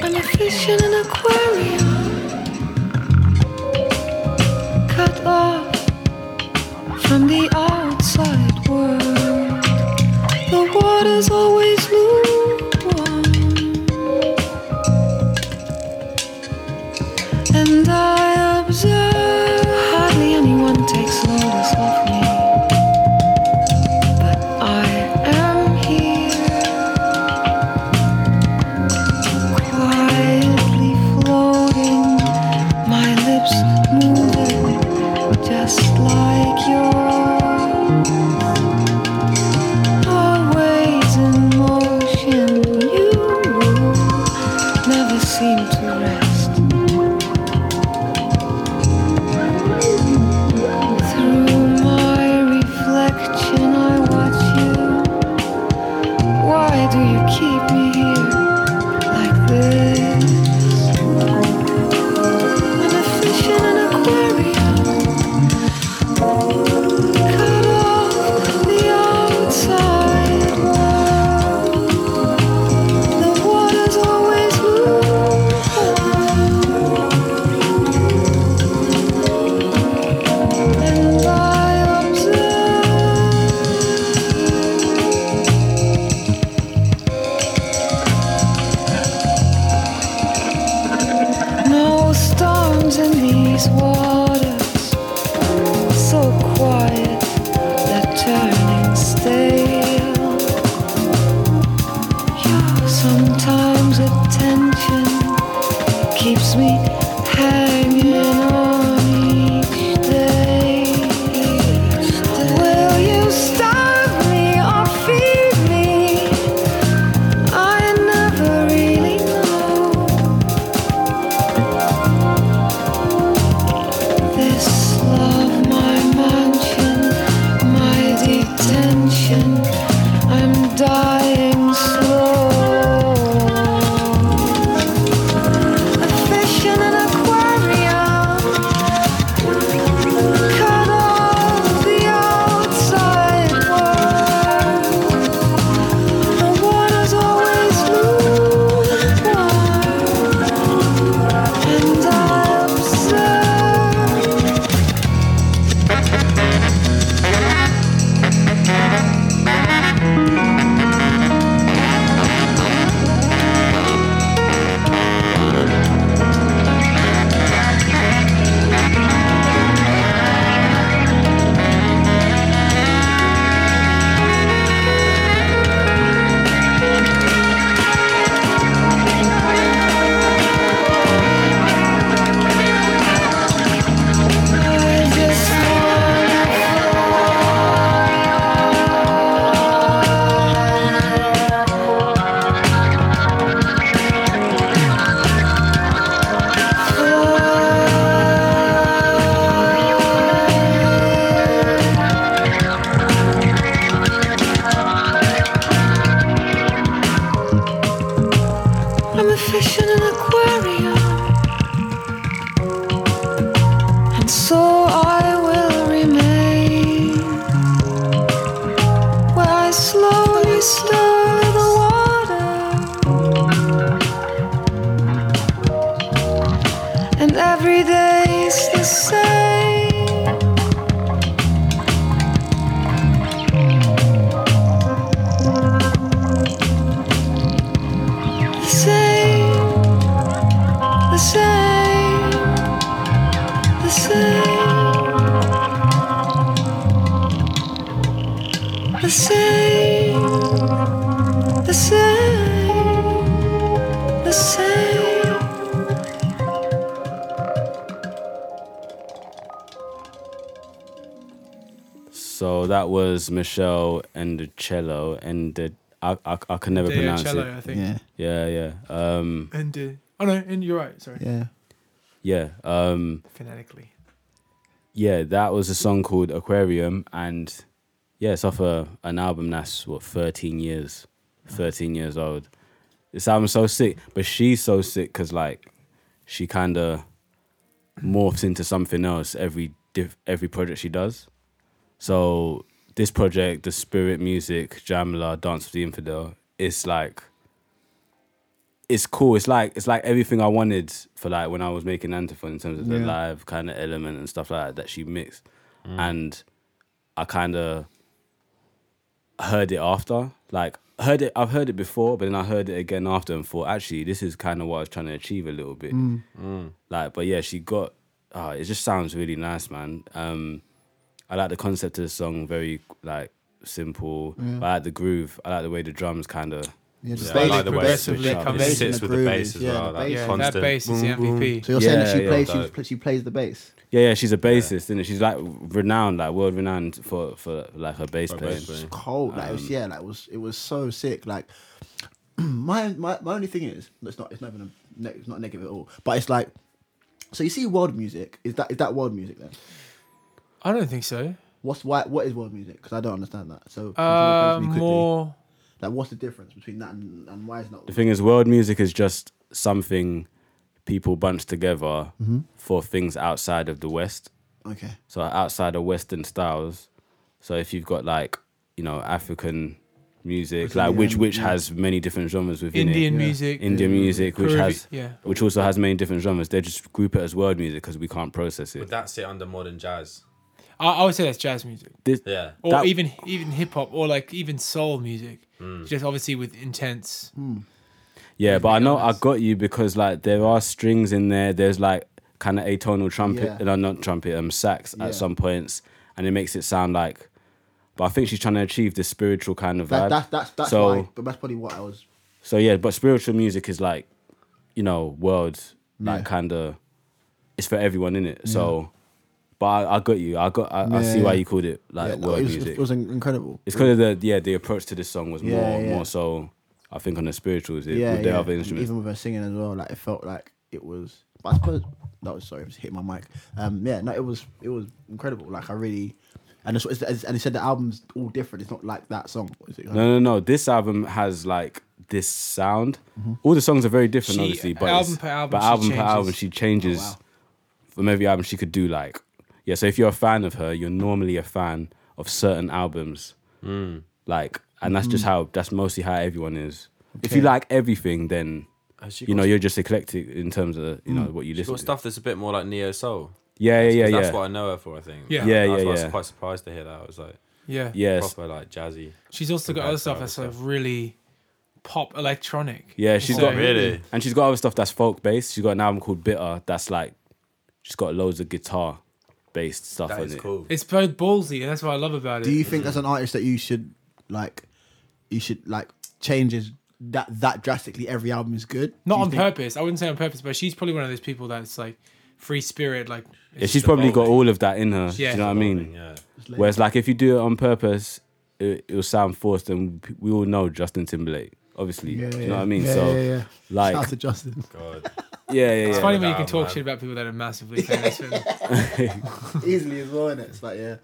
I'm a fish in an aquarium, cut off from the outside world. The water's always lukewarm, and I observe hardly anyone takes notice of me. But I am here. Quietly floating, my lips moving just like yours. these waters, so quiet, they're turning stale. Your sometimes attention keeps me hanging on each day. Will you starve me or feed me? I never really know. This love, my mansion, my detention. I'm dying slow. A fish in an aquarium. Cut off the outside world. The water's always lukewarm, and I observe. I just I'm a fish in an aquarium. And so I will remain where I slowly stir the water. And every day is the same. The same, the same the same. The same. The same. The same. So that was Michelle Endicello, and the- I, I I can never pronounce Cello, it. I think. Yeah, Yeah, yeah, um, And uh, oh no, and you're right. Sorry, yeah. yeah, um, phonetically. yeah. That was a song called Aquarium, and yeah, it's off a, an album that's what thirteen years, thirteen years old. This album's so sick, but she's so sick because like she kind of morphs into something else every diff- every project she does. So this project, the Spirit Music Jamla Dance of the Infidel, it's like it's cool. It's like it's like everything I wanted for like when I was making Antiphon in terms of the Yeah. live kind of element and stuff like that that she mixed, and I kind of heard it after. Like heard it, I've heard it before, but then I heard it again after and thought actually this is kind of what I was trying to achieve a little bit. Like, but yeah, she got. ah, it just sounds really nice, man. Um, I like the concept of the song, very like simple. But I like the groove. I like the way the drums kind of. Yeah, just Yeah, slowly I like the way it progressive. switches progressively up. comes It in. sits The with the groove bass is- as yeah, well. the that bass is- Yeah, constant that bass is the boom, boom. MVP. So you're saying Yeah, that she yeah, plays, dope. she, she plays the bass. Yeah, yeah, she's a bassist, isn't it? She's like renowned, like world renowned for for like her bass For her playing. bass playing. cold. Like it was, yeah, like it was it was so sick. Like my my, my only thing is it's not it's not even a, ne- it's not negative at all. But it's like so you see world music is that is that world music then? I don't think so. What's why what is world music? Because I don't understand that. So can someone Uh, explain to me quickly, more. like what's the difference between that and, and why is not The thing is, world music is just something people bunch together for things outside of the West. okay? so outside of Western styles. So if you've got like you know African music, like which which has many different genres within Indian it. music. Indian music, which Caribbean- has yeah. which also has many different genres. They just group it as world music because we can't process Would it. that sit under modern jazz? I, I would say that's jazz music, This- Yeah. or That- Mm. even even hip hop, or like even soul music. Just obviously with intense. yeah, but I know I got you because like there are strings in there. There's like kind of atonal trumpet, Yeah. uh, not trumpet, um, sax Yeah. at some points, and it makes it sound like. But I think she's trying to achieve this spiritual kind of That, vibe. that's that's that's So- why, but that's probably what I was. So yeah, but spiritual music is like, you know, world like Yeah. kind of, it's for everyone in it. So, but I, I got you. I got. I, I Yeah, see why yeah. you called it like Yeah, no, world it, was, music. it was in- incredible. it's kind of the yeah the approach to this song was Yeah, more yeah. more so. I think on the spirituals it, yeah, with the yeah. other instruments. Even with her singing as well, like it felt like it was. But I suppose no, sorry, I just hit my mic. Um, yeah, no, it was it was incredible. Like I really, and it's, it's, and he said the album's all different. It's not like that song. What is it? no, no, no. This album has like this sound. Mm-hmm. All the songs are very different, She- obviously. But album it's- per album, but she album per changes. album, she changes. Oh, wow. From every album, she could do like yeah. So if you're a fan of her, you're normally a fan of certain albums. Mm. Like, and that's Mm. just how that's mostly how everyone is. If you Okay. like everything, then Has she you got- know you're just eclectic in terms of you know what you she's listen got to. stuff that's a bit more like neo soul. Yeah, yeah, yeah, That's yeah. what I know her for. I think. Yeah. Yeah, That's yeah, why I yeah. was quite surprised to hear that. I was like Yeah. Yes. proper like jazzy. She's also got Compared other to stuff other that's stuff. like really pop electronic. Yeah, she's So- got Really? And she's got other stuff that's folk based. She's got an album called Bitter that's like she's got loads of guitar based stuff That on is it. cool. It's both ballsy, and that's what I love about it. Do you think that's an artist that you should like? You should like changes that that drastically. Every album is good. Not Do you on think- purpose. I wouldn't say on purpose, but she's probably one of those people that's like free spirit. Like Yeah, she's probably got evolving. all of that in her. do Yeah. you know what I mean? Yeah. Whereas like if you do it on purpose, it, it'll sound forced and we all know Justin Timberlake, obviously. Yeah, do you yeah, know what I mean? yeah, so yeah, yeah. like Shout out to Justin. God. yeah, yeah, it's yeah. funny when you Yeah. can talk Man. shit about people that are massively famous. and- Easily as well, and it's like yeah.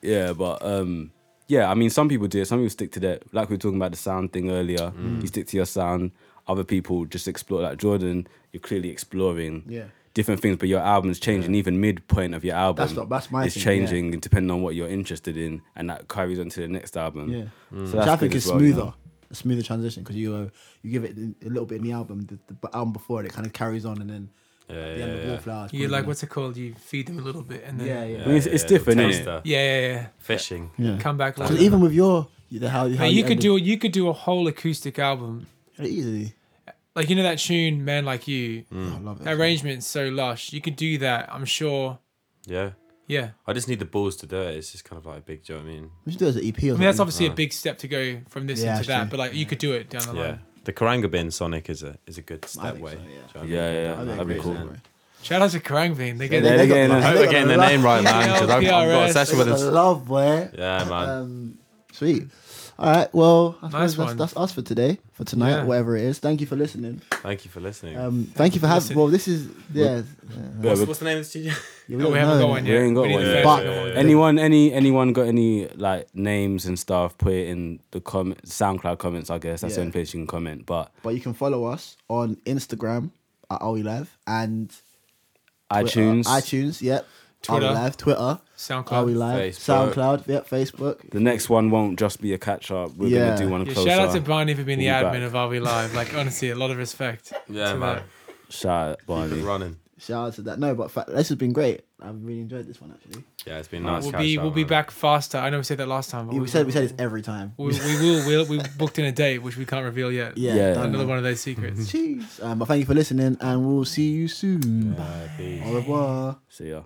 Yeah, but um yeah, I mean some people do it, some people stick to their like we were talking about the sound thing earlier. Mm. You stick to your sound. Other people just explore like Jordan, you're clearly exploring Yeah. different things, but your album's changing even midpoint of your album. That's what- that's my Um, It's thing, changing depending on what you're interested in, and that carries on to the next album. Mm. Yeah. so Which I think good is as well, you smoother, know? a smoother transition because you uh, you give it a little bit in the album, the, the b- album before it, it kind of carries on, and then Yeah, the yeah, end of yeah. Wallflower. is you probably like gonna- what's it called? You feed them a little bit, and then Yeah, I yeah, mean, it's, it's different, little is it? taster. yeah, yeah, yeah. Fishing. yeah. Come back So later. even with your the how, how But you could ended- do you could do a whole acoustic album, easily. like you know that tune "Man Like You." Oh, I love it. That arrangement's so lush. You could do that. I'm sure. Yeah. Yeah. I just need the balls to do it. It's just kind of like a big. Do you know what I mean? We should do it as an EP. Or I something. mean, that's obviously a big step to go from this Yeah, into that, true. but like you could do it down the line. Yeah. The Karanga bin Sonic is a is a good step think way. so, yeah. Do you know what I mean? Yeah, yeah, That'd that'd be be cool. great, Shout out to Kerrang! Bean. They get Yeah, they got again, the- I they I got hope getting the the love- name right, man, because I've, I've got a PRS. session they with got the us. love, boy. Yeah, man. Um, sweet. All right. Well, I Nice suppose that's, one. that's us for today, for tonight, Yeah. whatever it is. Thank you for listening. Thank you for listening. Um, thank you for having. Listen. Well, this is yeah. Yeah, what's, but what's the name of the studio? yeah, No, don't we haven't know. got one We yet. ain't got need one to yet. finish But- the one. anyone, any, anyone got any like names and stuff? Put it in the comment, SoundCloud comments. I guess that's the Yeah. only place you can comment. But But you can follow us on Instagram at Ollie Live and Twitter- iTunes, iTunes, yep. Twitter. Ollie Live, Twitter, Are We SoundCloud. Live, Facebook. SoundCloud, yep, Facebook. The next one won't just be a catch up. We're Yeah. gonna do one Yeah, closer. shout out to Barney for being the We'll be admin back. of RV Live. Like honestly, a lot of respect. yeah, to man. Shout out Keep Barney. it running. Shout out to that. No, but fa- this has been great. I've really enjoyed this one actually. Yeah, it's been nice. We'll catch be up, we'll be man. back faster. I know we said that last time, but We said we said this every time. we, we will. We'll, we booked in a date which we can't reveal yet. Yeah, Yeah. don't Another know. one of those secrets. Jeez. Um, but thank you for listening, and we'll see you soon. Uh, peace. Au revoir. See ya.